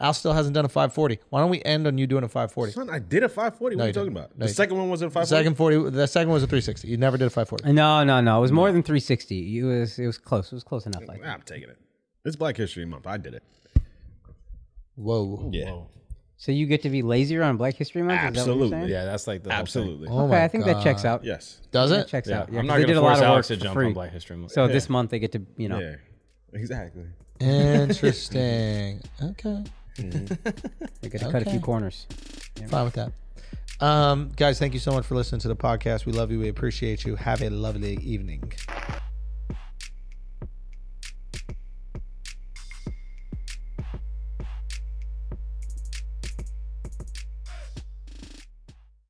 Al still hasn't done a 540. Why don't we end on you doing a 540?
Son, I did a 540. What
No,
are
you
you talking
didn't.
about?
No,
the
you
second one was at
The
540.
second 40. The second was a 360. You never did a 540.
No, no, no. It was more than 360. It was. It was close. It was close enough. I think.
I'm taking it. It's Black History Month. I did it.
Whoa.
Yeah.
So you get to be lazier on Black History Month. Is that what you're
Absolutely.
saying?
Yeah, that's like the whole thing.
Absolutely.
Oh
Okay,
my
I think that checks out.
Yes.
Does
That
it?
checks out. Yeah,
I'm
'cause
not
they
gonna
did a
force
lot of work
Alex to
for
jump
free.
on Black History Month.
Oh. So this month they get to, you know,
Yeah. Exactly.
Interesting. okay.
We got to cut a few
Okay.
corners.
Fine with that. Um, guys, thank you so much for listening to the podcast. We love you. We appreciate you. Have a lovely evening.